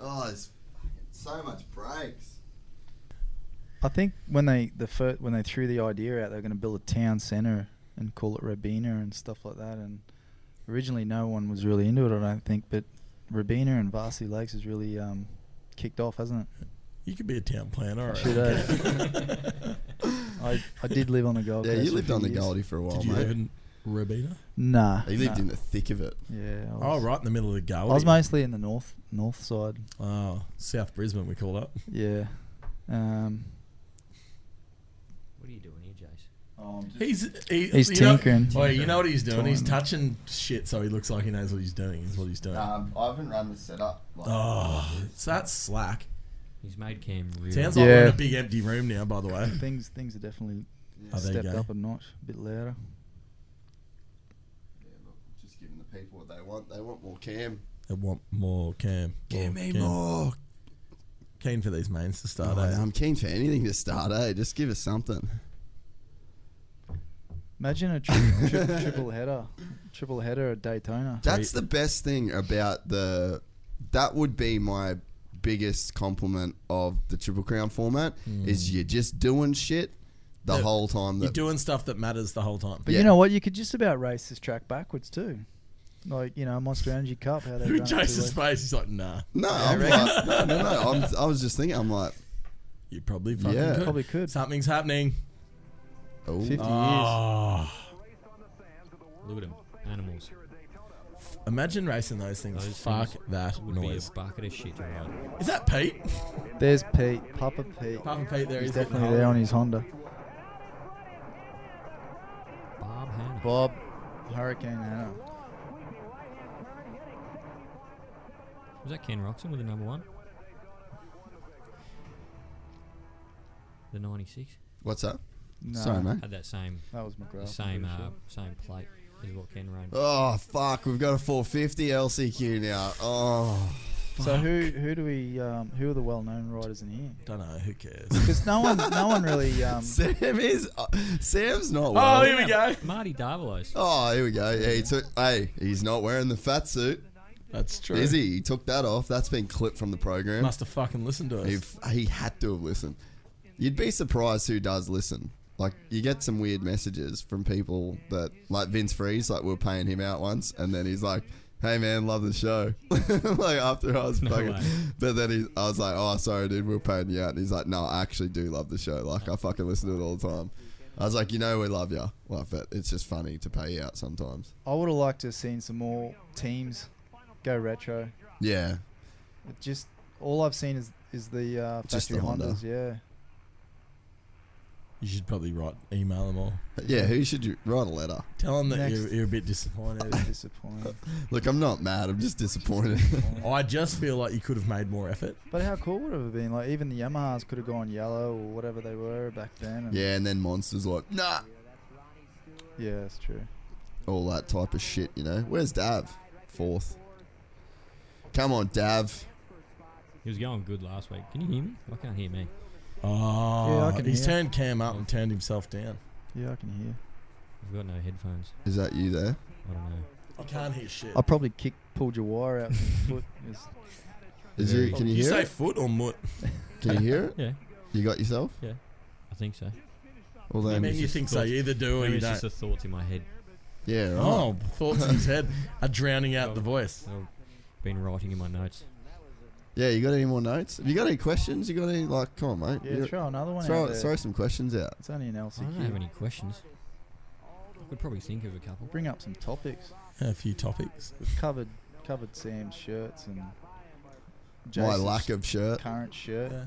Oh, it's fucking so much breaks.
I think when they the fir- when they threw the idea out, they were going to build a town centre and call it Rabina and stuff like that. And originally, no one was really into it, I don't think. But Rabina and Varsity Lakes has really um, kicked off, hasn't it?
You could be a town planner. I
Should
reckon.
I, I did live on the Gold
Yeah,
Coast.
you
for a
lived
few
on the
years.
Goldie for a while,
Did you
mate.
live in Rabina?
Nah.
he lived
nah.
in the thick of it.
Yeah. I
Oh,
was,
right in the middle of the
I
Goldie.
was mostly in the north north side.
Oh, South Brisbane, we call it.
Yeah. Um,
What are you doing here, Jace?
Oh, um,
He's he,
He's
you know-
tinkering.
oh, you know what he's doing? He's
Tinkering.
touching shit, so he looks like he knows what he's doing. Is what he's doing.
I haven't run the setup. Like,
oh, so that's slack.
He's made Cam real.
Sounds like we're in
Yeah.
a big empty room now. By the way,
things things are definitely
Oh, there you
stepped
go.
up a notch, a bit louder.
just giving the people what they want. They want more cam.
I want more Cam.
Give
More
me
Cam.
more.
Keen for these mains to
Oh,
start. eh?
I'm keen for anything to start, eh? Just give us something.
Imagine a tri- tri- triple header, triple header at Daytona.
That's the best thing about the. That would be my biggest compliment of the Triple Crown format is you're just doing shit the
Hmm. Yeah.
whole time.
You're
That
doing stuff that matters the whole time.
But
Yeah.
you know what? You could just about race this track backwards too. Like you know, Monster Energy Cup, how they
Look
run
at
it two
Jason's
ways.
face. He's like, nah,
no, I'm like, no, no, no. I'm, I was just thinking. I'm like,
you probably fucking
Yeah.
could.
Probably could.
Something's happening.
oh,
Fifty years.
Oh,
Look at him. Animals.
imagine racing those things.
Those
Fuck
things
that
Would
noise.
be a bucket of shit to ride.
Is that Pete?
There's Pete, Papa Pete.
Papa Pete, there
He's
getting
definitely
hold
there
of
on
it.
his Honda.
Bob Hanna.
Bob, Hurricane Hannah.
Was that Ken Roxon with the number one? The 96
what's up?
No,
Sorry, mate.
had that same
That was
the
McGrath.
same uh, same plate as what Ken ran.
Oh fuck, we've got a 450 LCQ now. Oh,
So who who do we um, who are the well-known riders in here?
Don't know. Who cares?
Because no one no one really um,
Sam is uh, Sam's not. Well.
oh, here we go.
Marty Darvelos.
Oh, here we go. Yeah, he took. Hey, he's not wearing the fat suit,
That's true.
is he? He took that off. That's been clipped from the program.
Must have fucking listened to us.
He, f- he had to have listened. You'd be surprised who does listen. Like you get some weird messages from people that like Vince Freeze, like we are paying him out once, and then he's like, "Hey man, love the show." like after I was fucking,
way.
but then he, I was like, "Oh, sorry, dude, we are paying you out." And he's like, "No, I actually do love the show. Like I fucking listen to it all the time." I was like, "You know, we love you, like, but it's just funny to pay you out sometimes."
I would have liked to have seen some more teams go retro.
Yeah,
It just all I've seen is is the uh,
Just
factory
the Honda.
Hondas. Yeah,
You should probably write email them all.
yeah. Who should you write a letter?
Tell them that
Next.
you're, you're a bit disappointed.
it was disappointing.
Look, I'm not mad. I'm just disappointed.
I just feel like you could have made more effort.
But how cool would it have been? Like even the Yamahas could have gone yellow or whatever they were back then. And
yeah, and then monsters like, nah.
yeah, that's true.
all that type of shit, you know. Where's Dav? Fourth. Come on, Dav.
He was going good last week. Can you hear me? I can't hear me.
Oh,
Yeah, I can
he's
hear.
turned Cam up and turned himself down.
Yeah, I can hear.
I've got no headphones.
Is that you there?
I don't know.
I can't hear shit.
I probably kicked, pulled your wire out from your foot. Just-
Is
Yeah.
you? Can you,
Oh, you
hear?
say
it?
foot or mutt?
Can you hear it?
Yeah.
You got yourself?
Yeah, I think so.
Well,
I
then,
mean, you think so? You either do or
Maybe
you
it's
don't.
just the thoughts in my head.
yeah. Right.
Oh, thoughts in his head are drowning out the voice.
I've been writing in my notes.
Yeah. You got any more notes? Have you got any questions? You got any like? Come on, mate.
yeah,
You-
throw another one
throw,
out there.
throw some questions out.
It's only an
I don't have
LCQ.
any questions. I could probably think of a couple.
Bring up some topics.
A few topics.
We've covered covered Sam's shirts and
My
Jason's
lack of shirt.
current shirt.
Yeah.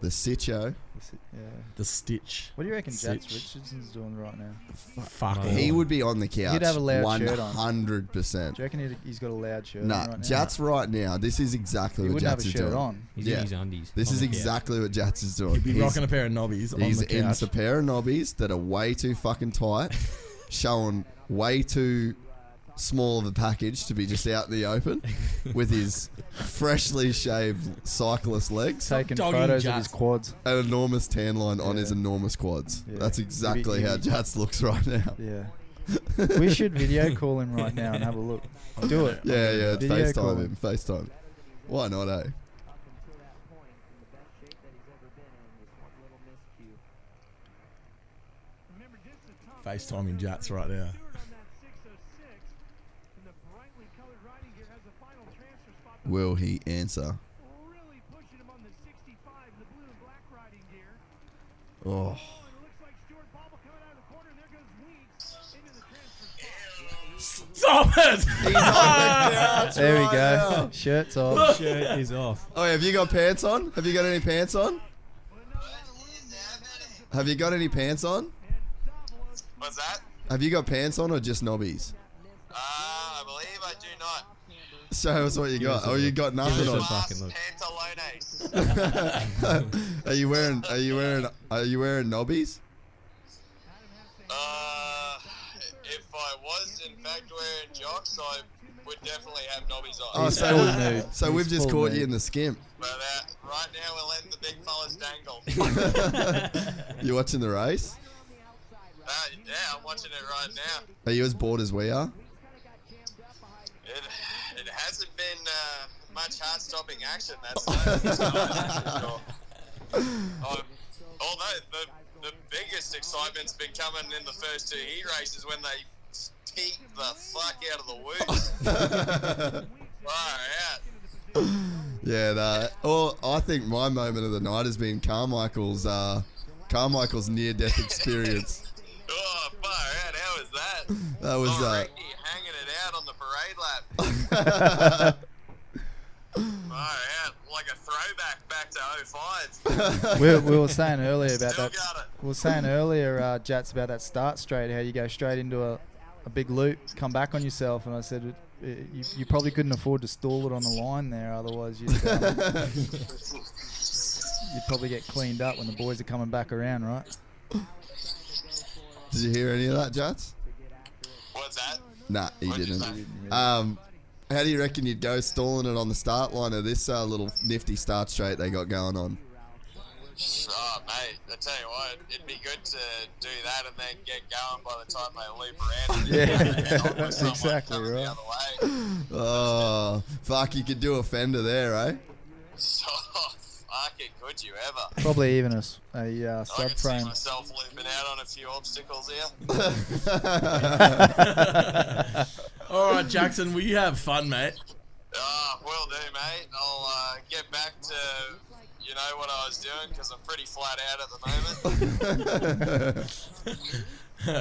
The sitcho.
This i- Yeah.
The stitch.
What do you reckon Jats
Sitch.
Richardson's doing right now?
Fuck
No.
all.
He would be on the couch.
Oh. have a loud
One
shirt on.
hundred percent.
Do you reckon he'd- he's got a loud shirt
Nah,
on right now?
Jats right now. This is exactly
He
what
wouldn't have
Jats
a
is
shirt
doing.
on.
He's
Yeah.
in his undies.
This
on
is
the couch.
exactly what Jats is doing.
He'd be
He's-
rocking a pair of knobbies on
He's
the
in
couch.
a pair of knobbies that are way too fucking tight, showing way too small of a package to be just out in the open with his freshly shaved cyclist legs
Taking
Dogging
photos of
Jats.
his quads.
an enormous tan line on his
Yeah.
enormous quads
Yeah.
that's
He'd be-
exactly
he'd
how
be-
jats looks right now
Yeah. we should video call him right now and have a look. Do it.
yeah yeah
Video call.
facetime him facetime why not eh
FaceTiming Jats right there.
oh
will he answer oh
Stop it!
There we go. Shirts off.
Shirt is off.
Oh, have you got pants on? Have you got any pants on? Have you got any pants on?
What's that?
Have you got pants on or just knobbies?
Uh, I believe I do not.
Show us what you got.
us a
Oh, you
look.
got nothing
us a
on.
look. fucking
pantalones.
are you wearing? Are you wearing? Are you wearing knobbies?
Uh, if I was in fact wearing jocks, I would definitely have knobbies on.
Oh,
full nude.
so
He's
we've just
full
caught
nude.
you in the skimp.
But uh, right now we're letting the big fellas dangle.
You watching the race?
uh, yeah, I'm watching it right now.
Are you as bored as we are?
It, it hasn't been uh, much heart-stopping action. That's that's for sure. Um, although the, the biggest excitement's been coming in the first two heat races when they peep the fuck out of the woods. Far out.
Yeah, no. Well, I think my moment of the night has been Carmichael's uh, Carmichael's near-death experience.
Oh, far out. How was that?
That was
oh,
uh,
Ricky hanging it out on the parade lap. far out. Like a throwback back to 05.
We, we were saying earlier about
Still
that.
got it.
We were saying earlier, uh, Jats, about that start straight, how you go straight into a, a big loop, come back on yourself. And I said, it, it, you, you probably couldn't afford to stall it on the line there, otherwise you'd, um, you'd probably get cleaned up when the boys are coming back around, right?
Did you hear any of that, Jats?
What's that?
Nah, he
What'd you
didn't. Um, how do you reckon you'd go stalling it on the start line of this uh, little nifty start straight they got going on?
Oh, mate, I tell you what, it'd be good to do that and then get going by the time they loop around.
Yeah,
Help
that's
someone
exactly
coming
right.
The other way.
Oh, fuck, you could do a fender there, eh?
Oh, fucking could you ever?
Probably even a, s- a, uh,
I could see
subframe.
myself looping out on a few obstacles here.
All right, Jackson, we have fun, mate.
Ah, will do, mate. I'll uh, get back to, you know, what I was doing because I'm pretty flat out at the moment.
All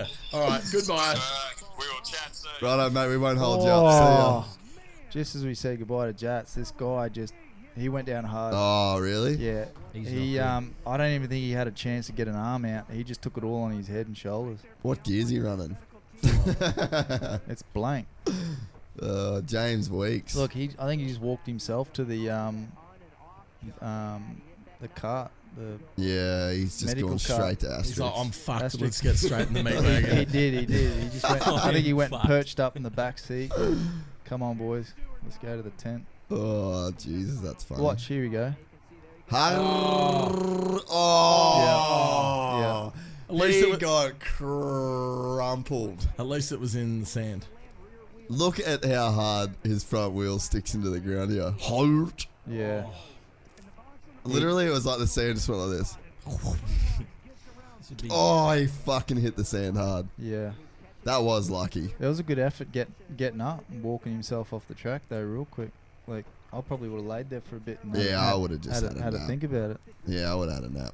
right, goodbye.
uh, we will chat soon.
Righto, mate, we won't hold you
Oh,
up. See ya.
just as we say goodbye to Jats, this guy just, he went down hard.
Oh, really?
Yeah.
He's
he
not good.
um I don't even think he had a chance to get an arm out. He just took it all on his head and shoulders.
What gear's he running?
It's blank.
Uh, James Weeks.
Look, he I think he just walked himself to the um um the cart the
Yeah, he's just
medical
going
card.
straight to
He's like,
Asterix.
I'm fucked.
Asterix.
Let's get straight in the meat
He-
wagon.
he did, he did. He just went, I think he went and perched up in the back seat. Come on, boys, let's go to the tent.
Oh Jesus, that's funny.
Watch, here we go.
Oh,
Oh.
oh.
At least
he
it was-
got crumpled.
At least it was in the sand.
Look at how hard his front wheel sticks into the ground here. Halt.
Yeah.
Oh. Literally, it was like the sand just went like this. Oh, he fucking hit the sand hard.
Yeah.
That was lucky.
That was a good effort get getting up and walking himself off the track though, real quick. Like I probably would have laid there for a bit. And
Yeah,
had-
I would have just
had,
had,
a-
a
had a
nap.
think about it.
Yeah, I would have had a nap.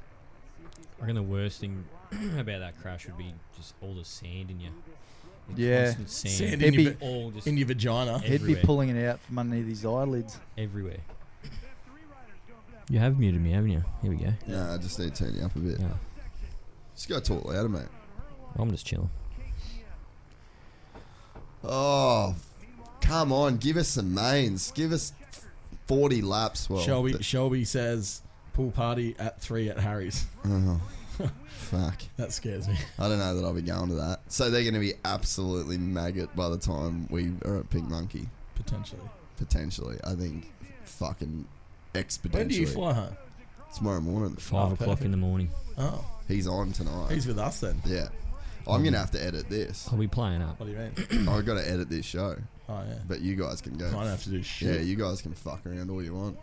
I reckon the worst thing about that crash would be just all the sand in you. The
Yeah,
constant Sand,
Sand
He'd
in your,
be-
va-
all just
in your vagina.
He'd be pulling it out from underneath his eyelids.
everywhere. You have muted me, haven't you? Here we go.
Nah, I just need to turn you up a bit.
Yeah.
Just go talk louder, mate.
I'm just chilling.
Oh, come on. Give us some mains. Give us 40 laps. Well,
Shelby,
th-
Shelby says, pool party at three at Harry's.
oh, fuck.
That scares me.
I don't know that I'll be going to that. So they're going to be absolutely maggot by the time we are at Pink Monkey,
Potentially.
potentially. I think fucking exponentially.
When do you fly home?
Tomorrow morning.
Five o'clock in the morning.
Oh,
He's on tonight.
he's with us then.
yeah. I'm going to have to edit this.
I'll be playing up.
What do you mean?
I've got to edit this show.
Oh, yeah.
But you guys can go.
I don't have to do
Yeah,
shit.
you guys can fuck around all you want.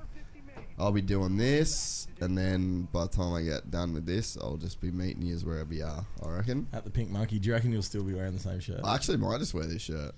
I'll be doing this, and then by the time I get done with this, I'll just be meeting you wherever you are, I reckon.
At the Pink Monkey, do you reckon you'll still be wearing the same shirt?
I Oh, actually might just wear this shirt.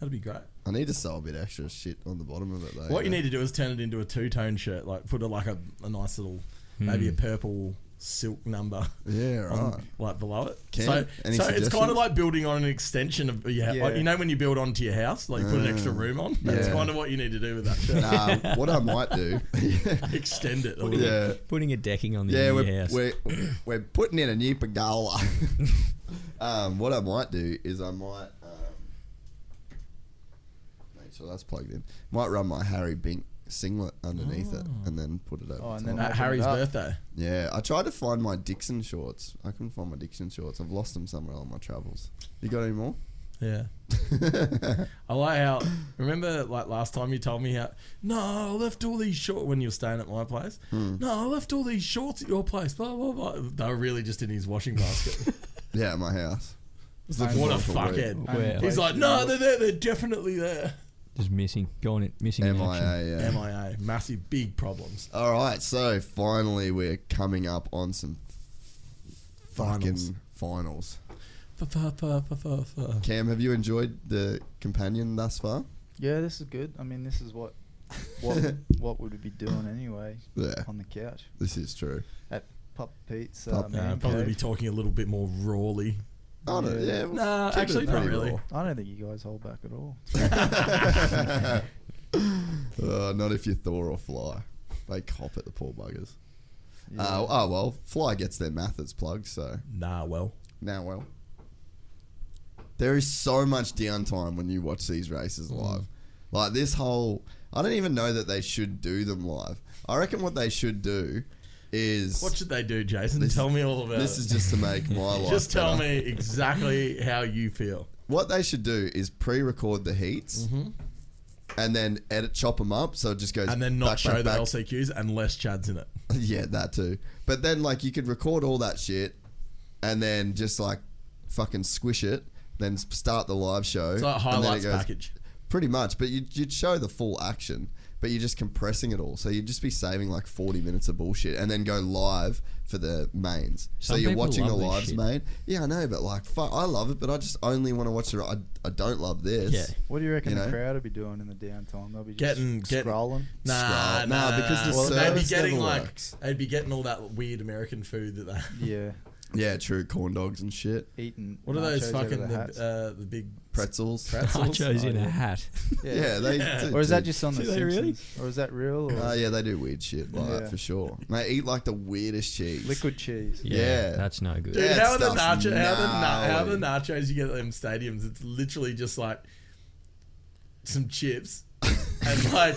That'd be great.
I need to sew a bit extra shit on the bottom of it, though.
What you
know?
need to do is turn it into a two-tone shirt. Like put a, like a, a nice little, maybe a purple silk number.
Hmm. Yeah,
on,
right.
like below it.
Cam,
so
any
so it's kind
suggestions?
of like building on an extension of your house. Like,
Yeah.
you know when you build onto your house, like you put an extra room on. That's
Yeah.
kind of what you need to do with that. Shirt.
Nah, what I might do.
Extend it a little. bit.
yeah.
Putting a decking on the
Yeah,
end of your
we're,
house.
we're, we're putting in a new pergola. um, what I might do is I might um, make sure that's plugged in. Might run my Harry Bink singlet underneath it and then put it over.
Oh,
top.
and then
At
open it
Harry's
up.
birthday.
yeah, I tried to find my Dixon shorts. I couldn't find my Dixon shorts. I've lost them somewhere on my travels. You got any more?
Yeah. I like how. Remember, like last time you told me how. No, I left all these shorts when you were staying at my place. No, I left all these shorts at your place. Blah blah blah. They were really just in his washing basket.
Yeah, at my house.
It's like, what a
Unbelievable.
fuckhead.
Where?
He's like, no, they're there. They're definitely there.
Just missing. Going it missing in action.
MIA. Yeah.
MIA, massive, big problems.
All right, so finally we're coming up on some
Finals.
fucking finals.
Fa- fa- fa- fa- fa- fa.
Cam, have you enjoyed the companion thus far?
Yeah, this is good. I mean, this is what what what would we be doing anyway
Yeah,
on the couch
this is true.
at Pop Pete's? Uh,
Pup-
No,
man
I'd probably be
cave?
talking a little bit more rawly.
Oh, no,
Yeah.
yeah. well,
Nah,
keep it
actually, not
pretty
really.
raw.
I don't think you guys hold back at all.
Uh, not if you Thor or Fly. They cop at the poor buggers.
Yeah.
Uh, oh, well, Fly gets their methods plugged, so
Nah, well,
now well. There is so much downtime when you watch these races
Mm.
live. Like this whole. I don't even know that they should do them live. I reckon what they should do is.
what should they do, Jason?
This-
tell me all about
this
it.
is just to make my life.
just tell
better.
me exactly how you feel.
What they should do is pre-record the heats, and then edit, chop them up, so it just goes.
Mm-hmm. And then not
back,
show
back,
the
back.
LCQs unless Chad's in it.
Yeah, that too. But then, like, you could record all that shit, and then just like fucking squish it, then s- start the live show.
It's like a
and then it
highlights
goes-
package.
Pretty much, but you'd, you'd show the full action, but you're just compressing it all, so you'd just be saving like 40 minutes of bullshit, and then go live for the mains.
Some
so you're
people
watching the
love this
lives, main.
shit.
Yeah, I know, but like, fuck, I love it, but I just only want to watch it. I, I don't love this.
Yeah.
What do you reckon
you
the
know?
crowd will be doing in the downtime? They'll be just
Getting- getting-
scrolling.
Nah,
Scroll. Nah, because the
well, they'd be
service
getting
never
like
works.
they'd be getting all that weird American food that they.
Yeah,
Yeah, true. Corn dogs and shit.
eating.
What are those
nachos out of
fucking
the
the,
hats.
uh, the big
Pretzels.
pretzels?
Nachos in a hat.
Yeah, they.
Yeah.
do-
Or is that
do-
just on the
Do they really?
Simpsons? Or is that real? Or
Oh yeah, they do weird shit like
Yeah.
that for sure. And They eat like the weirdest cheese.
liquid cheese.
Yeah,
Yeah.
That's no good.
Dude,
Yeah,
how are the
stuff's
nacho, how the na- how the
gnarly.
nachos you get at them stadiums? It's literally just like some chips and like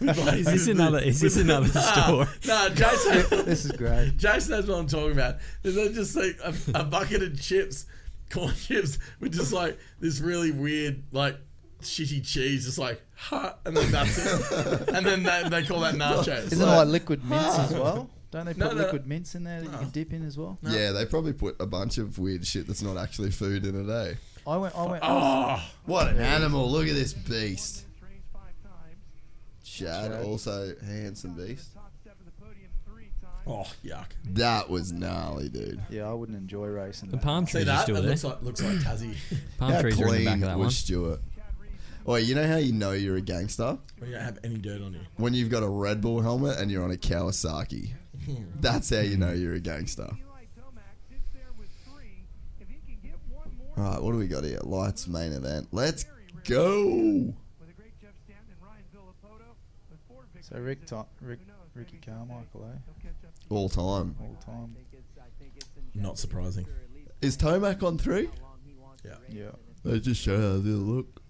Is this another- is this another story?
Ah, Nah, nah, Jason.
This is great.
Jason knows what I'm talking about. There's just like a, a bucket of chips, corn chips, with just like this really weird, like shitty cheese, just like, ha, and then that's it. and then they, they call that nachos.
Isn't it like liquid mints as well? Don't they put
No, no.
liquid mints in there that you can dip in as well?
Yeah, they probably put a bunch of weird shit that's not actually food in it, eh?
I went. I went.
Oh, what an
Yeah.
animal! Look at this beast. Shad, also handsome beast.
Oh, yuck.
That was gnarly, dude.
Yeah, I wouldn't enjoy racing.
The palm
See
trees are
that?
still
That
there.
looks like, looks like Tassie.
Palm
how
trees are in
clean
the back of that
was
one.
Stuart? Oh, you know how you know you're a gangster
We don't have any dirt on you.
when you've got a Red Bull helmet and you're on a Kawasaki. That's how you know you're a gangster. All right, what do we got here? Lights main event. Let's go.
So Rick, Tom, Rick, Ricky Carmichael, eh?
All time.
All time.
Not surprising.
Is Tomac on three?
Yeah.
They just showed how they look.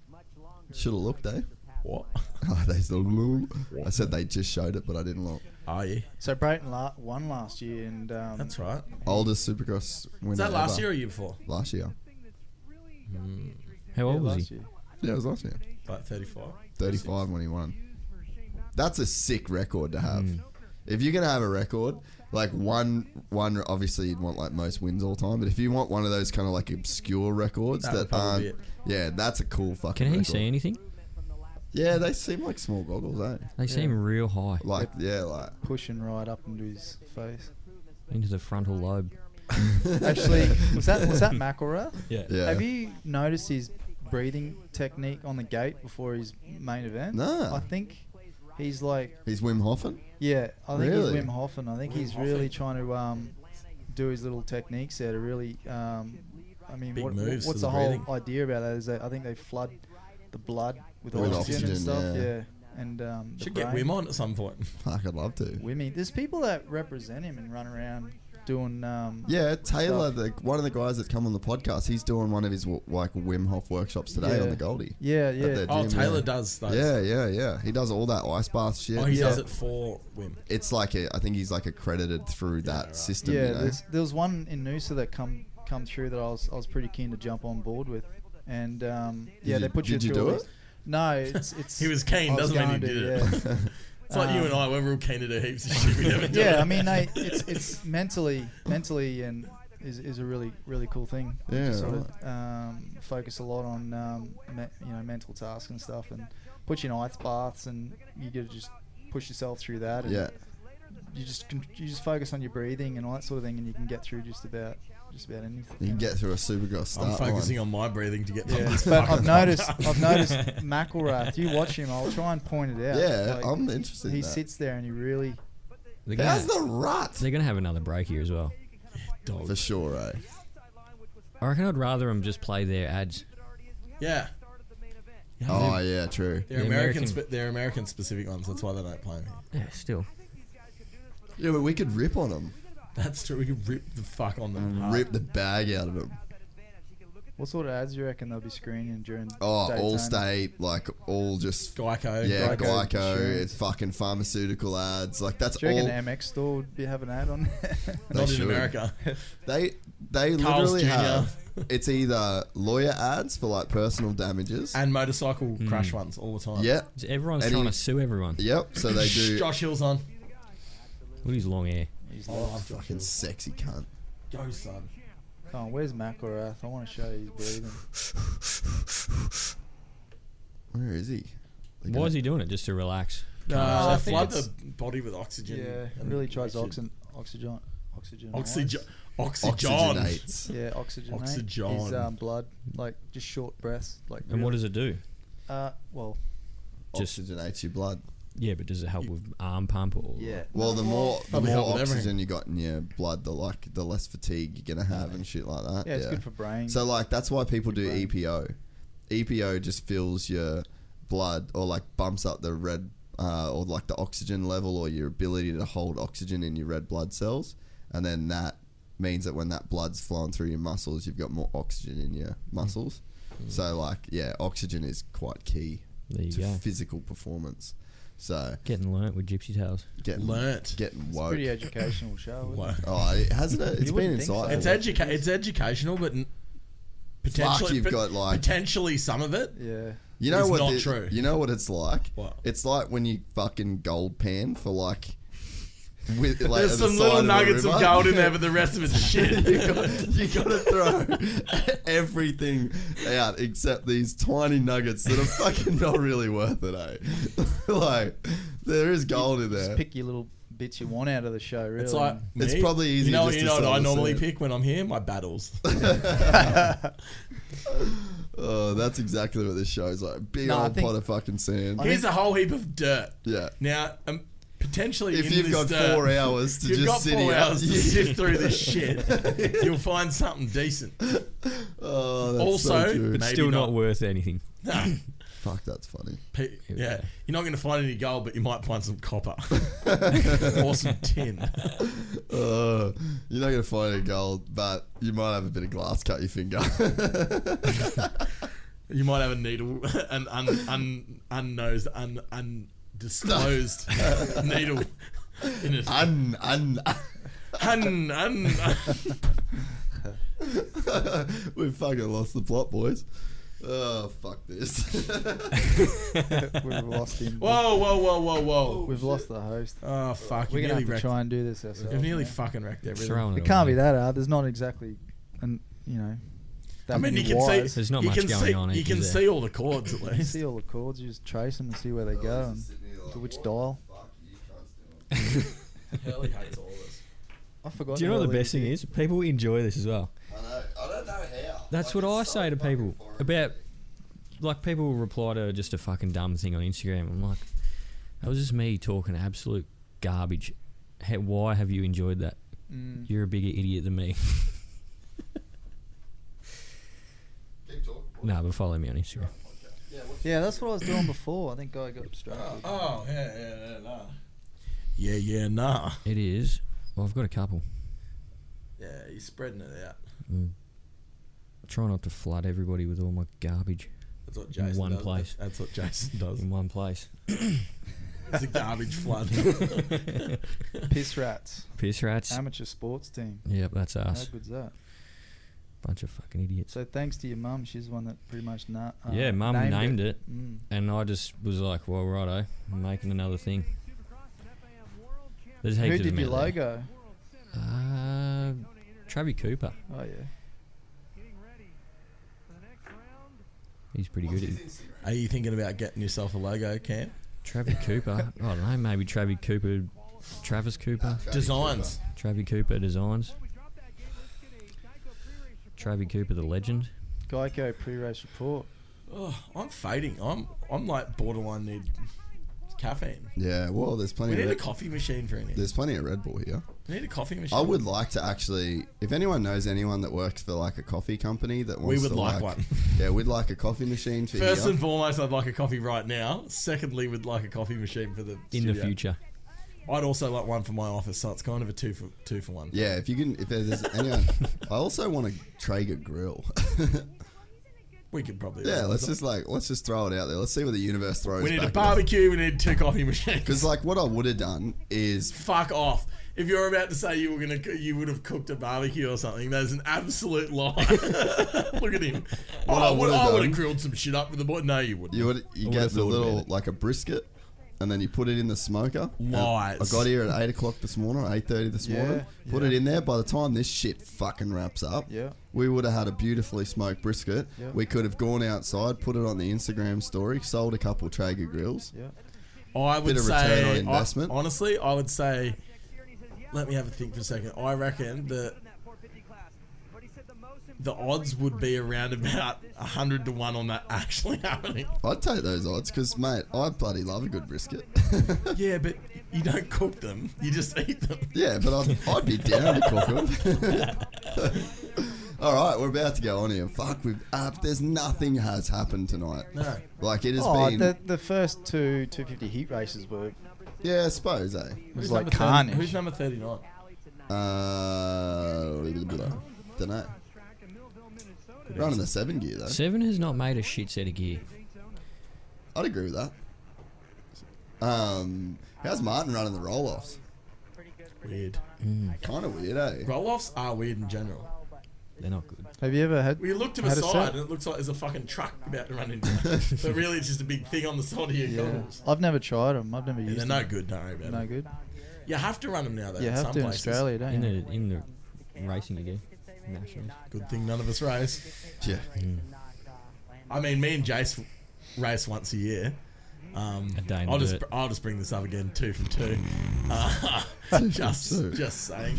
Should have looked, eh?
What?
Oh, they still look. I said they just showed it, but I didn't look.
Oh, yeah.
So Brayton la- won last year, and um,
That's right.
Oldest Supercross winner.
Was that last
ever.
year or year before?
Last year.
Mm. How old was
last
he?
year.
Yeah, it was last year.
Like 35.
35 when he won. That's a sick record to
Hmm.
have.
Mm.
If you're gonna have a record, like one, one obviously you'd want like most wins all time. But if you want one of those kind of like obscure records
That
that,
would
aren't,
probably be
yeah, that's a cool fucking.
Can he
record.
see anything?
Yeah, they seem like small goggles, eh?
They seem real high
Like yeah, like
Pushing right up into his face.
into the frontal lobe.
Actually, was that was that McElrath?
yeah.
Have you noticed his breathing technique on the gate before his main event?
No.
I think he's like,
He's Wim Hofen.
yeah, I think
Really?
he's Wim Hof, and I think he's really trying to um, do his little techniques there to really. Um, I mean,
Big
what,
moves for
what's
the
the whole
breathing.
idea about that? Is that I think they flood the blood with,
With oxygen,
oxygen, and stuff.
yeah.
Yeah. And um, the
Should get
brain.
Wim on at some point.
Fuck, I'd love to.
Wimmy. There's people that represent him and run around doing. Um,
Yeah, Taylor,
Stuff.
the, one of the guys that's come on the podcast, he's doing one of his w- like Wim Hof workshops today
Yeah.
on the Goldie.
Yeah,
At
yeah.
the
Oh,
gym,
Taylor
yeah.
does those.
Yeah, yeah, yeah. He does all that ice bath shit.
Oh, he
Yeah.
does it for Wim.
It's like a, I think he's like accredited through that system.
yeah,
you know?
there's, there was one in Noosa that come come through that I was I was pretty keen to jump on board with, and um, yeah,
you-
they put
did you
you through.
do
all
it?
these- No, it's it's.
He was keen,
I was
doesn't mean
going
he
to,
did it.
yeah.
It's like you and I, we're real keen to do heaps of shit. We never do
yeah,
it.
I mean, they, it's it's mentally mentally and is, is a really really cool thing. You
Yeah,
just sort of um, focus a lot on um, me, you know mental tasks and stuff, and put you in ice baths, and you get to just push yourself through that. And
Yeah.
you just con- you just focus on your breathing and all that sort of thing, and you can get through just about just about anything.
you can get through a Supergirl
I'm
start
focusing
line.
on my breathing to get
Yeah,
this
but
fucking
I've noticed
podcast.
I've noticed McElrath. You watch him, I'll try and point it out.
Yeah, I'm interested in
He
that.
sits there and he really
They're gonna,
How's the rut?
they're gonna have another break here as well.
For sure, eh?
I reckon I'd rather them just play their ads.
Yeah.
Oh yeah, true.
They're
The
American,
American-
spe- they're American specific ones. That's why they don't play me.
Yeah, still.
Yeah, but we could rip on them,
That's true. We could rip the fuck on them.
Mm.
hard.
rip the bag out of them.
What sort of ads do you reckon they'll be screening during?
Oh,
daytime?
all state, like all just
Geico.
yeah,
Geico
Geico,
insurance.
it's fucking pharmaceutical ads. Like that's
Do you
all
reckon the MX store would be have an ad on? there?
they
Not in
should.
America.
They they
Carl's
literally
Jr..
have it's either lawyer ads for like personal damages.
and motorcycle
Mm.
crash ones all the time.
yeah.
Everyone's
Any-
trying to sue everyone.
Yep. So they do
Josh Hill's on. Oh,
Look at his long hair.
He's
I
lost.
love Josh
fucking
Hill.
sexy cunt.
Go, son.
Come on, where's McElrath? I want to show you his breathing.
Where is he? They
Why
got-
is he doing it? Just to relax.
No,
I
they
think
flood
it's-
the body with oxygen.
Yeah,
and
really tries to
shit.
oxygen, oxygen, oxygen.
Oxygen. Oxygen.
oxygenates?
Yeah, oxygen.
Oxygen.
His um, blood, like just short breaths, like.
And what does it do?
Uh, well,
Just-
oxygenates your E blood.
Yeah, but does it help with arm pump or?
yeah.
Well, the more the
Probably help
more
with everything.
oxygen you got in your blood, the like the less fatigue you're gonna have and shit like that.
Yeah, it's good for brain.
So like that's why people do E
brain.
EPO. EPO E just fills your blood or like bumps up the red uh, or like the oxygen level or your ability to hold oxygen in your red blood cells, and then that means that when that blood's flowing through your muscles, you've got more oxygen in your muscles. So like yeah, oxygen is quite key
Mm. There you
to
go.
physical performance. So
getting learnt with gypsy tales.
Getting learnt. Getting woke.
Pretty educational show. isn't it?
Oh, it hasn't it? It's
You
been
wouldn't think so.
insightful.
It's educa- It's educational, but n- potentially
you've
pot-
got, like-
potentially some of it.
Yeah.
You know
is
what?
Not
the-
true.
You know what it's like.
What?
It's like when you fucking gold pan for like. With, like,
There's
at the
some
side
little
the
nuggets of
river.
gold in there, but the rest of it's shit.
you, got, you got to throw everything out except these tiny nuggets that are fucking not really worth it, eh? like there is gold in there.
Just pick your little bits you want out of the show. Really.
It's like
It's
me.
probably easier
You know,
just
you
to
know what
sell
I
the
normally
set.
pick when I'm here? My battles.
Oh, that's exactly what this show is like. Big
No, I
old
think-
pot of fucking sand.
Here's a whole heap of dirt.
yeah.
Now, um, potentially,
If
in
you've
this
got
dirt-
four hours to
you've
just
got
sit
four
here.
hours to
Yeah.
sift through this shit, you'll find something decent.
Oh, that's
also,
so true.
But still not, worth anything.
No.
Fuck, that's funny.
Pe-
we
yeah, you're not going to find any gold, but you might find some copper or some tin.
Uh, you're not gonna find any gold, but you might have a bit of glass cut your finger.
You might have a needle, an un, un, unnosed, un, undisclosed needle. In it.
un, un,
Un, un,
we fucking lost the plot, boys. Oh fuck this.
we've lost him.
Whoa, whoa, whoa, whoa, whoa.
We've lost the host.
Oh, fuck.
We're
you
gonna
nearly
have to
wrecked-
try and do this ourselves.
You've nearly
man.
fucking wrecked everything.
Throwing
It
it
can't be
away.
that hard. There's not exactly, and you know, that
I mean, you
many
can
wires.
see.
There's not
you
much
can
going
see,
on,
You
is
can
there?
see all the chords at
You
least.
see all the chords. You just trace them and see where they go
Oh,
and to which dial.
Hurley hates all this.
I forgot.
Do you know what the best thing is? People enjoy this as well.
I, know, I don't know how.
That's
Like,
what I
it's so
say to
fucking
people
foreign.
about. Like people will reply to just a fucking dumb thing on Instagram. I'm like, that was just me talking absolute garbage. Hey, why have you enjoyed that?
Mm.
You're a bigger idiot than me.
Keep talking. boys.
nah, but follow me on Instagram.
Yeah, that's what I was doing before. I think I got distracted.
Oh, yeah, yeah, yeah, nah. Yeah, yeah, nah.
It is. Well, I've got a couple. Mm.
Yeah, you're spreading it out.
Try not to flood everybody with all my garbage
That's what Jason
One
does.
place.
That's what Jason does.
in one place.
It's a garbage flood.
Piss rats,
Piss rats.
amateur sports team.
yep, that's
How
us.
good's that?
Bunch of fucking idiots.
So thanks to your mum, she's the one that pretty much na- uh,
yeah, Mum named,
named,
it.
Mm.
and I just was like, well, righto, I'm making another thing. There's heaps
Who
of
did
them
your
out there.
logo?
Uh, Travis Cooper.
Oh yeah.
He's pretty good. at
Are you thinking about getting yourself a logo, Cam?
Travis Cooper. I don't know. Maybe Travis Cooper. Travis Cooper.
Designs.
Travis Cooper Designs. Travis Cooper, the legend.
Geico pre-race report.
Oh, I'm fading. I'm I'm like borderline need caffeine.
Yeah, well, there's
We
plenty.
need
Of
a
Red,
coffee machine for in here.
there's plenty of Red Bull here.
We need a coffee machine.
I would like to actually, if anyone knows anyone that works for like a coffee company that wants
would
to
like one.
Yeah, we'd like a coffee machine for
First
here.
and foremost, I'd like a coffee right now. Secondly, would like a coffee machine for the
In the
studio.
future.
I'd also like one for my office, so it's kind of a two for two for one.
yeah, if you can, if there's anyone, I also want a Traeger grill.
We could probably.
yeah, let's just like let's just throw it out there. Let's see what the universe throws.
We need a
back
barbecue. We need two coffee machines.
Because like what I would have done is
Fuck off. If you're about to say you were gonna, co- you would have cooked a barbecue or something. That is an absolute lie. Look at him. Oh,
I
I would,
would've
I would
done-
have grilled some shit up with the boy. No, you wouldn't.
you would you
I
get
would've
the
thought about
little
it.
like a brisket, and then you put it in the smoker. And
Lies.
I got here at eight o'clock this morning, eight thirty this
Yeah,
morning. Put it in there. By the time this shit fucking wraps up,
Yeah.
we would have had a beautifully smoked brisket.
Yeah.
We could have gone outside, put it on the Instagram story, sold a couple Traeger grills.
Yeah.
I would
Bit of
say,
return on
I-
investment.
honestly, I would say. Let me have a think for a second. I reckon that the odds would be around about hundred to one on that actually happening.
I'd take those odds because, mate, I bloody love a good brisket.
Yeah, but you don't cook them; you just eat them.
yeah, but I'd, I'd be down to cook them. All right, we're about to go on here. Fuck, we've uh, there's nothing has happened tonight.
No.
Like it has
Oh,
been.
the, the first two 250 heat races were
yeah, I suppose, eh?
was
number
like
thirty-
carnage.
Who's number thirty-nine?
Uh, don't know. Running the seven gear though.
Seven has not made a shit set of gear.
I'd agree with that. Um, how's Martin running the roll offs?
Weird.
Kind of weird, eh?
Roll offs are weird in general.
They're not good.
Have you ever had?
We looked to the
had a
side
set?
and it looks like there's a fucking truck about to run into it. but really, it's just a big thing on the side of your
Yeah.
goggles.
I've never tried them. I've never used
they're
them.
no good, don't worry about
No
it.
good.
You have to run them now, though.
You
in
have
some
to in
places.
Australia, don't
in
you?
the in the racing again. Nationals.
Good thing none of us race.
Yeah.
I mean, me and Jace race once a year. Um,
A day in
I'll
the
just
dirt.
I'll just bring this up again, two from two. Uh, just
Two from two.
just saying.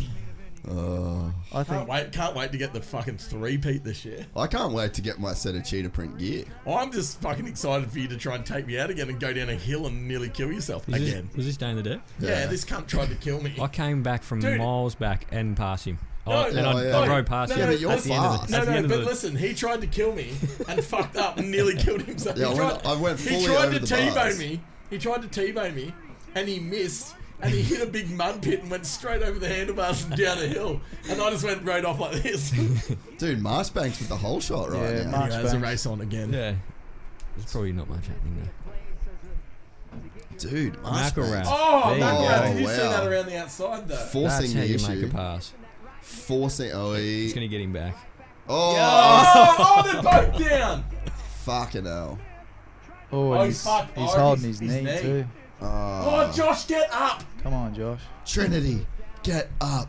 Oh.
I
Can't
think
wait, can't wait to get the fucking three peat this year.
I can't wait to get my set of cheetah print gear.
I'm just fucking excited for you to try and take me out again and go down a hill and nearly kill yourself
Was this,
again.
was this day in the dirt?
yeah, this cunt tried to kill me.
I came back from
Dude.
miles back and past him.
No,
I, and I,
Oh, yeah.
I rode past
No,
him.
no, but you're
at the end of
fast.
the,
No,
at the
no,
end
but
of the,
listen, he tried to kill me and fucked up and nearly killed himself.
Yeah, I
he
went-
tried,
I went
he
fully
tried
over
to
the
T-bone
bars.
me. He tried to T-bone me and he missed and he hit a big mud pit and went straight over the handlebars and down a hill. And I just went right off like this.
Dude, Marshbanks with the whole shot right
Yeah,
now.
Marsh-
Anyway, there's a race on again.
Yeah. There's probably not much happening there.
Dude,
Mackerel.
Marshbanks.
Oh,
There you
man,
go.
did you see
Wow.
that around the outside though?
That's
Forcing
how
the
you
issue.
make a pass.
Forcing. Oh,
It's
he,
going to get him back.
oh
Oh, oh, they're both down.
fucking hell.
Oh,
Oh,
and he's,
fuck.
he's
Oh,
holding
his-
his,
his
knee,
knee.
too.
Oh, Josh, get up.
Come on, Josh.
Trinity, get up.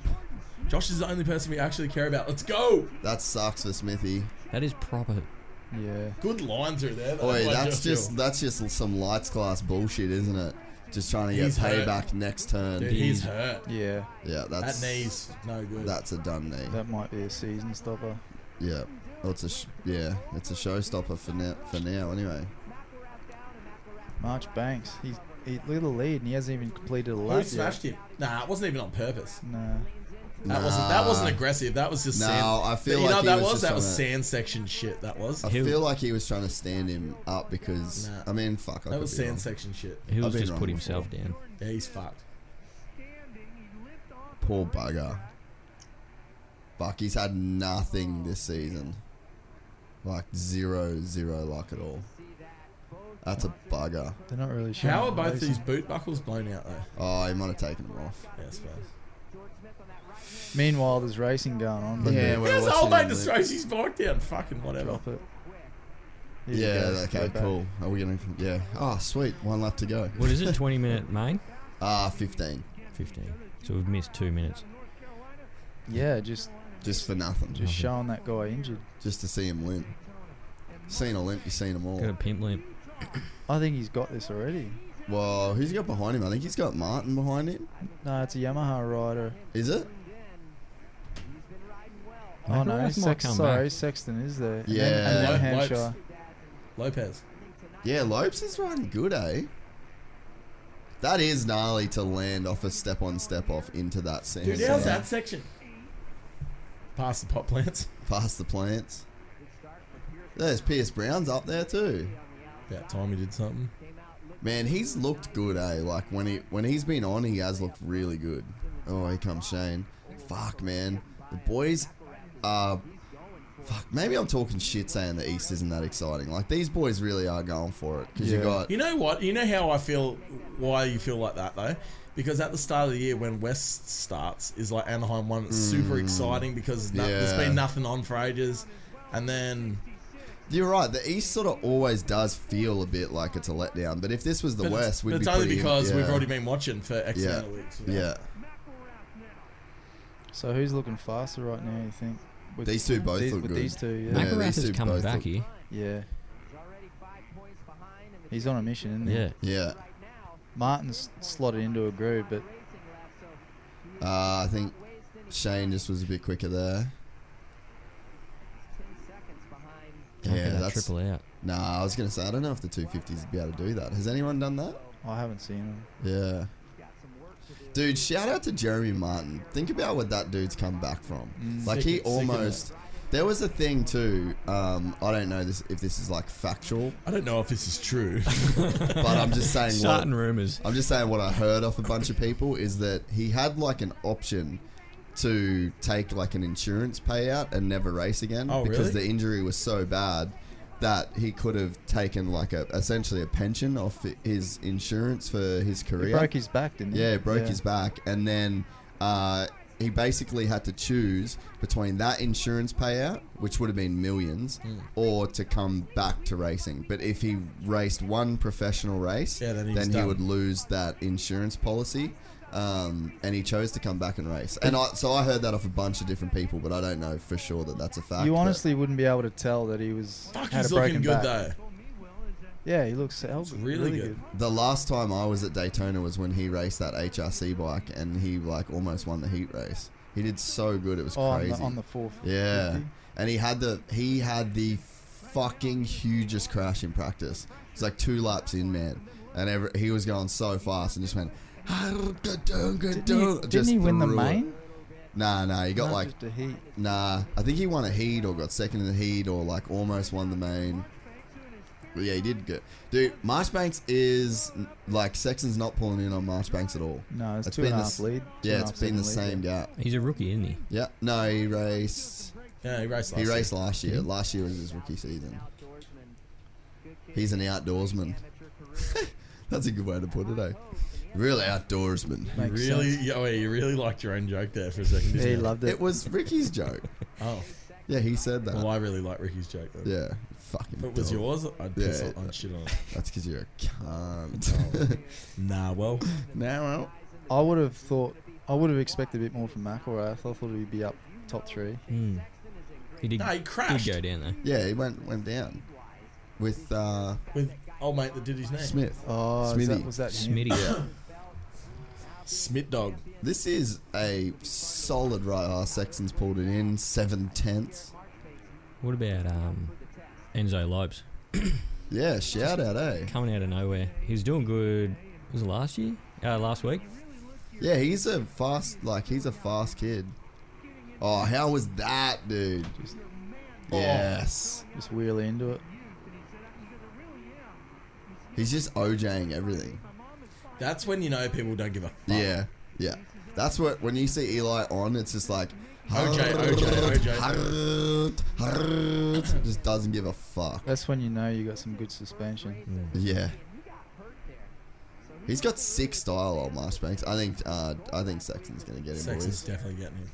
Josh is the only person we actually care about. Let's go.
That sucks for Smithy.
That is proper.
Yeah.
Good line through there. though.
Oi,
Like
that's
Josh
just
Hill.
that's just some lights class bullshit, isn't it? Just trying to get
He's hurt.
payback next turn.
Dude, he's hurt.
Yeah.
Yeah, that's
That knee's no good.
That's a done knee.
That might be a season stopper.
Yeah. Well, it's a sh- yeah, it's a showstopper for now. For now, anyway.
March Banks. He's he look at the lead and he hasn't even completed a
Who
lap yet.
Oh, smashed him? Nah, it wasn't even on purpose.
Nah.
That wasn't. That wasn't aggressive. That was just
No,
sand.
I feel
but you
like
know
he
that
was just
that was
trying
sand section shit. That was.
I
Who-
feel like he was trying to stand him up because
Nah.
I mean, fuck. I
that
could
was
be
sand
wrong.
section shit.
He
I've
was
been
just
wrong
put
before.
himself down.
Yeah, he's fucked.
Poor bugger. Fuck, he's had nothing this season. Like zero, zero luck at all. That's a bugger.
They're not really sure.
How are both these boot buckles blown out though?
Oh, he might have taken him off.
Yeah, I suppose.
Meanwhile, there's racing going on. but
Yeah, we're
There's a whole
watching
mate
the-
just throws his bike down. Fucking whatever.
Drop it. Here you
Yeah,
go. Go
okay,
back.
cool. Are we gonna? Yeah. Oh, sweet. One lap to go.
What is it? 20 minute main?
Ah, 15.
15. So we've missed two minutes.
Yeah, just
Just for nothing.
just
Just,
showing that guy injured.
to see him limp. Seen a limp, you seen them
Got a
all.
pimp limp.
I think he's got this already.
Well, who's he got behind him? I think he's got Martin behind him.
No, it's a Yamaha rider.
Is it?
Oh no,
Macarov might
Sex,
come
sorry,
back.
Sexton is there.
Yeah.
and then,
Lo-
and
Lopes.
then Hampshire.
Lopez.
Yeah, Lopes is riding good, eh? That is gnarly to land off a step on step off into that sand.
Dude, how's that section? Past the pot plants.
Past the plants. There's Pierce Brown's up there too.
About time he did something.
Man, he's looked good, eh? Like when he when he's been on, he has looked really good. Oh, here comes Shane. Fuck, man, the boys are. Fuck, maybe I'm talking shit saying the East isn't that exciting. Like these boys really are going for it because you
Yeah.
got
You know what? You know how I feel. Why you feel like that though? Because at the start of the year, when West starts, is like Anaheim one. It's super exciting because no, there's
Mm. Yeah.
been nothing on for ages, and then
You're right. The East sort of always does feel a bit like it's a letdown. But if this was the
but it's-
West,
but
we'd
it's
be
only
pretty-
because we've
yeah.
already been watching for X
yeah,
amount of weeks. you know?
yeah.
So who's looking faster right now? You think? With
These two both
these,
look
with
good.
these two, yeah.
Yeah.
Macarath
these
is
two
coming
both
back
look-
here.
yeah. He's on a mission, isn't he?
Yeah.
yeah.
Martin's slotted into a groove, but
Uh, I think Shane just was a bit quicker there.
Can't
Yeah,
get that
that's.
triple out.
Nah, I was gonna say I don't know if the 250s would be able to do that. Has anyone done that?
I haven't seen him.
Yeah. Dude, shout out to Jeremy Martin. Think about what that dude's come back from. Like
Sick-
he
Mm. sick of that.
almost. There was a thing too. Um, I don't know this if this is like factual,
I don't know if this is true.
but I'm just saying. what,
Starting rumours.
I'm just saying what I heard off a bunch of people is that he had like an option to take like an insurance payout and never race again
Oh,
because
really?
the injury was so bad that he could have taken like a essentially a pension off hi- his insurance for his career.
broke his back, didn't he?
Yeah, it broke
Yeah.
his back, and then uh, he basically had to choose between that insurance payout, which would have been millions,
Hmm.
Mm.
or to come back to racing. But if he raced one professional race,
then
then,
he's
he
done.
would lose that insurance policy. Um, and he chose to come back and race, and I, so I heard that off a bunch of different people, but I don't know for sure that that's a fact.
you
but-
honestly wouldn't be able to tell that he was
Fuck,
had
he's
a broken
looking good
back.
though.
Yeah, he looks hell- really, good.
The last time I was at Daytona was when he raced that HRC bike and he like almost won the heat race. He did so good, it was
Oh, on the-
crazy.
on the fourth
Yeah.
50?
And he had the he had the fucking hugest crash in practice. It's like two laps in, man. And every, he was going so fast and just went
Didn't he,
Dun,
didn't
just
he win the
threw it.
main?
Nah, nah, he got
No,
like
just a heat.
Nah, I think he won a heat or got second in the heat or like almost won the main. But yeah, he did good. Dude, Marchbanks is like Sexton's not pulling in on Marchbanks at all.
No, it's two and a
the
half
s-
lead, two
Yeah,
and a
it's
half
been the
second lead,
same gap.
He's a rookie, isn't he?
Yeah, no, he raced.
Yeah, he raced
He
last
raced
year.
last year.
Did he?
Last year was his rookie season. He's an outdoorsman. That's a good way to put it, eh? Real outdoorsman.
You really, yeah, wait, you really liked your own joke there for a second. Didn't
He
you?
loved it. It was Ricky's joke.
oh,
yeah, he said that.
Well, I really like Ricky's joke. Though.
Yeah, fucking
If it was
dog.
yours, I'd piss
Yeah.
on, I'd shit on. it.
That's because you're a cunt.
Oh. nah, well,
now well.
I would have thought, I would have expected a bit more from McElrath. I thought he'd be up top three.
Hmm.
He did,
No, he crashed.
did go down there.
Yeah, he went went down with uh,
with old mate that did his name,
Smith.
Oh, is that, was that him?
Smitty.
Smith Dog.
This is a solid right arse. Sexton's pulled it in seven tenths.
What about um, Enzo Lopes
Yeah, shout out, eh?
coming out of nowhere? He was doing good. Was it last year? Uh, last week?
Yeah, he's a fast like he's a fast kid. Oh, how was that, dude? Yes,
Just wheel into it.
he's just OJing everything.
That's when you know people don't give a fuck.
Yeah, yeah. That's what when you see Eli on, it's just like
OJ, OJ,
OJ. Just doesn't give a fuck.
That's when you know you got some good
Mm.
suspension.
Yeah. He's got six style old Marchbanks. I think uh, I think Sexton's gonna get him.
Sexton's
Boys.
definitely getting him.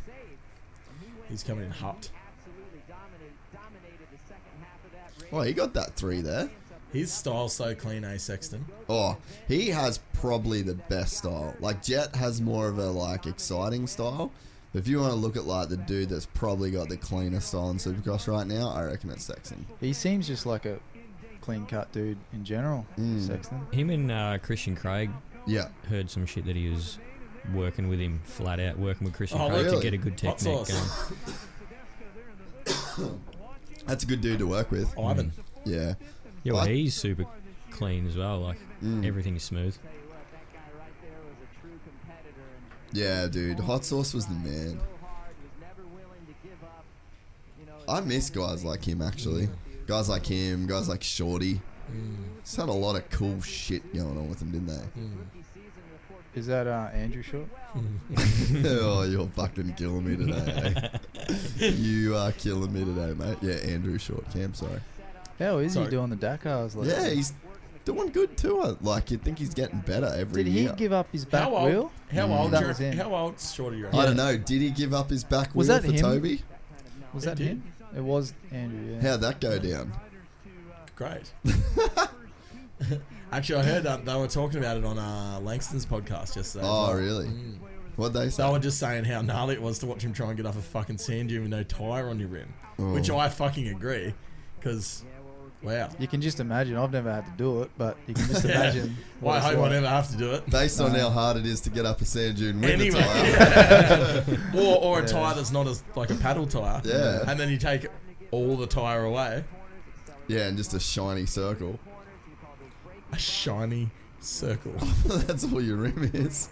He's coming in hot.
Oh, he got that three there.
His style's so clean, eh, Sexton?
Oh, he has probably the best style. Like Jet has more of a like exciting style. If you want to look at like the dude that's probably got the cleanest style in Supercross right now, I reckon it's Sexton.
He seems just like a clean cut dude in general,
Mm.
Sexton.
Him and uh, Christian Craig
Yeah.
heard some shit that he was working with him flat out, working with Christian
Oh,
Craig
really?
to get a good
Hot
technique going.
sauce.
That's a good dude to work with.
Ivan.
Yeah.
Yeah, well,
I-
he's super clean as well. Like everything's smooth.
Yeah, dude. Hot sauce was the man. I miss guys like him, actually. Guys like him, guys like Shorty. Just had a lot of cool shit going on with them, didn't they?
Is that uh, Andrew Short?
oh, you're fucking killing me today. eh? you are killing me today, mate. Yeah, Andrew Short Camp, sorry.
How is
Sorry.
he doing the Dakars lately?
Yeah, he's doing good too. I- Like, you'd think he's getting better every
Did he
year.
give up his back
How old?
wheel?
How
Mm.
old?
That
do you
was
reckon-
him.
How old? Shorty, you reckon?
I don't know. Did he give up his back
Was
wheel
that
for
him?
Toby?
Was
He
that
did.
him? It was Andrew. Yeah.
How'd that go down?
Great. Actually, I heard um, they were talking about it on uh, Langston's podcast yesterday.
Oh, really? What'd they say?
They were just saying how gnarly it was to watch him try and get off a fucking sand dune with no tire on your rim, which
Oh.
I fucking agree, because wow.
You can just imagine. I've never had to do it, but you can just
Yeah.
imagine.
Well,
what
I
it's
hope I
like.
never have to do it.
Based on how hard it is to get up a sand dune with
Anyway,
a tire.
or or a tire that's not as like a paddle tire.
Yeah.
And then you take all the tire away.
Yeah, and just a shiny circle.
A shiny circle.
That's all your rim is.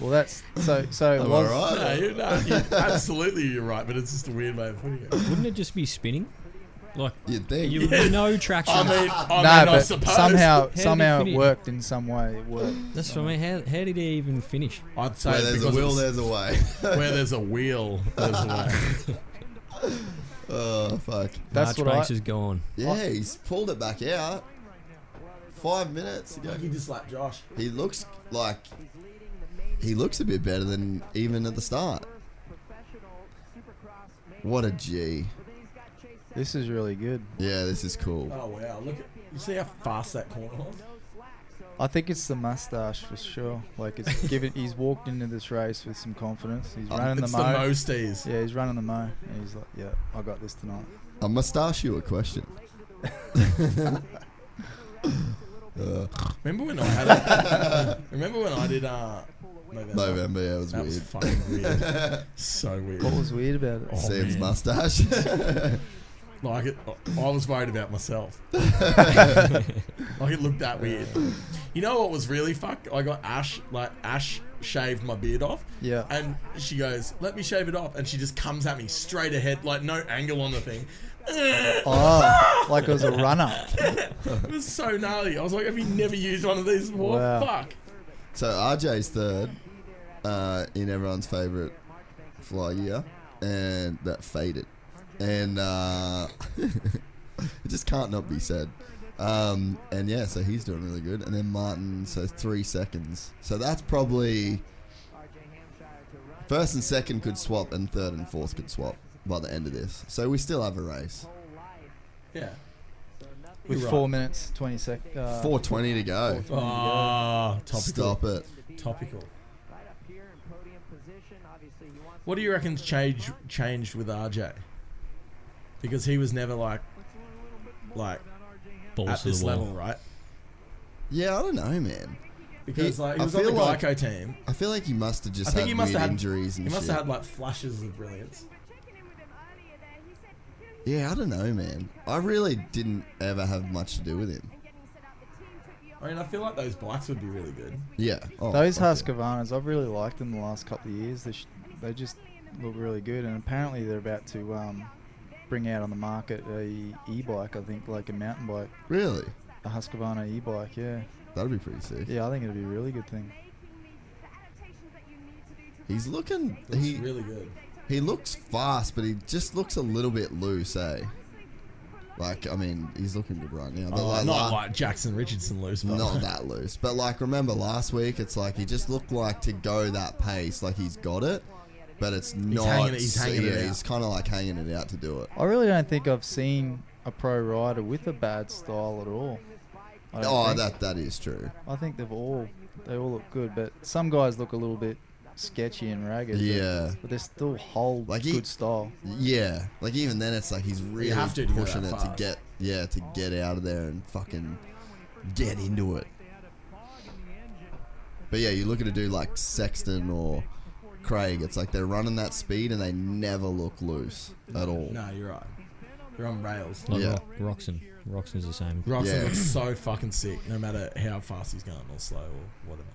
Well, that's so. So it
Am
was.
I right?
no, you, no, you, absolutely, you're right, but it's just a weird way of putting it.
Wouldn't it just be spinning? Like
You'd think.
you no traction.
I mean, I
No,
mean, Oh, I
but
suppose.
somehow,
he
somehow it
finish?
worked in some way. It worked.
That's what I mean. How, how did he even finish?
I'd say
Where there's a
because
will,
it's-
there's a way.
where there's a wheel, there's a way.
Oh fuck!
That's Arch what Banks I- is gone.
Yeah, he's pulled it back out. Five minutes ago.
He just slapped Josh.
He looks like he looks a bit better than even at the start. What a G!
This is really good.
Yeah, this is cool.
Oh wow, look at you see how fast that corner was?
I think it's the mustache for sure. Like it's given. he's walked into this race with some confidence. He's
Oh,
Uh,
running
it's
the
the
mo.
mo
stays.
Yeah, he's running the mo. And he's like, yeah, I got this tonight.
I must ask you a question. Uh,
Remember when I had a, Remember when I did uh November?
November, yeah, it was
that
weird.
Was fucking weird. so weird. Oh,
What was weird about it?
Sam's
man.
mustache.
like it, I was worried about myself. like it looked that weird. You know what was really fucked? I got Ash like Ash shaved my beard off.
Yeah.
And she goes, "Let me shave it off," and she just comes at me straight ahead, like no angle on the thing.
Oh, like it was a runner.
it was so gnarly. I was like, "Have you never used one of these before?"
Wow.
Fuck.
So RJ's third uh, in everyone's favourite fly year, and that faded, and uh, it just can't not be said. Um, and yeah, so he's doing really good, and then Martin, so three seconds. So that's probably first and second could swap, and third and fourth could swap by the end of this. So we still have a race.
Yeah.
With
You're
four
right.
minutes, twenty sec. Uh,
420 to go.
420 to go.
Ah, topical.
Stop it.
Topical. What do you reckon's change changed with RJ? Because he was never like, like
Balls
at
to the
this
wall.
level, right?
Yeah, I don't know, man.
Because
He-
like he
I
was on the
feel like-
Geico team.
I feel like he must have just
I think
had
he must
weird
have had
injuries and
He must
shit.
have had like flashes of brilliance.
Yeah, I don't know, man. I really didn't ever have much to do with him.
I mean, I feel like those bikes would be really good.
Yeah. Oh,
Those
fuck
Husqvarnas, I've really liked them the last couple of years. They, sh- they just look really good, and apparently they're about to um, bring out on the market a e-bike. I think like a mountain bike,
Really?
a Husqvarna e-bike. Yeah,
That'd be pretty sick.
yeah, I think it'd be a really good thing.
He's looking.
Looks
he
really good.
He looks fast, but he just looks a little bit loose, eh? Like, I mean, he's looking good right now. But
Oh,
like, la-
not like Jackson Richardson loose, but
not that loose. But like, remember last week? It's like he just looked like to go that pace, like he's got it, but it's not.
hanging it- he's hanging
yeah,
it out.
he's kind of like hanging it out to do it.
I really don't think I've seen a pro rider with a bad style at all. I don't
Oh,
think.
that that is true.
I think they've all they all look good, but some guys look a little bit sketchy and ragged. but-
Yeah.
but they still hold
Like he-
good style.
Yeah, like even then, it's like he's really
have to to go
pushing
that
it to
fast.
get yeah to get out of there and fucking get into it. But yeah, you look at a dude like Sexton or Craig. It's like they're running that speed and they never look loose at all.
No, you're right. They're on rails.
Like
Yeah.
Ro- Roxon. Roxon's the same.
Roxon
Yeah.
looks so fucking sick, no matter how fast he's going or slow or whatever.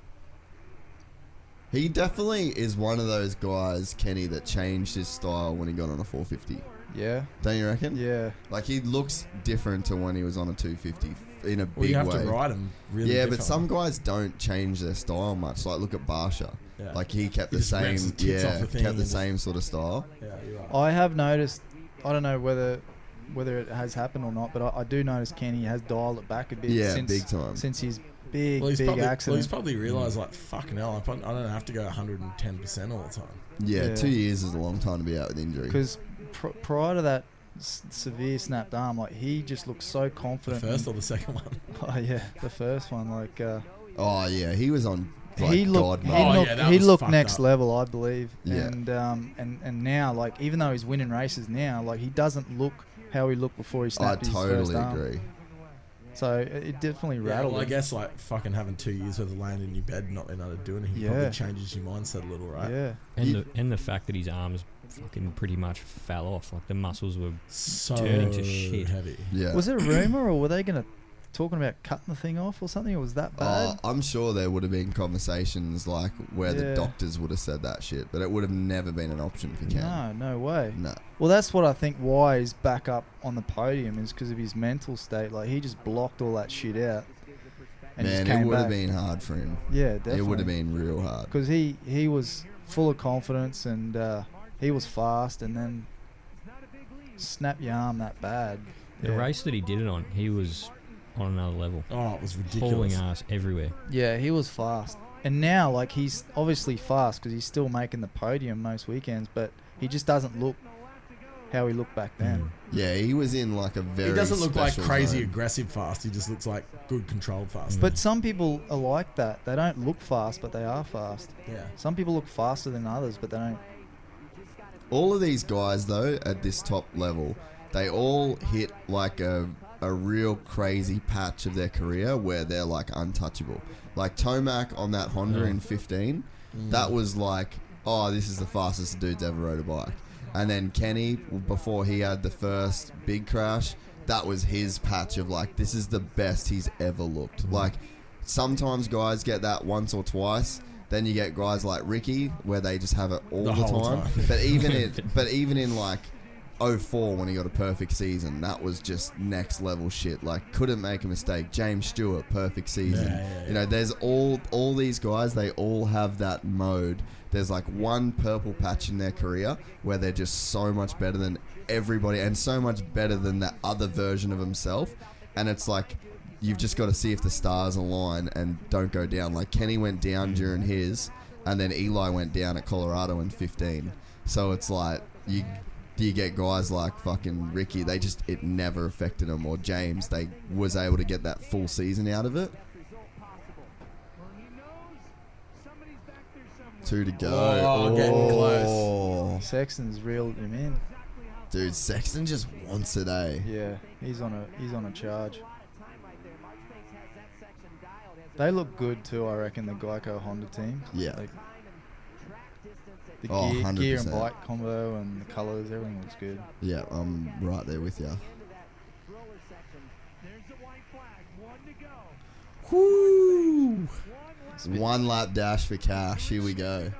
He definitely is one of those guys, Kenny, that changed his style when he got on a 450.
Yeah,
Don't you reckon?
yeah.
Like he looks different to when he was on a 250 in a big
Well, you have
way.
to ride him really.
yeah,
different.
but some guys don't change their style much. Like look at Barsha.
Yeah.
Like he kept
He
the
just rips
same
the tits off
yeah,
the thing
kept the
and-
same sort of style.
Yeah, you're right.
I have noticed. I don't know whether whether it has happened or not, but I, I do notice Kenny has dialed it back a bit.
Yeah,
since,
big time.
Since his big
Well, he's
big
probably, well, he's
accident.
probably realised, like, fucking hell, I prob- I don't have to go 110% all the time.
Yeah,
Yeah.
two years is a long time to be out with injury.
Because pr- prior to that s- severe snapped arm, like he just looked so
The
confident.
first or
and-
the second one?
oh yeah, the first one. Like uh,
Oh yeah, he was on like,
he looked,
God
he
mode.
Oh, yeah,
looked,
that
he
was
looked
fucked
next
up.
level, I believe.
Yeah.
And um, and and now, like, even though he's winning races now, like he doesn't look how he looked before he
I
Oh,
snapped his first
totally
arm.
agree.
So it, it definitely
Yeah,
rattled.
well, I
him.
guess, like, fucking having two years worth of laying in your bed and not being able to do anything
Yeah.
probably changes your mindset a little, right?
Yeah.
And
You-
the and the fact that his arms fucking pretty much fell off, like the muscles were.
So
Turning to shit.
heavy.
Yeah.
Was it a rumor, or were they going to talking about cutting the thing off or something? Or was that
Oh,
bad?
I'm sure there would have been conversations like where
Yeah.
the doctors would have said that shit, but it would have never been an option for Ken.
no, no way.
No.
Well, that's what I think. Why he's back up on the podium is because of his mental state. Like he just blocked all that shit out, and
Man,
just came
it would
back.
have been hard for him.
yeah, definitely.
It would have been real hard.
because he he was full of confidence and uh, he was fast, and then snap your arm that bad.
The race that he did it on, he was on another level.
Oh, it was
Hauling
ridiculous.
ass everywhere.
Yeah, he was fast. And now, like, he's obviously fast because he's still making the podium most weekends, but he just doesn't look how he looked back
Mm.
then.
Yeah, he was in like a very.
He doesn't look like
special
crazy
zone.
aggressive fast. He just looks like good controlled fast.
Mm. But some people are like that. They don't look fast, but they are fast.
Yeah.
Some people look faster than others, but they don't.
All of these guys, though, at this top level, they all hit like a, a real crazy patch of their career where they're like untouchable. Like Tomac on that Honda
Yeah.
in 15,
Mm.
that was like, oh, this is the fastest dude's ever rode a bike. And then Kenny, before he had the first big crash, that was his patch of like, this is the best he's ever
Mm.
looked. Like, sometimes guys get that once or twice. Then you get guys like Ricky, where they just have it all the,
The whole
time.
time.
But even it, but even in like 04 when he got a perfect season, that was just next level shit. Like couldn't make a mistake. James Stewart, perfect season.
Yeah, yeah,
You know, there's all all these guys. They all have that mode. There's like one purple patch in their career where they're just so much better than everybody and so much better than the other version of himself. And it's like you've just got to see if the stars align and don't go down. Like Kenny went down during his, and then Eli went down at Colorado in 15. So it's like you you get guys like fucking Ricky. They just it never affected them. Or James, they was able to get that full season out of it. Two to go.
Oh, getting close.
Oh.
Sexton's reeled him in.
Dude, Sexton just wants it, eh?
Yeah, he's on a he's on a charge. They look good too, I reckon. The Geico Honda team.
Yeah.
Like, the
Oh,
gear, gear and
100%.
bike combo and the colours, everything looks good.
Yeah, I'm right there with you.
Woo!
One lap dash for cash. Here we go.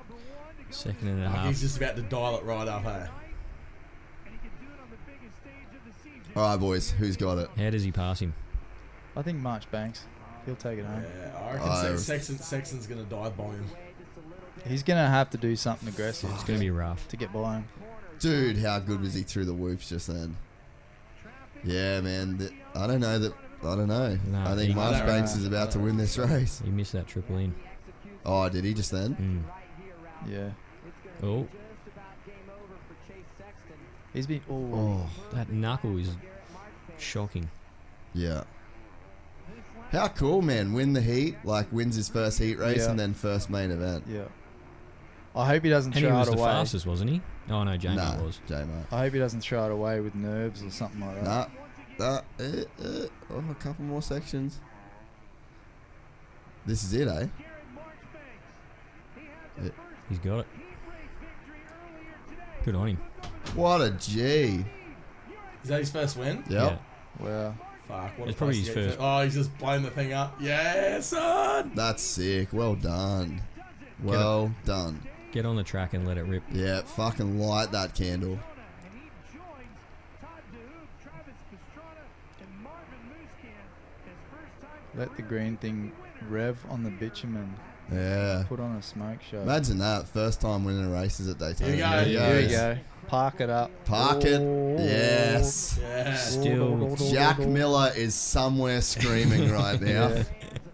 Second and a half.
He's just about to dial it right up, eh? hey?
All right, boys, who's got it?
How does he pass him?
I think March Banks, he'll take it home.
Yeah, I reckon
Oh.
Se- Sexton, Sexton's going to dive by him.
He's gonna have to do something aggressive.
It's going to be rough.
to get by him.
Dude, how good was he through the whoops just then? Yeah, man. th- I don't know that. I don't know.
Nah,
I think
he-
Marsh
I don't
Banks
know.
is about to win this race.
He missed that triple in.
Oh, did he just then?
Mm.
Yeah.
Oh,
He's been. Oh.
Oh,
that knuckle is shocking.
yeah. How cool, man. Win the heat, like wins his first heat race
Yeah.
and then first main event.
Yeah. I hope he doesn't
And he
throw
was
it
the
away.
fastest, wasn't he? Oh no, Jamie
nah,
was.
J-Mo.
I hope he doesn't throw it away with nerves or something like that.
Nah, nah, eh, eh. Oh, a couple more sections. This is it, eh?
He's got it. Good on him.
What a G.
Is that his first win?
Yep.
Wow.
Fuck, what
It's
a
probably
place
his
to get
first.
to- Oh, he's just blowing the thing up. Yeah, son!
That's sick. Well done. Well done.
Yeah. Get on the track and let it rip.
Yeah, fucking light that candle.
Let the green thing rev on the bitumen.
Yeah.
Put on a smoke show.
Imagine that. First time winning a race is at Daytona.
Here we go.
There he
Here
There
we
you
goes.
go. Park it up.
Park it. Yes.
Yeah.
Still,
Jack Miller is somewhere screaming right now.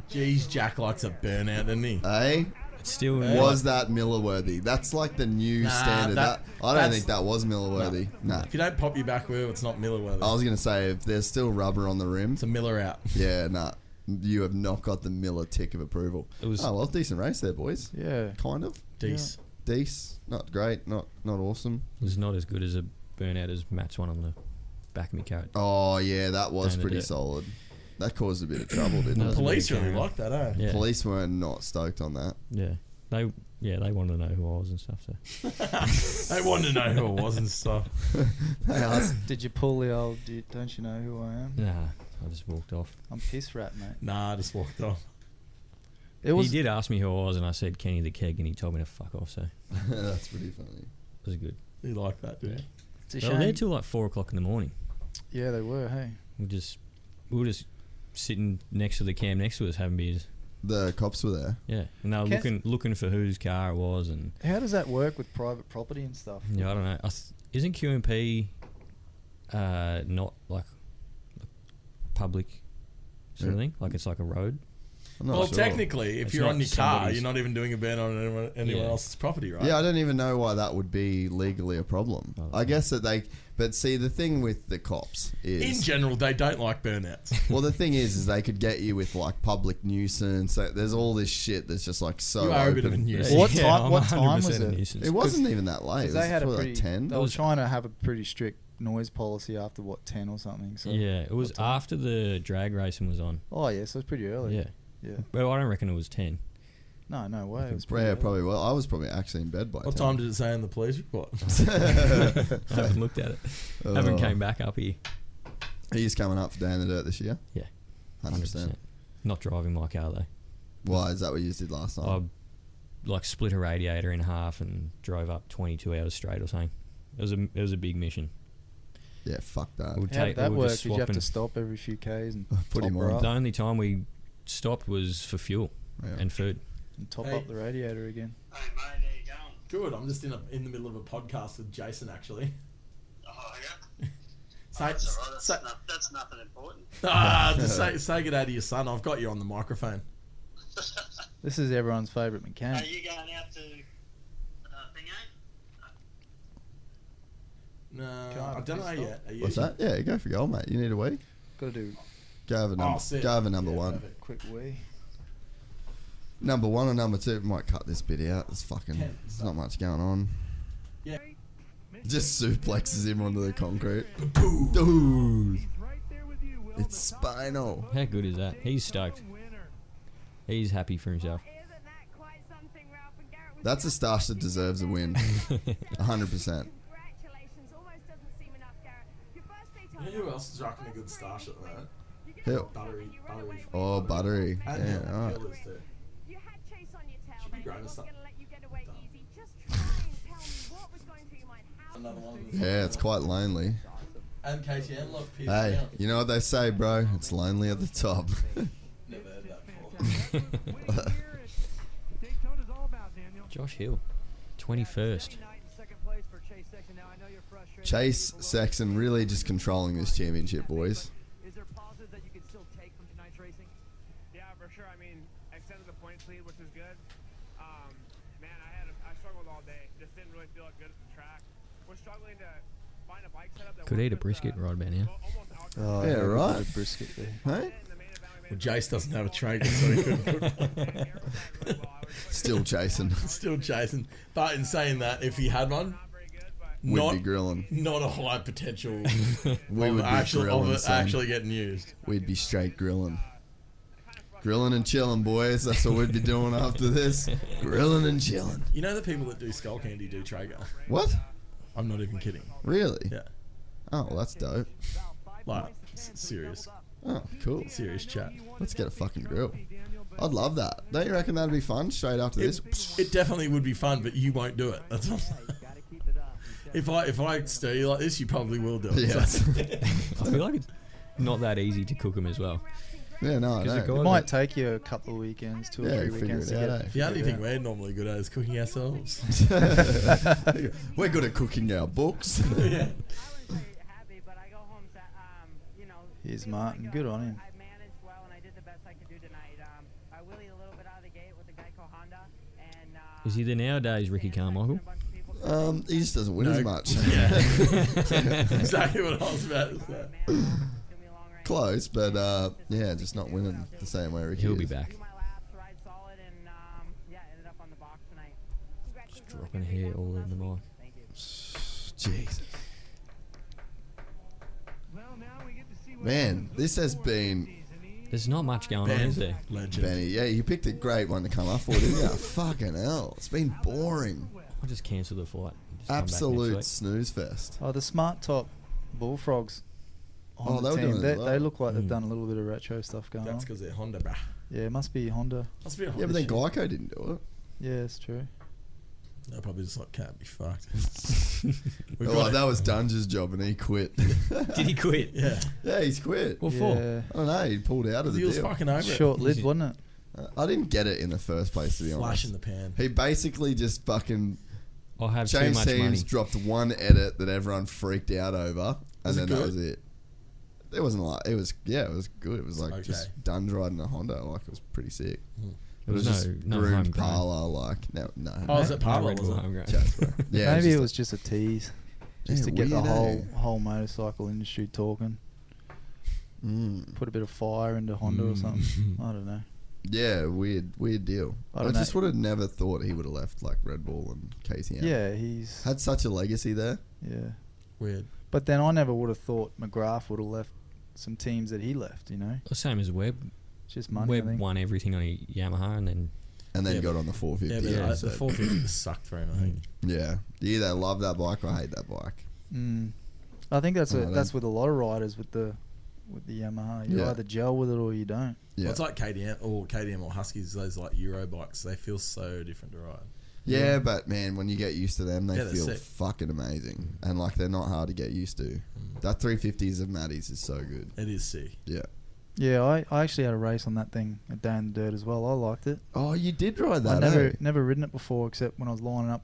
Jeez, Jack likes a burnout, doesn't he?
Eh?
still
Was that Miller worthy? That's like the new
Nah,
standard.
that-
That, I don't
that's-
think that was Miller worthy. Nah.
If you don't pop your back wheel, it's not Miller worthy.
I was going to say, if there's still rubber on the rim,
It's a Miller out.
yeah, nah. You have not got the Miller tick of approval.
It was-
oh, well, decent race there, boys.
Yeah.
Kind of.
Dece.
Dece. Not great. Not not awesome.
was not as good as a burnout as Matt's one on the back of my carrot.
Oh yeah, that was
Down the
pretty
dirt.
solid. That caused a bit of trouble, didn't
Doesn't
it?
Police
really
really
count.
like that, eh?
Yeah,
Police were not stoked on that.
yeah. They, yeah, they wanted to know who I was and stuff. So
They wanted to know who it was and stuff.
Did you pull the old? "Do- Don't you know who I am?
nah, I just walked off.
I'm piss rat, mate.
Nah, I just walked off.
It was.
he did ask me who I was, and I said Kenny the Keg, and he told me to fuck off. So it
That's pretty funny.
was good.
You like that, dude.
It's a
They were there
shame.
till like four o'clock in the morning.
Yeah, they were. Hey.
We just, we were just sitting next to the cam next to us having beers.
The cops were there.
Yeah, and they were
Can-
looking looking for whose car it was, and
How does that work with private property and stuff?
yeah, I don't know. I th- isn't QMP uh, not like public sort of thing. Like it's like a road.
well, technically, if
It's
you're
not
on your car,
somebody's-
you're not even doing a ban on anyone, anyone
Yeah.
else's property, right?
Yeah, I don't even know why that would be legally a problem. I guess that they. But see, the thing with the cops is
In general, they don't like burnouts.
well, the thing is, is they could get you with like public nuisance. Like, there's all this shit that's just like so.
You are a
open.
bit of a nuisance. What Yeah, time- I'm what time was 100% a it? nuisance.
It wasn't even that
'Cause
late. It
They
was
had a
probably
pretty,
like ten.
They were trying to have a pretty strict noise policy after what ten or something. So
yeah, it was after the drag racing was on.
Oh yeah, so it's pretty early.
Yeah,
yeah.
But I don't reckon it was ten.
No, no way. It was pretty
yeah,
early.
probably. Well, I was probably actually in bed by. 10.
What time did it say in the police report?
I haven't looked at it.
Oh.
haven't came back up here.
He's coming up for Day in the Dirt this year.
Yeah,
hundred percent.
Not driving my car though.
Why is that what you did last time?
I like split a radiator in half and drove up 22 hours straight or something. It was a it was a big mission.
Yeah, fuck that.
We'll
How did
take-
that
we'll
work?
just
Did you have
swap
to
and-
stop every few k's and
put him
top her
The
up
only time we stopped was for fuel and food.
and top
Hey.
up the radiator again?
Good. I'm just in a, in the middle of a podcast with Jason actually.
Oh,
yeah. say,
That's all right. That's, not, that's nothing important.
ah, just say say good day to your son. I've got you on the microphone.
This is everyone's favourite
Are
mechanic.
you going out to uh, thing eight?
No,
I
I don't know
please
yet. Are you?
What's that? Yeah, go for goal, mate. You need a wee.
Gotta do
Go over number.
Oh, sick.
go over number
Yeah,
one.
perfect.
a quick wee.
Number one or number two? Might cut this bit out. It's fucking.
Yeah,
There's not much going on.
Yeah.
Just suplexes him onto the concrete. Dude. It's spinal.
How good is that? He's stoked. He's happy for himself.
That's a stash that deserves a win. 100%.
Yeah, who else is rocking a good stash at the moment?
Who?
Buttery, buttery.
Oh, buttery.
And
Yeah,
yeah,
alright.
killers too. Should be growing us up. Another one. of the-
Yeah, it's quite lonely.
And KTM love Pierce
Hey,
Brown.
you know what they say, bro? It's lonely at the top.
Never heard that before.
Josh Hill, 21st.
Chase Saxon really just controlling this championship, boys.
Is there positives that you can still take from tonight's racing?
Yeah, for sure. I mean, I extended the points lead, which is good. Um, man, I had a, I struggled all day. Just didn't really feel good at the track. We're struggling to find a bike setup that uh,
Could eat a brisket right about now.
Oh,
Yeah, right.
Brisket there.
Hey?
Well, Jace doesn't have a train, so he couldn't cook.
Still chasing.
Still Jason. But in saying that, if he had one,
We'd
not,
be grilling.
not a high
We
potential of,
would be
actually, of
grilling,
it
son.
actually getting used.
We'd be straight grilling. Grilling and chilling, boys. That's what we'd be doing after this. Grilling and chilling.
You know the people that do skull candy do Traeger.
What?
I'm not even kidding.
Really?
Yeah.
Oh, well, that's dope.
Like, s- serious.
Oh, cool.
Serious chat.
Let's get a fucking grill. I'd love that. Don't you reckon that'd be fun straight after
It,
this?
it definitely would be fun, but you won't do it. That's all. If I if I stir you like this, you probably will do it.
Yeah.
So-
I feel like it's not that easy to cook him as well.
Yeah, no, I
'Cause the
know.
guy
It
that-
might take you a couple of weekends, two or
Yeah,
three
figure
weekends
it
to get
out, eh?
the only
figure
thing
it out.
we're normally good at is cooking ourselves.
We're good at cooking our books.
yeah.
um,
Here's Martin. Good on him.
uh, I managed well and I did the best I could do tonight. Um, I willied a little bit out of the gate with the Geico Honda and uh,
Is he the nowadays Ricky Carmichael?
Uh,
Um, he just doesn't win as much.
Yeah. exactly what I was about to say.
Close, but uh, yeah, just not winning the same way Ricky
He'll be
is.
back.
my laps, ride solid, and um, yeah, ended up on the box tonight.
Just dropping hair all in the mic.
Jesus. Man, this has been
There's not much going on, is there?
Legend.
Benny. Yeah, you picked a great one to come up for, didn't you? Fucking hell, it's been boring.
I'll just cancel the flight. and just come back next
Absolute
week.
snooze fest.
Oh, the smart top bullfrogs. on
Oh,
the
they were
team.
doing it
they,
well.
they look like they've done a little bit of retro stuff going
That's
on.
because they're Honda, bruh.
Yeah, it must be Honda.
Let's be honest.
Yeah, but then Glyco didn't do it.
Yeah, it's true.
They're probably just like can't be fucked. We've
Oh,
got it.
that was Dunge's job, and he quit.
Did he quit?
yeah.
yeah, he's quit.
What for?
yeah,
I don't know. He pulled out of the
He was
deal.
fucking over
short lived,
Easy.
wasn't it?
I didn't get it in the first place, to be
it.
honest.
Flash in the pan.
He basically just fucking
I have too
changed
much
teams,
money.
dropped one edit that everyone freaked out over, and
Was it
then that
good?
was it. It wasn't like it was. Yeah, it was good. It was like
Okay.
just done riding a Honda. Like it was pretty sick.
Mm.
It was,
No-
just
no
groomed
homegrown.
parlour like no no.
Oh, is
no-
it parlour,
no Red
was
Bull.
it?
Homegrown.
Chats, bro. Yeah,
Maybe it
just
was just a tease, just
Yeah,
to get the
weird, eh?
whole whole motorcycle industry talking.
like- Mm.
Put a bit of fire into Honda or something. I don't know.
Yeah, weird, weird deal.
I
I,
don't know.
just would have never thought he would have left like Red Bull and KTM.
Yeah, he's
had such a legacy there.
yeah.
Weird.
But then I never would have thought McGrath would have left some teams that he left. You know,
The same as Webb.
it's just money. I
Webb
think.
won everything on Yamaha, and then
And then
Yeah,
got
but-
on the 450.
Yeah, but
Yeah,
uh,
so-
the 450 sucked for him, I think.
yeah. You either love that bike or hate that bike.
Mm. I think that's
Oh, I
a,
don't-
that's with a lot of riders with the with the Yamaha. You
Yeah.
either gel with it or you don't.
Yeah,
Well, it's like KTM or KTM or Huskies. Those like Euro bikes, they feel so different to ride.
yeah, but man, when you get used to them, they
Yeah, they're
feel
sick.
fucking amazing, and like they're not hard to get used to.
Mm.
That 350s of Maddie's is so good.
It is sick.
Yeah.
Yeah, I, I actually had a race on that thing a day in the dirt as well. I liked it.
Oh, you did ride that.
I never
eh?
never ridden it before except when I was lining up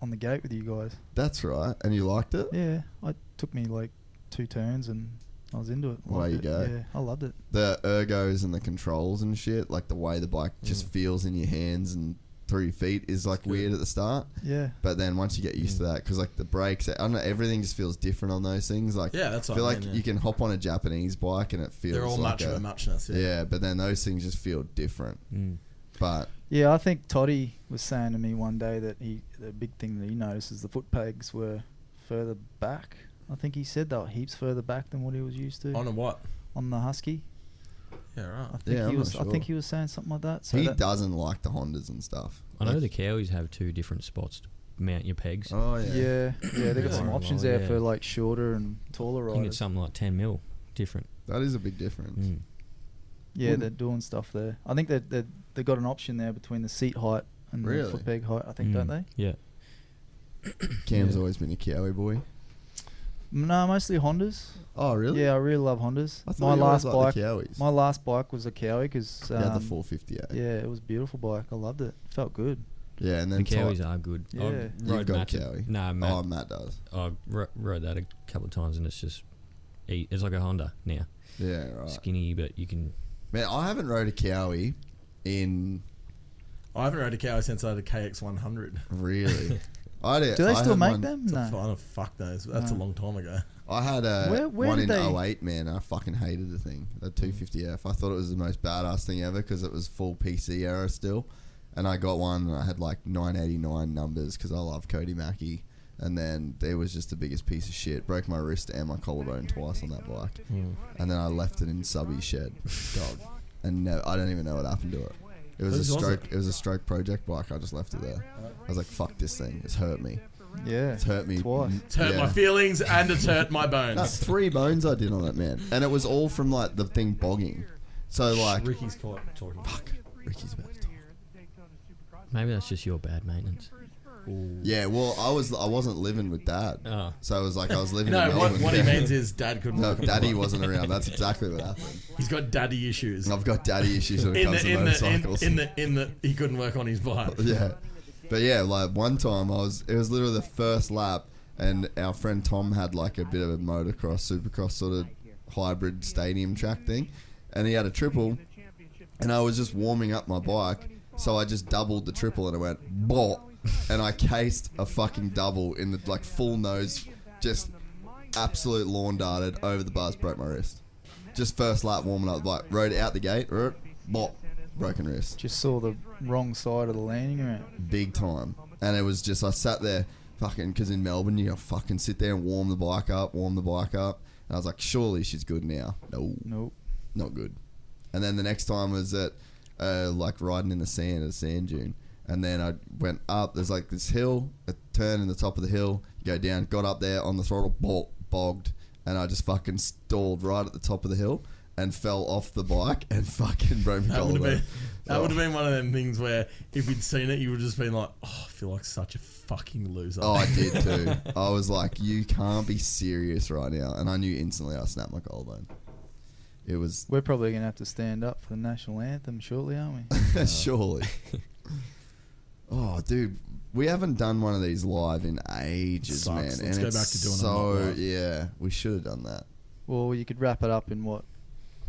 on the gate with you guys.
That's right. And you liked it.
Yeah, it took me like two turns and I was into it.
Well,
Loved
there you
it.
go.
Yeah, I loved it.
the ergos and the controls and shit, like the way the bike
Mm.
just feels in your hands and through your feet is like weird at the start.
Yeah.
But then once you get used
Mm.
to that, because like the brakes, I don't know, everything just feels different on those things. Like
Yeah, that's
I
what
feel
I
like
mean, yeah.
you can hop on a Japanese bike and it feels
They're all
like
much of a muchness.
yeah.
Yeah.
but then those things just feel different.
mm.
But
Yeah, I think Toddy was saying to me one day that he the big thing that he noticed is the foot pegs were further back. I think he said they were heaps further back than what he was used to
On a what?
on the Husky.
Yeah, right.
I think
Yeah,
he
I'm not
was. I think
sure.
he was saying something like that. So
he
that-
doesn't like the Hondas and stuff.
I know
Like-
the Cowies have two different spots to mount your pegs.
Oh yeah.
yeah, yeah, they got some
Yeah.
options
Well,
there
Oh, yeah.
for like shorter and taller
I think it's
riders.
something like 10 mil different.
that is a big difference.
Mm.
Yeah,
Wouldn't-
they're doing stuff there. I think that they they got an option there between the seat height and
Really? Hmm.
the foot peg height. I think, don't they?
Mm. Yeah.
Cam's
Yeah.
always been a Kiwi boy.
No, mostly Hondas.
Oh really?
Yeah, I really love Hondas.
I thought
My
you always
last
liked
bike,
the Kiwis.
my last bike was a Cowie because um,
yeah, the 458.
yeah, it was a beautiful bike. I loved it. Felt good.
Yeah, and
The
then Ty-
Cowies are good.
Yeah.
I
You've
You've
rode
got
Matt's-
Cowie.
No,
Oh,
Matt,
Matt does.
I ro- rode that a couple of times and it's just. e- It's like a Honda now.
Yeah, right.
Skinny, but you can.
Man, I haven't rode a Cowie in
I haven't rode a Cowie since I had a KX100.
really. I did,
Do they
I
still
had
make
one-
them?
It's a
No.
fun- oh, fuck those. That's a long time ago.
I had a
Where- where
one in
did they-
08, man. I fucking hated the thing, the 250F. I thought it was the most badass thing ever because it was full PC era still. And I got one and I had like 989 numbers because I love Cody Mackey. And then it was just the biggest piece of shit. Broke my wrist and my collarbone twice on that bike. And then I left it in subby shed, dog. And no, I don't even know what happened to it. It was
Whose
a
was
stroke.
it?
It? was a stroke project bike. I just left it there. I was like, "Fuck this thing. It's hurt me.
Yeah,
It's hurt me
Twice.
m-
It's hurt my
yeah.
feelings and it's hurt my
That's
bones.
three bones I did on that man, and it was all from like the thing bogging. So like,
Ricky's caught talking. Fuck.
Ricky's about to
Maybe that's just your bad maintenance.
yeah. Well, I was I wasn't living with dad,
Oh.
so it was like I was living.
Ah. No,
in
what,
Melbourne.
what he means is dad couldn't
No,
walk.
daddy wasn't around. That's exactly what happened.
He's got daddy issues.
I've got daddy issues when it
In
comes
the
to
in the in,
motorcycles.
in the in the he couldn't work on his bike.
yeah. But yeah, like one time I was, it was literally the first lap, and our friend Tom had like a bit of a motocross, supercross sort of hybrid stadium track thing, and he had a triple, and I was just warming up my bike, so I just doubled the triple and it went bop, and I cased a fucking double in the like full nose, just absolute lawn darted over the bars, broke my wrist. Just first lap warming up the bike, rode out the gate, er, bop, broken wrist
Just saw the wrong side of the landing ramp.
big time. And it was just I sat there fucking because in Melbourne you gotta fucking sit there and warm the bike up, warm the bike up. And I was like, surely she's good now. No,
Nope.
not good. And then the next time was at uh, like riding in the sand, at a sand dune. And then I went up. There's like this hill, a turn in the top of the hill. You go down, got up there on the throttle, bog, bogged, and I just fucking stalled right at the top of the hill and fell off the bike and fucking broke my
That would have
collarbone.
been that
Oh.
would have been one of them things where if you'd seen it, you would have just been like, "Oh, I feel like such a fucking loser."
Oh, I did too. I was like, you can't be serious right now. And I knew instantly I snapped my collarbone. It was
We're probably gonna have to stand up for the national anthem shortly, aren't we?
surely. oh, dude. We haven't done one of these live in ages,
Sucks.
man.
Let's
and
go
it's
back to doing them
so
live.
yeah. We should have done that.
Well, you could wrap it up in what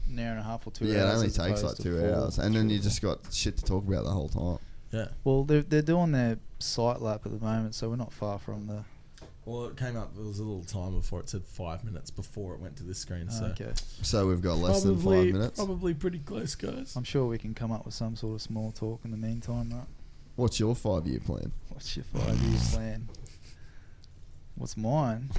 an hour and a half or two.
yeah,
hours
it only
as
takes
opposed
like
to
two
four.
hours, and then you just got shit to talk about the whole time.
Yeah.
Well, they're they're doing their site lap at the moment, so we're not far from the.
Well, it came up. There was a little time before it said five minutes before it went to this screen. So
Okay.
So we've got less than
Probably-
five minutes.
Probably pretty close, guys.
I'm sure we can come up with some sort of small talk in the meantime, right?
What's your five-year plan?
What's your five year plan? What's mine?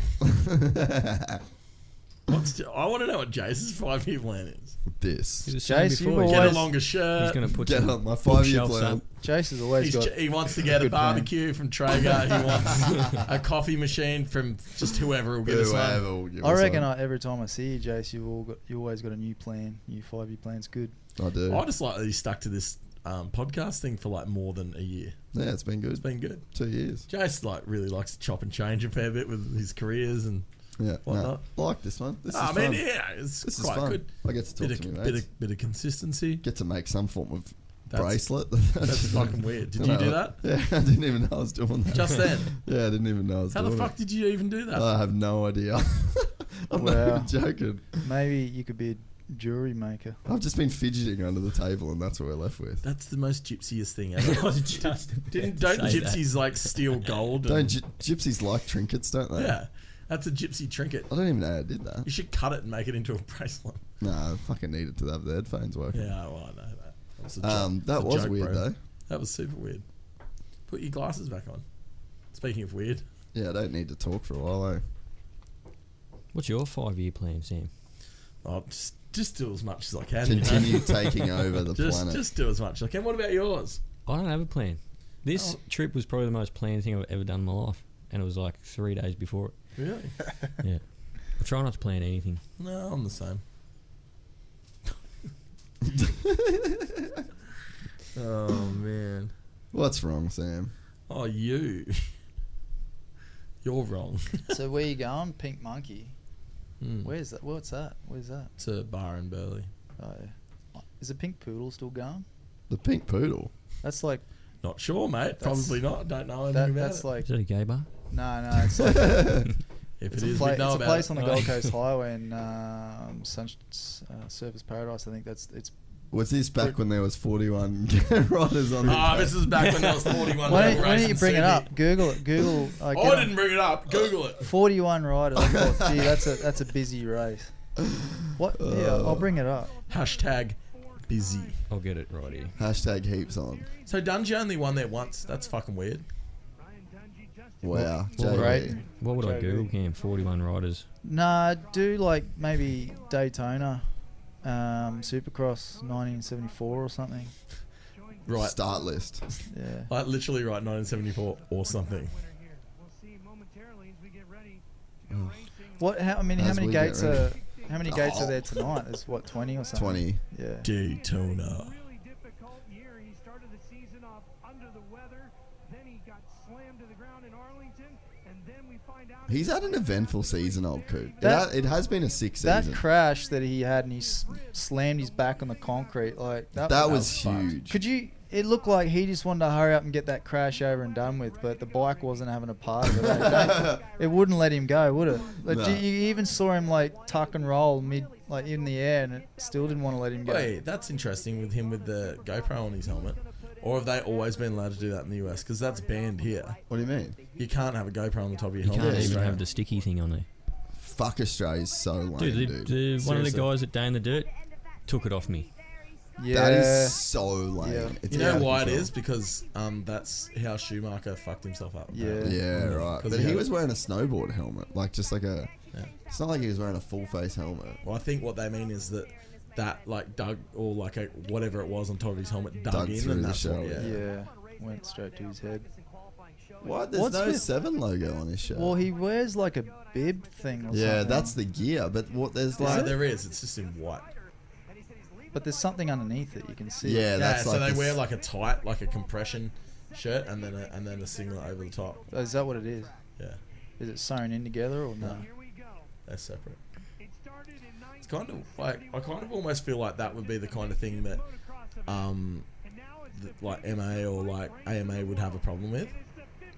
What's, I want to know what Jace's five year plan is.
This.
He was saying
Jace, you've
before, he's
Get a
always,
longer shirt.
He's going to put
Get
some
on my five-year
bookshelves
plan.
up.
Jace has always
He's
got.
j- he wants to get a
good plan.
barbecue from Traeger. He wants a coffee machine from just whoever will give us one.
Whoever will give
I
us
reckon
one.
I, every time I see you, Jace, you've all got you always got a new plan, new five year plan's good.
I do.
I just like that he stuck to this um, podcast thing for like more than a year.
yeah, it's been good.
It's been good.
two years.
Jace like really likes to chop and change a fair bit with his careers and
Yeah.
Whatnot.
I like this one. This
I
is
mean
fun.
yeah, it's
This is
quite
fun.
good.
I get to talk
Bit of,
to my
bit,
mates.
of, bit of consistency.
Get to make some form of
That's-
bracelet.
That's fucking weird. Did you do that?
Yeah, I didn't even know I was doing that.
Just then.
Yeah, I didn't even know I was
How the
doing
fuck
it.
did you even do that?
I have no idea. I'm
Wow.
not even joking.
Maybe you could be a jewelry maker.
I've just been fidgeting under the table, and that's what we're left with.
That's the most gypsiest thing
I
ever.
was just about
Didn't
to
don't
say that.
gypsies like steal gold?
Don't
and-
gy- gypsies like trinkets, don't they?
yeah, that's a gypsy trinket.
I don't even know how I did that.
You should cut it and make it into a bracelet.
No, I fucking needed to have the headphones working.
Yeah, well, I know that. That was, a jo-
Um, that
it's a
was
joke,
weird
bro.
though.
That was super weird. Put your glasses back on. Speaking of weird,
Yeah, I don't need to talk for a while. Eh?
What's your five year plan, Sam?
I'll just just do as much as I can. you know?
Continue taking over the
just
planet.
just do as much as I can. What about yours?
I don't have a plan. This trip was probably the most planned thing I've ever done in my life, and it was like three days before it.
Really?
Yeah. I try not to plan anything.
No, I'm the same. oh man.
What's wrong, Sam?
Oh you. You're wrong.
so where you going, Pink Monkey?
Hmm.
Where's that? What's that? Where's that?
It's a bar in Burley.
Oh, yeah. Is the Pink Poodle still going?
The pink poodle.
That's like
Not sure, mate.
That's-
Probably not. I don't know anything about
that. That's
it.
like
Is that a gay bar?
no, no. It's like a-
if
it's
it
a,
is,
pla-
we'd know
it's a
about
place
it.
on the
Oh.
Gold Coast Highway in um, Sun- uh, Surfers Paradise. I think that's it's.
Was this back when there was 41 riders on the
Ah, this is back when I was 41.
Why
and
don't, why
racing
don't you bring it
Sydney.
up? Google it. Google. Uh,
Oh, I didn't bring it up. Google it.
41 riders. I thought, oh, Gee, that's a that's a busy race. What?
Uh,
Yeah,
Uh.
I'll bring it up.
Hashtag busy.
I'll get it right here.
Hashtag heaps on.
So Dungey only won there once. That's fucking weird.
Wow.
Well,
JB.
right.
What would I
Joe
Google, Cam? 41 riders.
Nah, do like maybe Daytona, um, Supercross 1974 or something.
Right.
Start list.
Yeah.
Like literally right 1974 or something.
What? How, I mean, how
As
many
we get
gates
ready.
are? How many gates
Oh.
are there tonight? It's what 20 or something.
20.
Yeah.
Daytona.
Really difficult year. He started the season off under the weather. Then he got slammed to the ground in Arlington. And then we find out.
He's had an eventful season, old coot. It
That-
ha- it has been a sick
That
season.
crash that he had and he s- slammed his back on the concrete like that.
that was
fucked.
huge.
Could you? It looked like he just wanted to hurry up and get that crash over and done with, but the bike wasn't having a part of it. eh? Don't- it wouldn't let him go, would it? Like,
No.
you, you even saw him like tuck and roll mid, like in the air, and it still didn't want to let him go.
Wait, that's interesting with him with the GoPro on his helmet. Or have they always been allowed to do that in the US? Because that's banned here.
What do you mean?
You can't have a GoPro on the top of your
You
helmet. in
can't even
Australia.
have the sticky thing on there.
Fuck Australia's so lame,
Dude,
dude.
the, the, one of the
Seriously.
guys at Day in the Dirt took it off me.
Yeah.
That is so lame.
Yeah.
It's
You know
out of
why it
control.
is? Because um, that's how Schumacher fucked himself up.
Yeah.
Yeah, right.
'Cause
But
he
he
had-
was wearing a snowboard helmet, like just like a. It's not like he was wearing a full face helmet.
Well, I think what they mean is that that like dug or like a, whatever it was on top of his helmet dug,
Dug
in
through the
and that's
shell,
what, yeah.
Yeah. Went straight to his head.
What? There's
What's
no
with-
seven logo on his shirt.
Well, he wears like a bib thing. Or
yeah,
something.
that's the gear. But what? There's
No,
like.
there is. It's just in white.
But there's something underneath it you can see.
Yeah,
Yeah,
that's
so
like. a-
they wear like a tight, like a compression shirt, and then a, and then a singlet over the top.
Oh, Is that what it is?
Yeah,
Is it sewn in together or no?
they're separate. It's kind of like I kind of almost feel like that would be the kind of thing that, um, th- like MA or like AMA would have a problem with.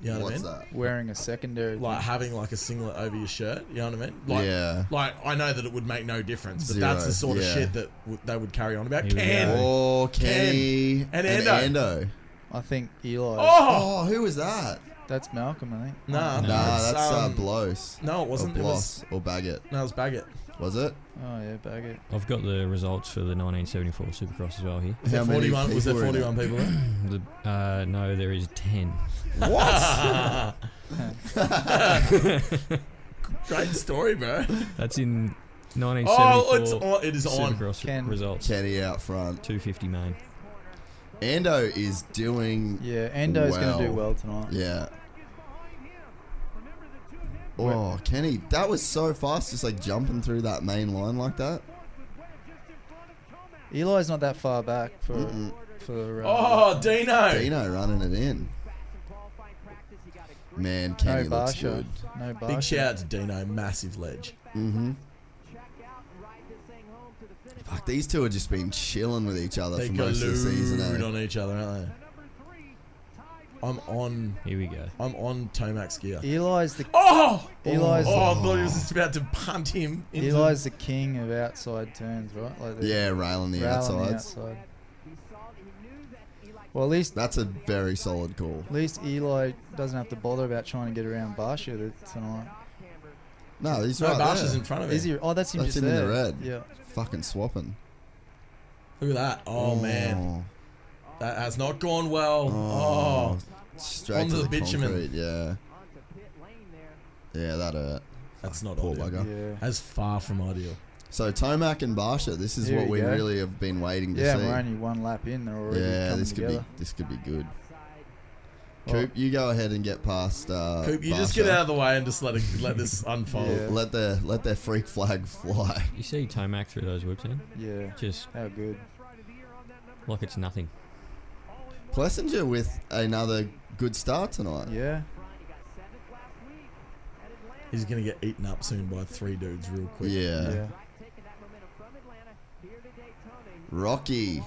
You know
What's
what I mean?
that?
Wearing a secondary,
like having like a singlet over your shirt. You know what I mean? Like,
Yeah.
Like I know that it would make no difference, but
Zero,
that's the sort
yeah.
of shit that w- they would carry on about.
Here we
Ken,
go. Oh, Kenny
Ken. and,
and
Endo.
Endo.
I think Eli.
Oh!
who was that?
That's Malcolm, I think.
Nah,
Nah,
that's,
that's uh,
um,
Bloss.
No, it wasn't.
Or
It
Bloss
was-
or Baggett.
No, it was Baggett.
Was it?
Oh yeah, Baggett.
I've got the results for the 1974 Supercross as well here.
Was there How many 41
was there people were in 41 people
The- uh, no, there is 10.
Great story, bro.
That's in 1974.
Oh, it's on- it is on.
Supercross
Ken.
results.
Kenny out front.
250 main.
Endo is doing.
Yeah, Endo's gonna do well tonight.
Yeah. Oh, Kenny, that was so fast, just like jumping through that main line like that.
Eli's not that far back for
Mm-mm.
for. Uh,
Oh, Dino.
Dino running it in. Man,
no
Kenny
bar
looks
shot.
good.
No bar
Big
shot.
shout out to Dino, massive ledge.
Mm-hmm. Fuck, these two have just been chilling with each other
They
for most of the season.
collude
Eh?
on each other, aren't they? I'm on.
Here we go.
I'm on Tomac's gear.
Eli's the
Oh!
Eli's
Oh, I
the,
thought he was just about to punt him. Into
Eli's the king of outside turns, right? Like the
Yeah, railing the
rail on the
outsides.
outside. Well, at least
That's a very solid call.
at least Eli doesn't have to bother about trying to get around Barsha th- tonight.
No, he's
no,
right
Bash
there.
is in front of him.
Is he? Oh, that's him
That's
just
him in the
there.
red.
Yeah.
Fucking swapping.
Look at that. Oh, man, that has not gone well. Oh,
Straight to
Onto
the,
the bitumen.
concrete, yeah. Yeah, that hurt.
that's not
Poor
ideal.
bugger.
Yeah.
That's far from ideal.
So Tomac and Barsha, this is
Here
what
we
we
go.
really have been waiting to
Yeah,
see.
we're only one lap in. They're already
yeah,
coming
this could
together.
be this could be good.
Well-
Coop, you go ahead and get past. Uh,
Coop, you just get
Barsha.
out of the way and just let it, let this unfold.
Yeah.
Let the let their freak flag fly.
You see Tomac through those whips in?
Yeah.
Just
How good.
like it's nothing.
Plessinger with another good start tonight.
Yeah.
He's gonna get eaten up soon by three dudes real quick.
Yeah.
Yeah.
Rocky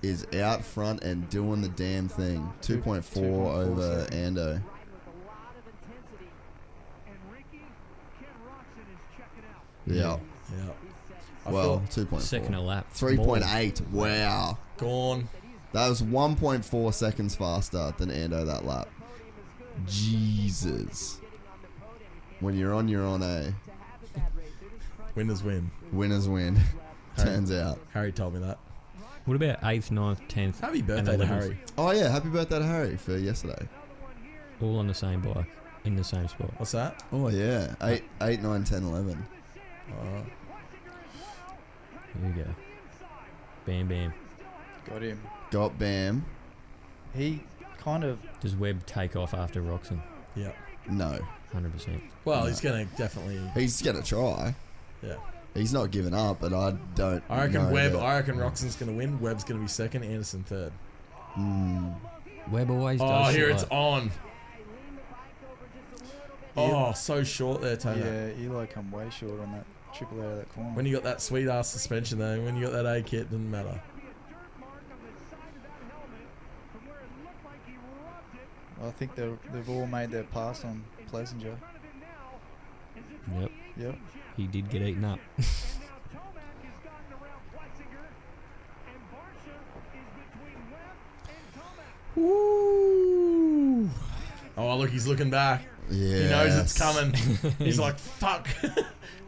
is out front and doing the damn thing. 2.4 over Ando. Yeah.
Yeah. I
Well,
feel
2.4.
Second a lap.
3.8. Wow.
gone.
That was 1.4 seconds faster than Ando that lap. Jesus. When you're on, you're on, eh?
Winners win.
Winners win. Turns out.
Harry told me that.
What about 8th, 9th, 10th?
Happy
and
birthday to
11th?
Harry.
Oh, yeah. Happy birthday to Harry for yesterday.
All on the same bike, in the same spot.
What's that?
Oh, yeah. 8, 8 9, 10, 11.
Oh,
Here we go. Bam, bam.
Got him.
Got Bam.
He kind of
Does Webb take off after Roxon?
yeah.
No.
100%.
Well, he's gonna definitely.
He's going to try.
Yeah.
He's not giving up, but I don't.
I reckon
know
Webb.
that-
I reckon Roxon's gonna win. Webb's gonna be second. Anderson third.
Webb always
Oh,
does. shit
here it's
like-
on. Oh, so short there, Taylor.
yeah. Eli come way short on that triple out of that corner.
When you got that sweet ass suspension though, when you got that A kit, doesn't matter.
I think they're- they've all made their pass on Plessinger.
Yep.
Yep.
He did get eaten up.
Oh, look, he's looking back.
Yeah.
He knows it's coming. He's like, "Fuck."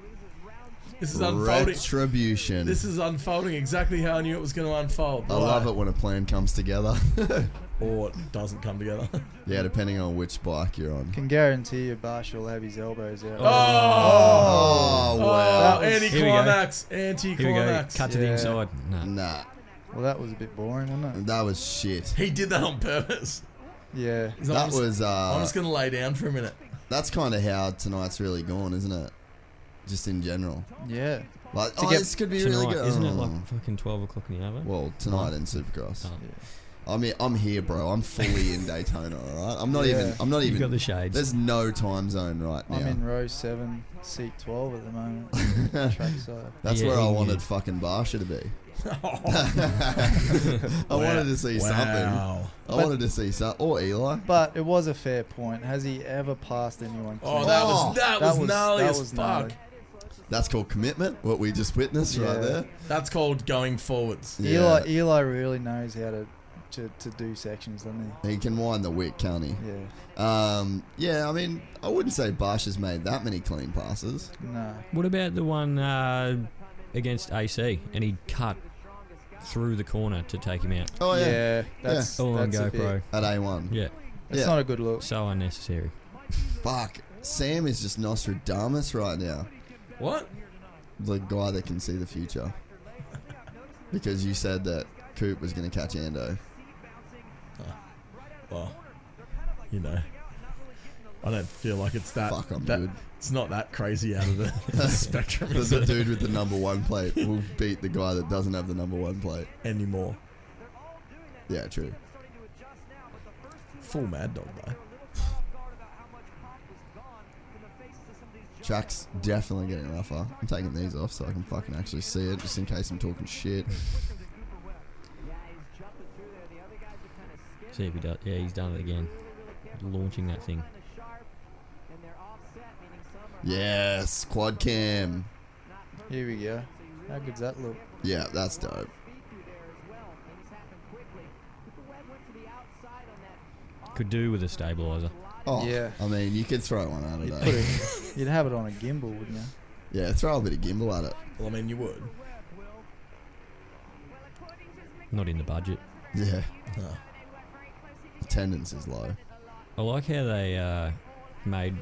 this is unfolding.
Retribution.
This is unfolding exactly how I knew it was going to unfold.
I love it when a plan comes together.
Or it doesn't come together.
yeah, depending on which bike you're on.
Can guarantee you Barsh will have his elbows out.
Oh,
Oh,
wow.
wow.
was-
anti-climax.
Here we go.
Anti-climax.
Cut to the
Yeah.
inside. Nah.
Nah,
Well, that was a bit boring, wasn't it?
that was shit.
He did that on purpose.
Yeah.
He's like,
That
I'm just-
was,
I'm
uh,
just going to lay down for a minute.
that's kind of how tonight's really gone, isn't it? Just in general.
Yeah.
Like,
To
oh,
get
this could be
Tonight,
really good.
isn't it
Oh.
like fucking 12 o'clock in the hour?
Well, tonight in Supercross.
Oh.
I mean, I'm here, bro. I'm fully in Daytona. All right. I'm not
Yeah.
even. I'm not
You
even.
got the
shades.
There's no time zone right now.
I'm in row seven, seat twelve at the moment. trackside.
That's where I wanted fucking Barsha to be. I
Oh,
Wow.
wanted to see
Wow.
something. I wanted to see something. Or Eli.
But it was a fair point. Has he ever passed anyone?
Oh, that was- that was gnarly as
gnarly.
fuck.
That's called commitment. What we just witnessed right
Yeah.
there.
That's called going forwards.
Eli, Eli really knows how to, to, to do sections, doesn't he?
He can wind the wick, can't he? Yeah. Um, yeah, I mean, I wouldn't say Barsh has made that many clean passes.
No.
What about the one uh, against AC? And he cut through the corner to take him out.
Oh, yeah. Yeah,
that's-
all on
that's a
GoPro
bit- At A1.
Yeah,
That's Yeah. not a good look.
So unnecessary.
Fuck. Sam is just Nostradamus right now.
What?
The guy that can see the future. because you said that Coop was going to catch Ando.
Well, you know, I don't feel like it's that.
Fuck, I'm
that-
good.
It's not that crazy out of the spectrum.
But
is
the
it?
dude with the number one plate will beat the guy that doesn't have the number one plate
anymore.
Yeah, true.
Full mad dog though.
Jack's definitely getting rougher. I'm taking these off so I can fucking actually see it, just in case I'm talking shit.
See if he does. Yeah, he's done it again. Launching that thing.
Yes, quad cam.
Here we go. How good's that look?
Yeah, that's dope.
Could do with a stabilizer.
Oh,
Yeah.
I mean, you could throw one at
Put
it. eh?
it- You'd have it on a gimbal, wouldn't you?
yeah, throw a bit of gimbal at it.
Well, I mean, you would.
Not in the budget.
Yeah.
Oh.
Attendance is low.
I like how they uh, made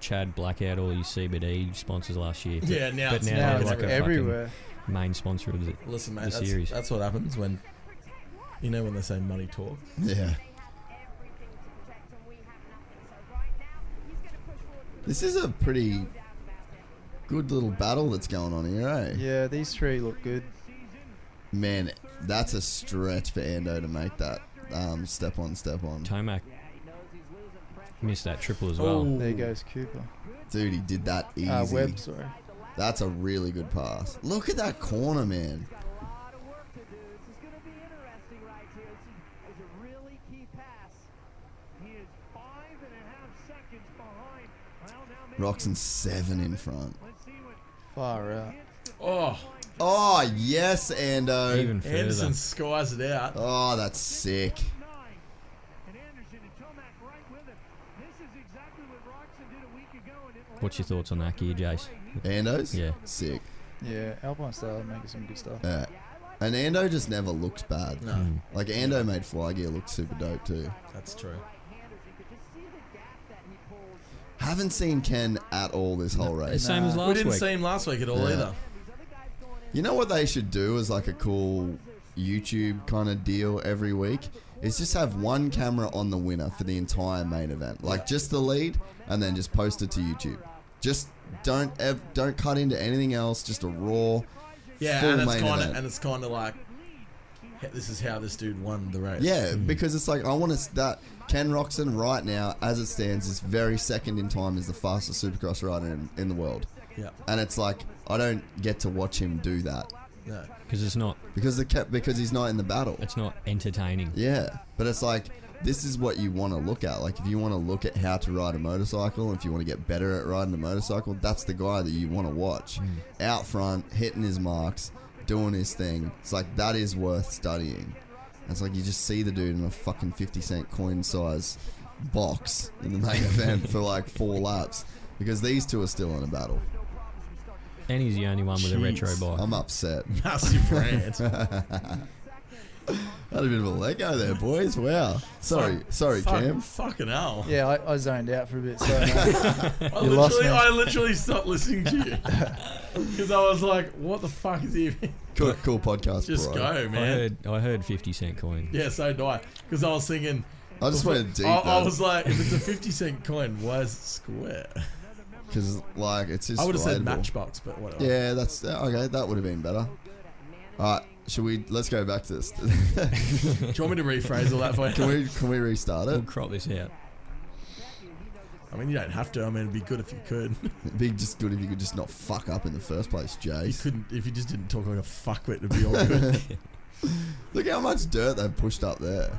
Chad black out all his CBD sponsors last year. But,
Yeah, now
but
it's-
now,
now
they're
it's
like a
everywhere.
fucking main sponsor of the,
Listen, mate,
the
that's,
series.
that's what happens when, you know, when they say money talks.
Yeah. This is a pretty good little battle that's going on here, eh?
Yeah, these three look good.
Man, that's a stretch for Ando to make that um, step on, step on.
Tomac missed that triple as well.
There goes Cooper.
Dude, he did that easy.
Uh, Webb, sorry.
That's a really good pass. Look at that corner, man. Roxon seven in front.
Far out.
Oh,
Oh yes, Ando.
Even further.
Anderson skies it out.
Oh, that's sick.
What's your thoughts on that gear, Jace?
Ando's?
Yeah.
Sick.
Yeah, Alpine Star making some good stuff.
Uh, and Ando just never looks bad.
No.
Hmm.
Mm.
Like Ando made fly gear look super dope too.
That's true.
Haven't seen Ken at all this whole race.
Same as Nah. last We didn't week. see him last week at all either.
You know what they should do is like a cool YouTube kind of deal every week is just have one camera on the winner for the entire main event, like just the lead, and then just post it to YouTube. Just don't ev- don't cut into anything else. Just a raw,
Yeah,
full
and it's
main
kind
event.
of and it's kind of like, he- this is how this dude won the race.
Yeah, because it's like I want to that Ken Roxon right now, as it stands, is very second in time as the fastest Supercross rider in, in the world.
Yeah.
and it's like I don't get to watch him do that
No.
Because it's not.
because the cap because he's not in the battle.
It's not entertaining.
Yeah, but it's like this is what you want to look at. Like if you want to look at how to ride a motorcycle, if you want to get better at riding a motorcycle, that's the guy that you want to watch. Out front, hitting his marks, doing his thing. It's like that is worth studying. And It's like you just see the dude in a fucking 50 cent coin size box in the main event for like four laps because these two are still in a battle.
And he's the only one with a retro
Jeez.
bike.
I'm upset.
Massive rant.
Had a bit of a let go there, boys. Wow. Sorry, sorry,
Fuck-
Cam.
Fucking hell.
Yeah, I, I zoned out for a bit. So uh,
I
I
literally, I literally stopped listening to you because I was like, "What the fuck is he?"
Cool, cool podcast,
Just
bro.
go,
I
man.
heard, I heard 50 Cent coin.
Yeah, so do I. Because I was thinking.
I just went deep
I, I
there.
was like, if it's a fifty cent coin, why is it square?
Because like it's just.
I would have said
relatable.
Matchbox, but whatever.
Yeah, that's okay. That would have been better. All right, Should we? Let's go back to this. Do
you want me to rephrase all that for you?
Can we? Can we restart it?
We'll crop this out. I mean, you don't have to. I mean, it'd be good if you could.
It'd be just good if you could just not fuck up in the first place, Jay.
You couldn't if you just didn't talk like a fuckwit. It'd be all good.
Look how much dirt they've pushed up there.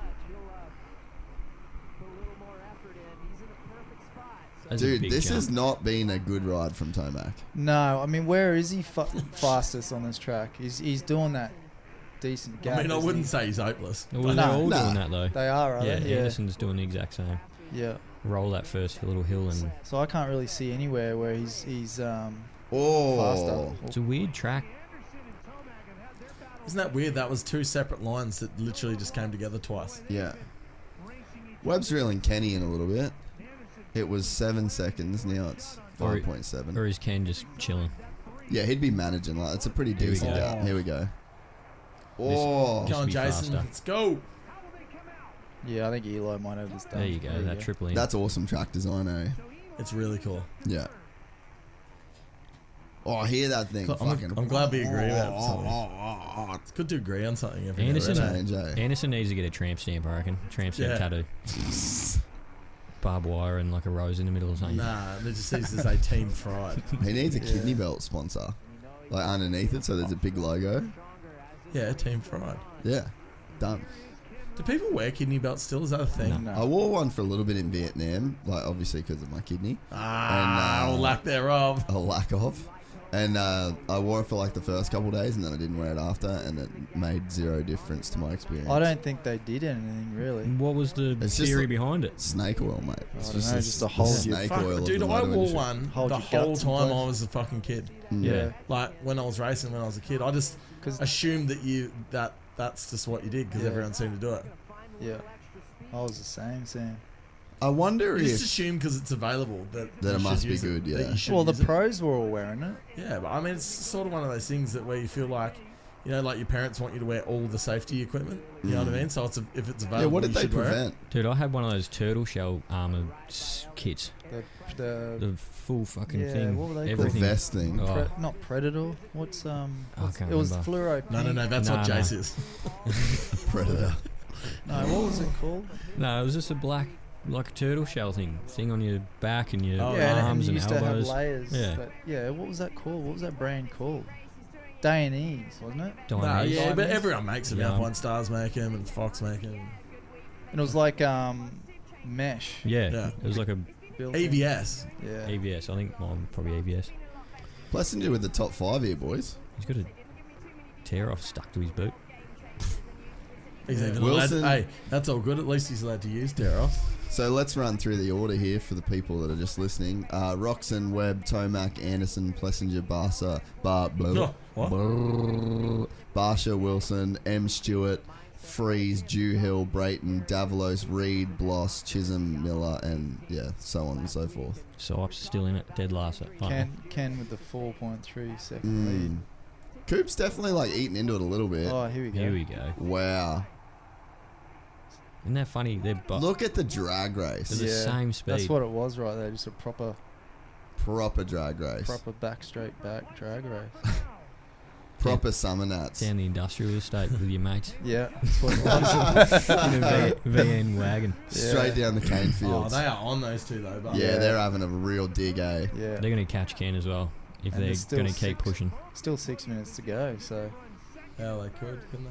That's a
Dude,
big
this
jump.
has not been a good ride from Tomac.
No, I mean, where is he fa- fastest on this track? He's he's doing that decent gap.
I mean, I
isn't
wouldn't
he?
say he's hopeless.
Well, they're
Nah,
all
nah.
doing that though.
They are, are
yeah,
they? Yeah.
Anderson's doing the exact same.
Yeah.
Roll that first little hill, and
So I can't really see anywhere where he's he's um
Oh.
it's a weird track.
Isn't that weird? That was two separate lines that literally just came together twice.
Yeah. Webb's reeling Kenny in a little bit. It was seven seconds. Now it's
Or-
five point seven.
Or is Ken just chilling?
Yeah, he'd be managing. Like it's a pretty
Here we
decent
go.
gap. Here we go.
This-
Oh,
this
Come on,
be
Jason.
faster.
Let's go.
Yeah, I think Eli might have this done.
There you go. that triple in.
that's awesome track design, eh?
It's really cool.
Yeah. Oh, I hear that thing.
I'm,
fucking.
I'm glad we agree about something.
oh,
It's good to agree on something. Every now and
Anderson,
then.
change, eh?
Anderson needs to get a tramp stamp, I reckon. Tramp stamp
Yeah.
tattoo. Barbed wire and like a rose in the middle or something.
Nah, they just needs to say team fried.
He needs a kidney belt sponsor, like underneath it, so there's a big logo.
Yeah, team fried.
Yeah, done.
Do people wear kidney belts still? Is that a thing?
I wore one for a little bit in Vietnam, like obviously because of my kidney.
Ah,
And, uh,
or lack thereof.
a lack of. And uh, I wore it for like the first couple days, and then I didn't wear it after, and it made zero difference to my experience.
I don't think they did anything really.
What was the
It's just
theory
like-
behind it?
Snake oil, mate. It's
I don't know,
the
just to
s-
hold
the
your
snake oil.
Fuck,
of
dude,
the
I
motor
wore
industry.
one
Hold
the
your
whole
guts in
time
place.
I was a fucking kid.
Yeah.
Like when I was racing, when I was a kid, I just
'Cause-
assumed that you that that's just what you did because
Yeah.
everyone seemed to do it.
Yeah. I was the same, Sam.
I wonder
You just
if
assume because it's available that
That it
you should
must be
use
good,
that
yeah.
you should
Well, the
use it.
pros were all wearing it.
Yeah, but I mean, it's sort of one of those things that where you feel like, you know, like your parents want you to wear all the safety equipment. You know what I mean? So it's a, if it's available,
Mm. yeah. What did
you
they
should wear it.
prevent?
Dude, I had one of those turtle shell armor s- kits.
The the
The full fucking
Yeah,
thing.
what were they called?
The
Everything.
vest thing.
Oh.
pre- not predator. What's um?
I
what's-
can't
it was
remember.
fluoro.
No, no,
pink.
no. That's
Nah,
what
nah.
Jace is.
Predator.
No, what was it called?
No, it was just a black, like a turtle shell thing. Thing on your back and your
Oh,
yeah, and-
arms
and you used
and,
to have
elbows.
layers.
Yeah.
That, yeah. What was that called? What was that brand called? Day and Ease, wasn't it?
Don't
Nah,
need-
yeah, but
Diamonds?
everyone makes them. Yeah.
Yeah.
One Stars make them, and Fox make them.
And it was like um, mesh.
yeah.
Yeah.
It was like a
built in.
AVS.
Yeah.
AVS. I think mine probably AVS.
Plessinger with the top five here, boys.
He's got a tear off stuck to his boot.
He's even
Wilson.
allowed. Hey, that's all good. At least he's allowed to use Daryl.
So let's run through the order here for the people that are just listening. Uh, Roxon, Webb, Tomac, Anderson, Plessinger, Barca, Bar, blah,
Oh, what?
Brrr. Barsha, Wilson, M. Stewart, Freeze, Dewhill, Brayton, Davalos, Reed, Bloss, Chisholm, Miller, and yeah, so on and so forth.
Sipes still in it, dead last. at-
Ken, Ken with the 4.3 second
Mm. Coop's definitely like eating into it a little
lead.
bit.
Oh, here we go.
Here we go.
Wow.
Isn't that funny? They're bu-
Look at the drag race.
It's the same
That's
speed.
what it was right there. Just a proper,
Proper drag race. Proper,
proper back straight back drag race.
summer nuts.
down the industrial estate with your mates
Yeah, that's what it was.
in a v- VN wagon.
Straight down the cane
Oh,
fields.
they are on those two though. But
Yeah,
Yeah.
they're having a real dig, eh?
yeah.
They're going to catch Ken as well if
And there's
they're
still
going to keep
six.
pushing.
Still six minutes to go, so
yeah, they could, couldn't they?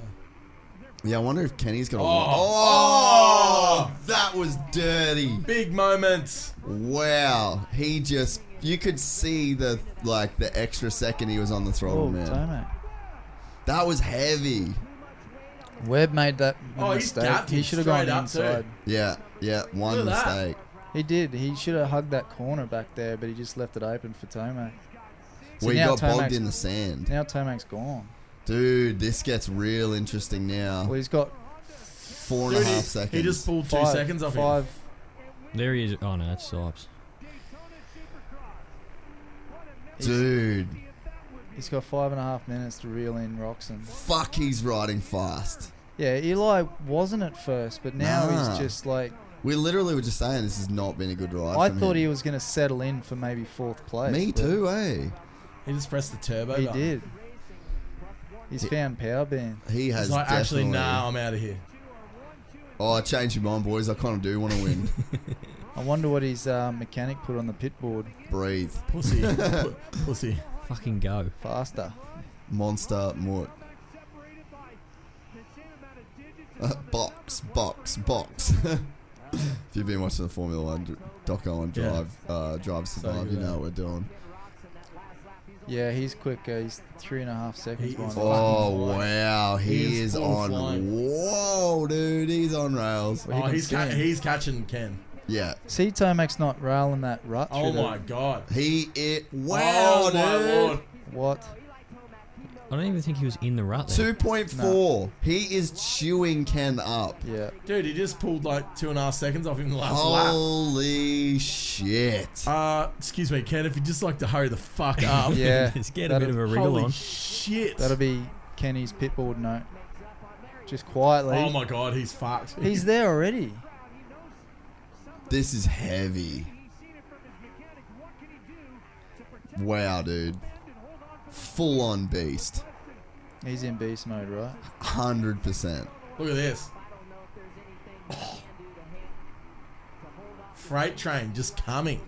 Yeah, I wonder if Kenny's gonna.
Oh.
Oh, that was dirty!
Big moments.
Wow, he just. You could see the like the extra second he was on the throttle,
oh,
man.
Tomac.
That was heavy.
Webb made that
Oh, he
mistake.
dapped
He
him
should have gone
straight up
inside.
Yeah, yeah, one
Look at that.
mistake.
He did. He should have hugged that corner back there, but he just left it open for Tomac. So
we
now
got bogged
Tomac's-
in the sand,
Now Tomac's gone.
dude. This gets real interesting now.
Well, he's got
Four and a
Dude, he,
half seconds.
he just pulled two
five,
seconds off him.
five
There he is. Oh, no, that's Sipes.
dude,
He's got five and a half minutes to reel in Roxon.
fuck, he's riding fast.
Yeah, Eli wasn't at first, but now
Nah.
he's just like.
We literally were just saying this has not been a good ride.
I
from
thought
him.
he was going to settle in for maybe fourth place.
Me
but
too, eh?
He just pressed the turbo.
He
button.
did. He's found power ban.
He has
It's like, actually,
definitely-
nah, I'm out of here.
Oh, I changed my mind, boys. I kind of do want to win.
I wonder what his uh, mechanic put on the pit board.
Breathe.
Pussy. Pu- Pussy.
Fucking go.
Faster.
Monster Mort. Uh, box, box, box. if you've been watching the Formula One dr- doco on
Yeah.
Drive, uh, Drive to
So
Survive,
good,
you know
eh?
what we're doing.
Yeah, he's quick. Uh, he's three and a half seconds behind.
Oh wow, he,
He
is,
is full
on.
flying.
Whoa, dude, he's on rails.
Well, he
Oh,
can
he's, ca-
stand.
he's catching Ken.
yeah,
See, Tomac's not railing that rut.
Oh
through the-
my god.
he it. Wow,
Oh my
dude.
lord.
What?
I don't even think he was in the rut. There.
Two point four. He is chewing Ken up.
Yeah.
Dude, he just pulled like two and a half seconds off him the last lap.
Oh. Holy shit!
Uh, excuse me, Ken, if you'd just like to hurry the fuck up.
Yeah.
Let's get a
that'll-
bit of a wriggle
Holy
on.
shit.
That'll be Kenny's pit board note. Just quietly.
Oh my god, he's fucked.
He's there already.
This is heavy. Wow, dude. Full on beast.
He's in beast mode, right?
100%.
Look at this. Oh. Freight train just coming.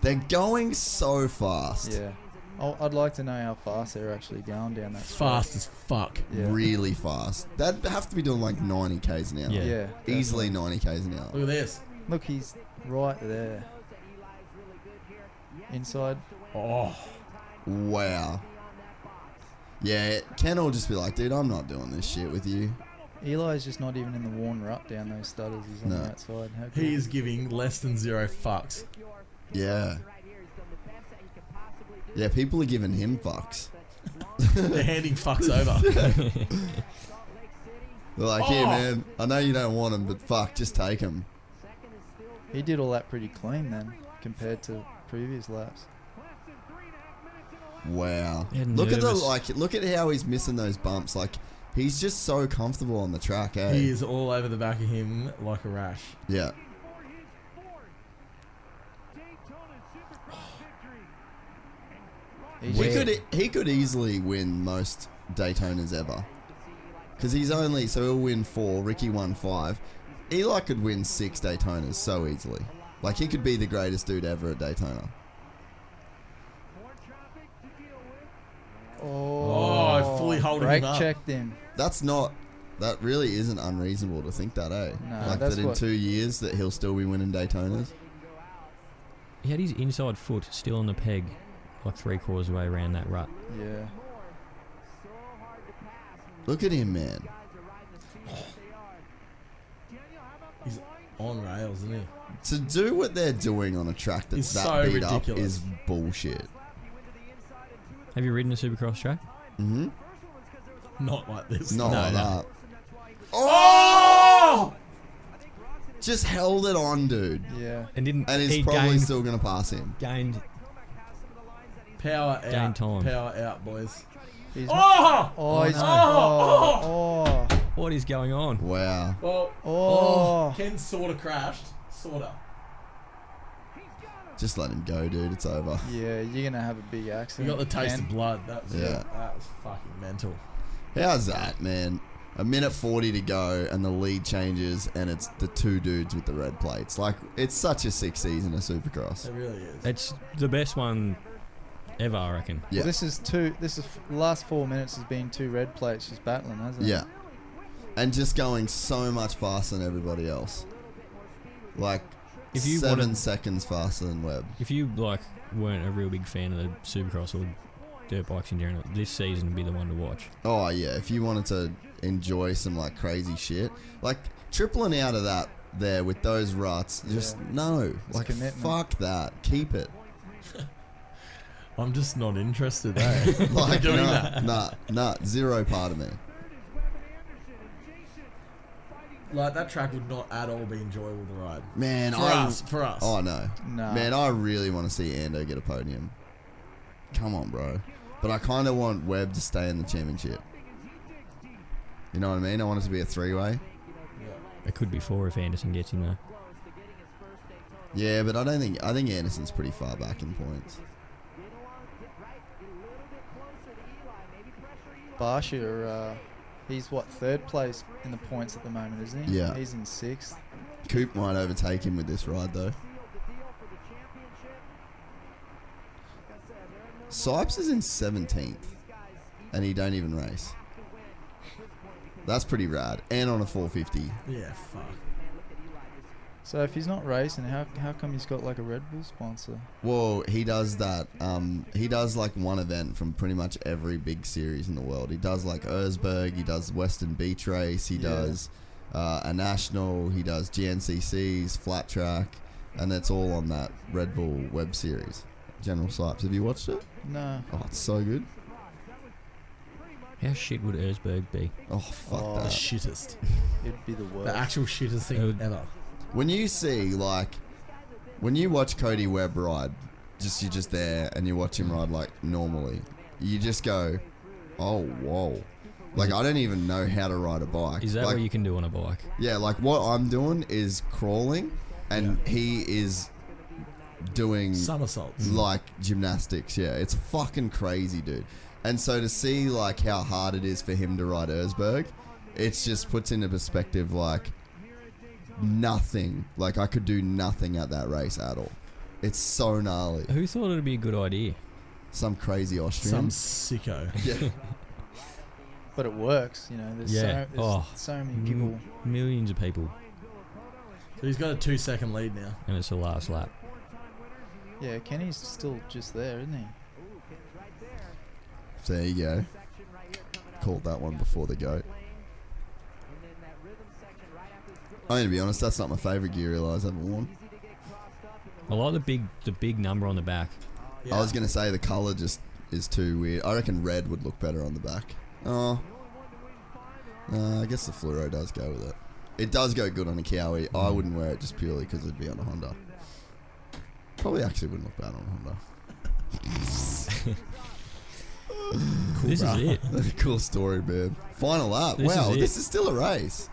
They're going so fast.
Yeah. i I'd like to know how fast they're actually going down that. straight.
Fast as fuck.
Yeah.
Really fast. That'd have to be doing like 90 Ks an hour.
Yeah.
Yeah.
Easily 90 Ks an hour.
Look at this.
Look, he's right there. Inside.
Oh,
Wow. Yeah, Ken will just be like, dude, I'm not doing this shit with you.
Eli's just not even in the worn rut down those studders. He's on
No.
the outside. How cool.
he is giving less than zero fucks.
Yeah. Yeah, people are giving him fucks.
They're handing fucks over.
They're like, yeah,
Oh.
man, I know you don't want him, but fuck, just take him.
He did all that pretty clean then, compared to previous laps.
Wow.
Yeah,
Look at the
nervous.
like look at how he's missing those bumps. Like he's just so comfortable on the track, eh?
he is all over the back of him like a rash.
Yeah.
He's
He
just-
could e- he could easily win most Daytonas ever. Cause he's only so he'll win four, Ricky won five. Eli could win six Daytonas so easily. Like he could be the greatest dude ever at Daytona.
Oh,
I fully holding
brake
him up.
checked him.
That's not that really isn't unreasonable to think that, eh?
No,
like
that's
that in
what-
two years that he'll still be winning Daytonas.
He had his inside foot still on the peg, like three quarters way around that rut.
Yeah.
Look at him, man.
He's on rails, isn't he?
To do what they're doing on a track that's
It's
that
so
beat up
ridiculous.
is bullshit.
Have you ridden a supercross track?
Mm-hmm.
Not like this.
Not like that.
Oh!
Just held it on, dude.
Yeah.
And didn't
And he's
he
probably
gained,
still gonna pass him.
gained
Power
Game
out.
time.
Power out, boys.
He's
Oh!
Oh, he's,
no.
oh, oh,
what is going on?
Wow.
Well,
oh,
Ken sorta crashed. Sorta.
Just let him go, dude. It's over.
Yeah, you're gonna have a big
You
accident.
got the taste
Ken.
of blood. That was,
Yeah.
that was fucking mental.
How's that, man? A minute 40 to go, and the lead changes, and it's the two dudes with the red plates. Like, it's such a sick season of Supercross.
It really is.
It's the best one ever, I reckon.
Yeah.
This is two. This is last four minutes has been two red plates just battling, hasn't it?
Yeah. And just going so much faster than everybody else. Like,
If you
seven
wanted-
seconds faster than Webb.
If you like weren't a real big fan of the supercross or dirt bikes in general, this season would be the one to watch.
Oh yeah, if you wanted to enjoy some like crazy shit, like tripling out of that there with those ruts, just
Yeah.
no,
It's
like
commitment.
fuck that, keep it.
I'm just not interested. eh?
Like
doing
nah,
that.
nah, nah, zero part of me.
like that track would not at all be enjoyable to ride.
Man,
For
I,
us, for us.
Oh no,
Nah.
man, I really want to see Ando get a podium. Come on, bro. But I kind of want Webb to stay in the championship. You know what I mean? I want it to be a three-way.
It could be four if Anderson gets in there.
Yeah, but I don't think I think Anderson's pretty far back in points.
Barsha, uh, he's what third place in the points at the moment, isn't he?
Yeah.
He's in sixth.
Coop might overtake him with this ride though. Sipes is in 17th, and he don't even race. That's pretty rad, and on a 450.
Yeah, fuck.
So if he's not racing, how how come he's got like a Red Bull sponsor?
Well, he does that. Um, he does like one event from pretty much every big series in the world. He does like Erzberg, he does Western Beach Race, he
Yeah.
does uh, a national, he does GNCC's flat track, and that's all on that Red Bull web series. General Sipes, have you watched it?
No.
Oh, it's so good.
How shit would Erzberg be?
Oh fuck
Oh,
that.
the
shittest.
It'd be the worst.
The actual shittest thing ever.
When you see like, when you watch Cody Webb ride, just you're just there and you watch him ride like normally, you just go, oh whoa, like I don't even know how to ride a bike.
Is that
like,
what you can do on a bike?
Yeah, like what I'm doing is crawling, and he is doing
Somersaults.
like gymnastics. Yeah, it's fucking crazy, dude. And so to see like how hard it is for him to ride Erzberg, it's just puts into perspective like nothing. Like I could do nothing at that race at all. It's so gnarly.
Who thought it'd be a good idea?
Some crazy Austrian.
Some sicko.
Yeah.
But it works, you know. There's
yeah.
so there's
oh,
so many people.
M- millions of people,
So he's got a two second lead now.
and it's the last lap.
Yeah, Kenny's still just there, isn't he?
there you go. Called that one before the goat. I'm gonna be honest. That's not my favorite gear realize I've worn.
I like the big, the big number on the back.
I was gonna say the color just is too weird. I reckon red would look better on the back. Oh, uh, I guess the fluoro does go with it. It does go good on a Kiwi.
Mm.
I wouldn't wear it just purely because it'd be on a Honda. Probably actually wouldn't look bad on a Honda.
this
bruh.
is it.
cool story, man. Final lap.
This
wow,
is it.
this is still a race.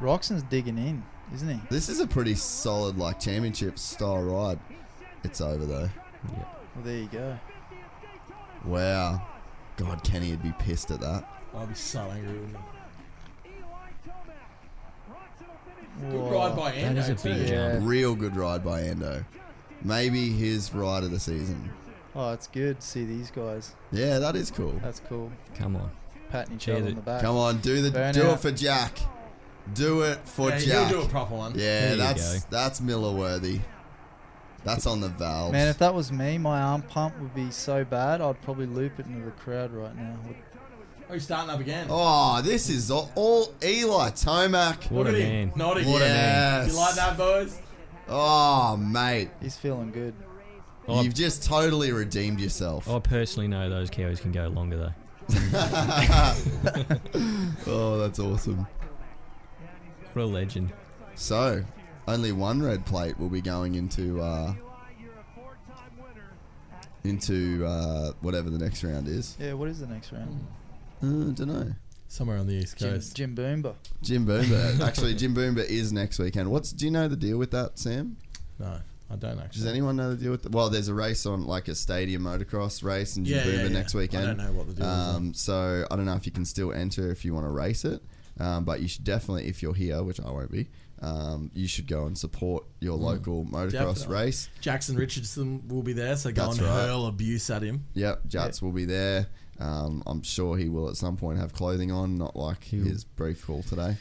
Roxon's digging in, isn't he?
This is a pretty solid like championship style ride. It's over though.
Well, there you go.
Wow. God, Kenny would be pissed at that.
I'd be so angry with him.
Whoa.
ride by That Ando is a too. big
yeah.
Real good ride by Ando. Maybe his ride of the season.
Oh, it's good to see these guys.
Yeah, that is cool.
That's cool.
Come on.
Patting each
Yeah,
other
the-
on the back.
Come on, do the
Burn
do it
out.
for Jack. Do it for
Yeah, he'll
Jack.
do a proper one.
Yeah,
There you
that's
go.
that's Miller worthy. That's on the valves.
Man, if that was me, my arm pump would be so bad, I'd probably loop it into the crowd right now.
Oh, he's starting up again.
oh, this is all, all Eli Tomac.
What a
Look at
man.
him. Naughty.
What a man.
You like that, boys?
Oh, mate,
He's feeling good.
Oh.
you've just totally redeemed yourself.
I personally know those cows can go longer though.
Oh, that's awesome.
What a legend.
So, only one red plate will be going into uh, into uh, whatever the next round is.
Yeah, what is the next round?
Uh, I don't know.
Somewhere on the east
Jim,
coast.
Jim Boomba.
Jim Boomba. Actually, Jim Boomba is next weekend. What's do you know the deal with that, Sam?
No, I don't actually.
Does anyone know the deal with? The, well, there's a race on like a stadium motocross race in Jim
Yeah,
Boomba
yeah, yeah.
next weekend.
I don't know what the deal is,
Um, so I don't know if you can still enter if you want to race it, um, but you should definitely, if you're here, which I won't be, um, you should go and support your local motocross
Mm. Definitely.
race.
Jackson Richardson will be there, so go
That's
and
right.
hurl abuse at him.
Yep, Jats will be there. Um, I'm sure he will at some point have clothing on, not like his brief call today.
I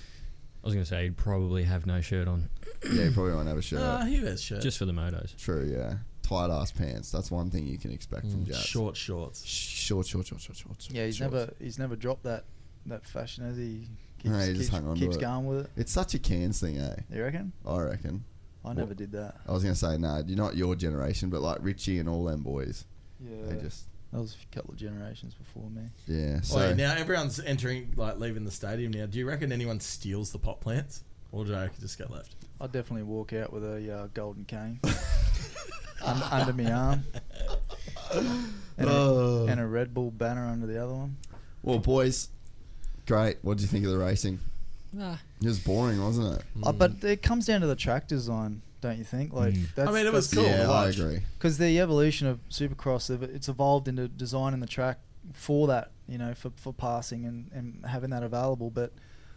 was gonna say he'd probably have no shirt on,
Yeah, he probably won't have a shirt.
Ah, he wears shirt.
just for the motos.
True, yeah. Tight ass pants. That's one thing you can expect from Jats.
Mm, short shorts.
Short, short, short, short, short.
Yeah, he's
shorts.
never he's never dropped that that fashion, has he? Keeps,
No, he just
keeps,
hung on to
keeps
it.
going with it.
It's such a cans thing, eh?
You reckon?
I reckon.
I never did that.
I was gonna say, nah, you're not your generation, but like Richie and all them boys,
Yeah.
they just
that was a couple of generations before me.
yeah. So
Wait, now everyone's entering, like leaving the stadium now. Do you reckon anyone steals the pot plants? Or do I just go left?
I'd definitely walk out with a uh, golden cane under, under my arm and,
Oh.
a, and a Red Bull banner under the other one.
well, boys, great. What did you think of the racing? It was boring, wasn't it?
Uh, but it comes down to the track design, don't you think? Like that's,
I mean, it was cool.
yeah,
to
Mm. I
watch.
agree.
because the evolution of Supercross, it- it's evolved into designing the track for that you know, for, for passing and, and having that available. But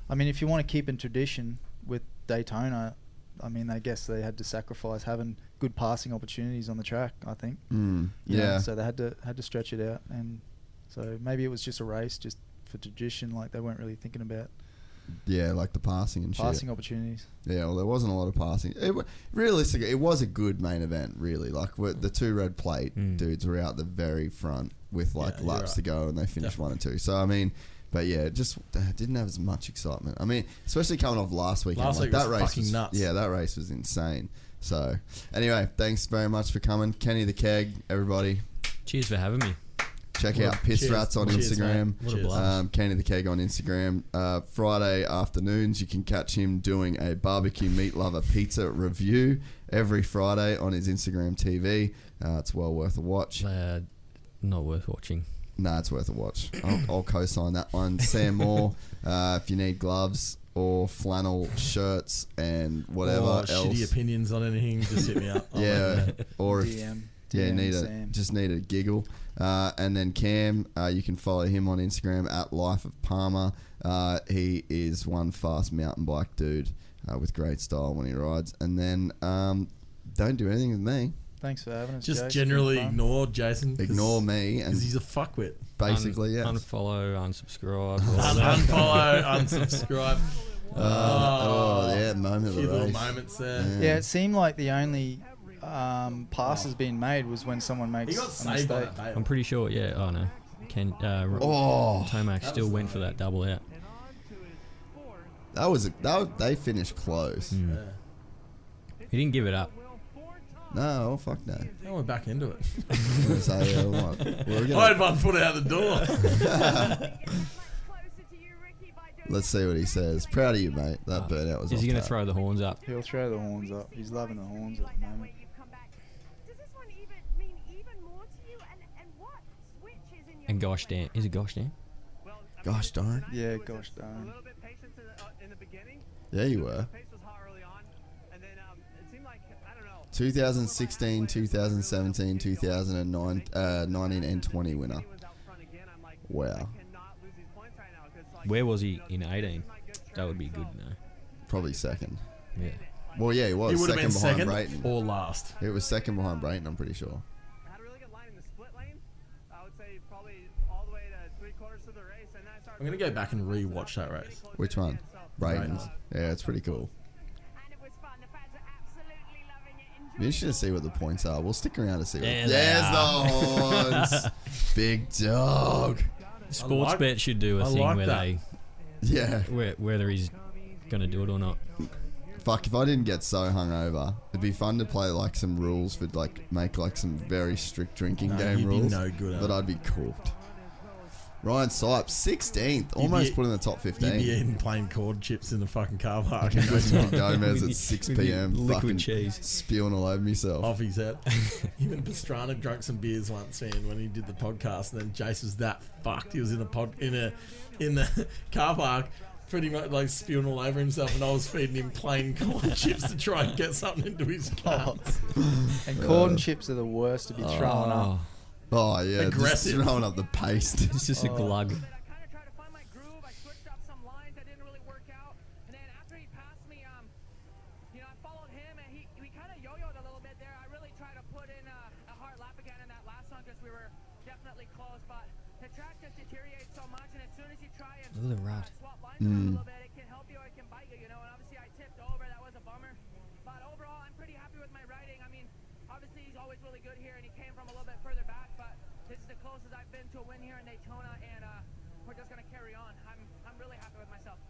I mean, if you want to keep in tradition with Daytona, I mean, I guess they had to sacrifice having good passing opportunities on the track. I think.
Mm,
You know,
yeah.
so they had to had to stretch it out, and so maybe it was just a race just for tradition. Like they weren't really thinking about
Yeah, like the passing and shit.
passing opportunities.
Yeah, well, there wasn't a lot of passing. It, wa- realistically, it was a good main event, really. Like, we the two red plate
Hmm.
dudes were out the very front with, like,
you're
laps to
right.
go, and they finished one and two. So, I mean, but yeah, it just uh, didn't have as much excitement. I mean, especially coming off last weekend.
Last
like,
week
that
was
race
fucking
was,
nuts.
Yeah, that race was insane. So, anyway, thanks very much for coming. Kenny the Keg, everybody.
Cheers for having me.
Check
What a-
out Piss
cheers.
Rats on
Cheers,
Instagram.
mate. What a Cheers. blast.
Um, Kenny the Keg on Instagram. Uh, Friday afternoons, you can catch him doing a barbecue meat lover pizza review every Friday on his Instagram TV. Uh, it's well worth a watch.
Uh, not worth watching.
Nah, it's worth a watch. I'll, I'll co-sign that one. Sam Moore, uh, if you need gloves or flannel shirts and whatever
Or Oh,
else.
Shitty opinions on anything, just hit me up. I'll let
yeah,
you know.
or if
DM,
yeah,
DM
need a
Sam.
just need a giggle. Uh, and then Cam, uh, you can follow him on Instagram at Life of Palmer. Uh, he is one fast mountain bike dude uh, with great style when he rides. And then um, don't do anything with me.
Thanks for having us.
Just
Jake. It's been
generally
fun.
ignore Jason. 'cause-
Ignore me, and
'cause he's a fuckwit.
Basically, Uh,
Un-
yes.
Unfollow, unsubscribe. all
Un-
that.
unfollow, unsubscribe.
Uh, oh, yeah, moment of the
few little
race.
moments there.
Yeah. it seemed like the only um, passes being made was when someone makes
got
a
saved by
mistake.
that
I'm pretty sure. Yeah. Oh no. Ken. Uh, Ro-
Oh.
Tomac still went for that double out.
That was a, that was, they finished close.
He didn't give it up.
No, fuck no.
Now we're back into it.
So, yeah, what? We're gonna-
I had one foot out the door.
Let's see what he says. Proud of you, mate. That burnout was.
Is he
off
going to
tap.
throw the horns up?
He'll throw the horns up. He's loving the horns at the moment.
And gosh damn, is it gosh damn?
Gosh darn.
Yeah, gosh darn.
uh,
Yeah, you were.
um,
2016, 2017, 2009, uh, 19 and 20 winner. Wow.
Where was he in 18? That would be good to know.
Probably second.
Yeah.
Well, yeah, he was
He would've
second
been
behind Brayton.
second or last.
It was second behind Brayton, I'm pretty sure.
I'm gonna go back and re-watch that race.
Which one? Brayton's. Yeah, it's pretty cool. Be interesting to see what the points are. We'll stick around to see what
There they
There's the
are.
horns. Big dog.
Sports
like-
bet should do a
I
thing
like
where
that.
they,
Yeah.
where, whether he's going to do it or not.
Fuck, if I didn't get so hungover, it'd be fun to play like some rules for like make like some very strict drinking
No,
game
you'd be
rules.
no good at
but
it.
I'd be cooked. Ryan Sipes, 16th,
You'd
almost
be-
put in the top
You'd be
15.
eating plain corn chips in the fucking car park.
Just
With
Gomez
your-
at 6
with your
p.m. fucking
Liquid cheese.
Spewing all over myself.
Off his head. Even Pastrana drunk some beers once, man, when he did the podcast. And then Jace was that fucked. He was in a pod, in a, in the car park, pretty much like spewing all over himself. And I was feeding him plain corn chips to try and get something into his
Oh.
mouth.
And corn chips are the worst to be thrown up.
Oh yeah,
Aggressive.
just throwing up the paste. Oh.
It's just a glug.
um,
Look at
uh,
the rat.
Mm.
uh,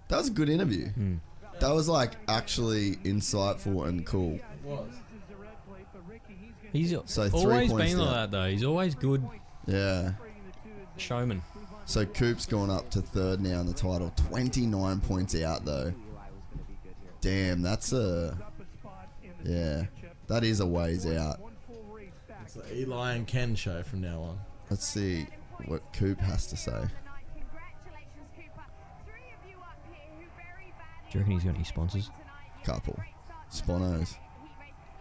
That was a good interview.
Hmm.
That was like actually insightful and cool.
He's
So three
always
points
been like
now.
that though. He's always good
Yeah.
showman.
So Coop's gone up to third now in the title. 29 points out though. Damn, that's a yeah. That is a ways
Uh,
out.
It's the Eli and Ken show from now on.
Let's see what Coop has to say.
Do you reckon he's got any sponsors?
Couple. Sponos.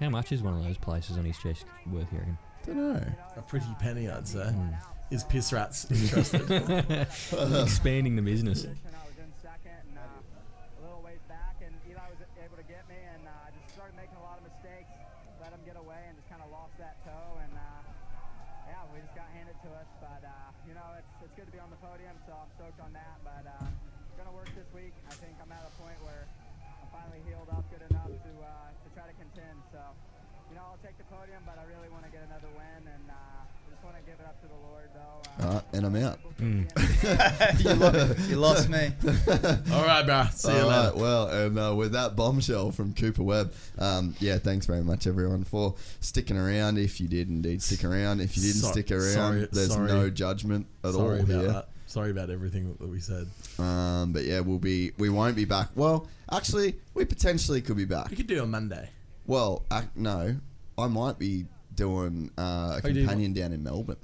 How much is one of those places on his chest worth? You reckon?
Don't know. A pretty penny, I'd say.
Hmm.
Is piss rats interested?
Expanding the business.
uh, uh, uh, Yeah, we just got handed to us, but uh, you know it's it's good to be on the podium, so I'm stoked on that. But uh, gonna work this week. I think I'm at a point where I'm finally healed up good enough to uh, to try to contend. So you know I'll take the podium, but I really want to get another win, and uh, I just want to give it up to the Lord though. Uh,
Uh, and I'm out.
You lo- you lost me.
All right, bro. See you
All
later.
right, well, and uh, with that bombshell from Cooper Webb, um, yeah, thanks very much everyone for sticking around. If you did indeed stick around, if you didn't
So-
stick around,
sorry-
there's
sorry.
no judgment at
Sorry
all
about
here.
that. Sorry about everything that we said.
Um, but yeah, we'll be we won't be back. Well, actually, we potentially could be back.
We could do a Monday.
Well, ac no, I might be doing uh, a
Oh, you do Oh.
companion down in Melbourne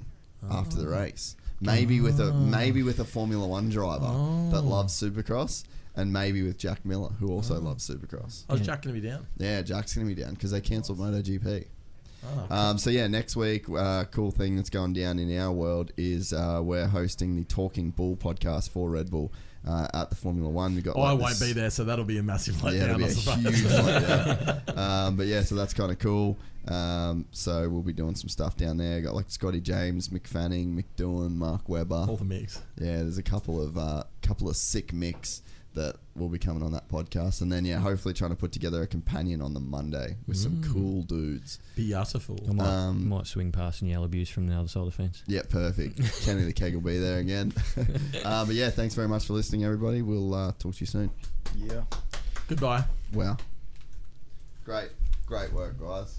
after the race. Maybe with a maybe with a Formula One driver
Oh.
that loves Supercross, and maybe with Jack Miller who also loves Supercross.
I was jacking me down.
Yeah, Jack's gonna be down because they cancelled MotoGP.
Oh,
Um, so yeah, next week, uh, cool thing that's going down in our world is uh, we're hosting the Talking Bull podcast for Red Bull uh, at the Formula One. We got.
Oh,
like,
I won't
this-
be there, so that'll be a massive
yeah, it'll
letdown.
be
I
a
suppose.
huge letdown. Um, but yeah, so that's kind of cool. Um, so we'll be doing some stuff down there. Got like Scotty James, McFanning, McDoan, Mark Webber.
All the mix.
Yeah, there's a couple of uh, couple of sick mix that will be coming on that podcast, and then yeah, hopefully trying to put together a companion on the Monday with some cool dudes.
Beautiful.
I might,
Um,
might swing past and yell abuse from the other side of the fence.
Yeah, perfect. Kenny the Keg will be there again. uh, but yeah, thanks very much for listening, everybody. We'll uh, talk to you soon.
Yeah.
Goodbye.
Wow. Great, great work, guys.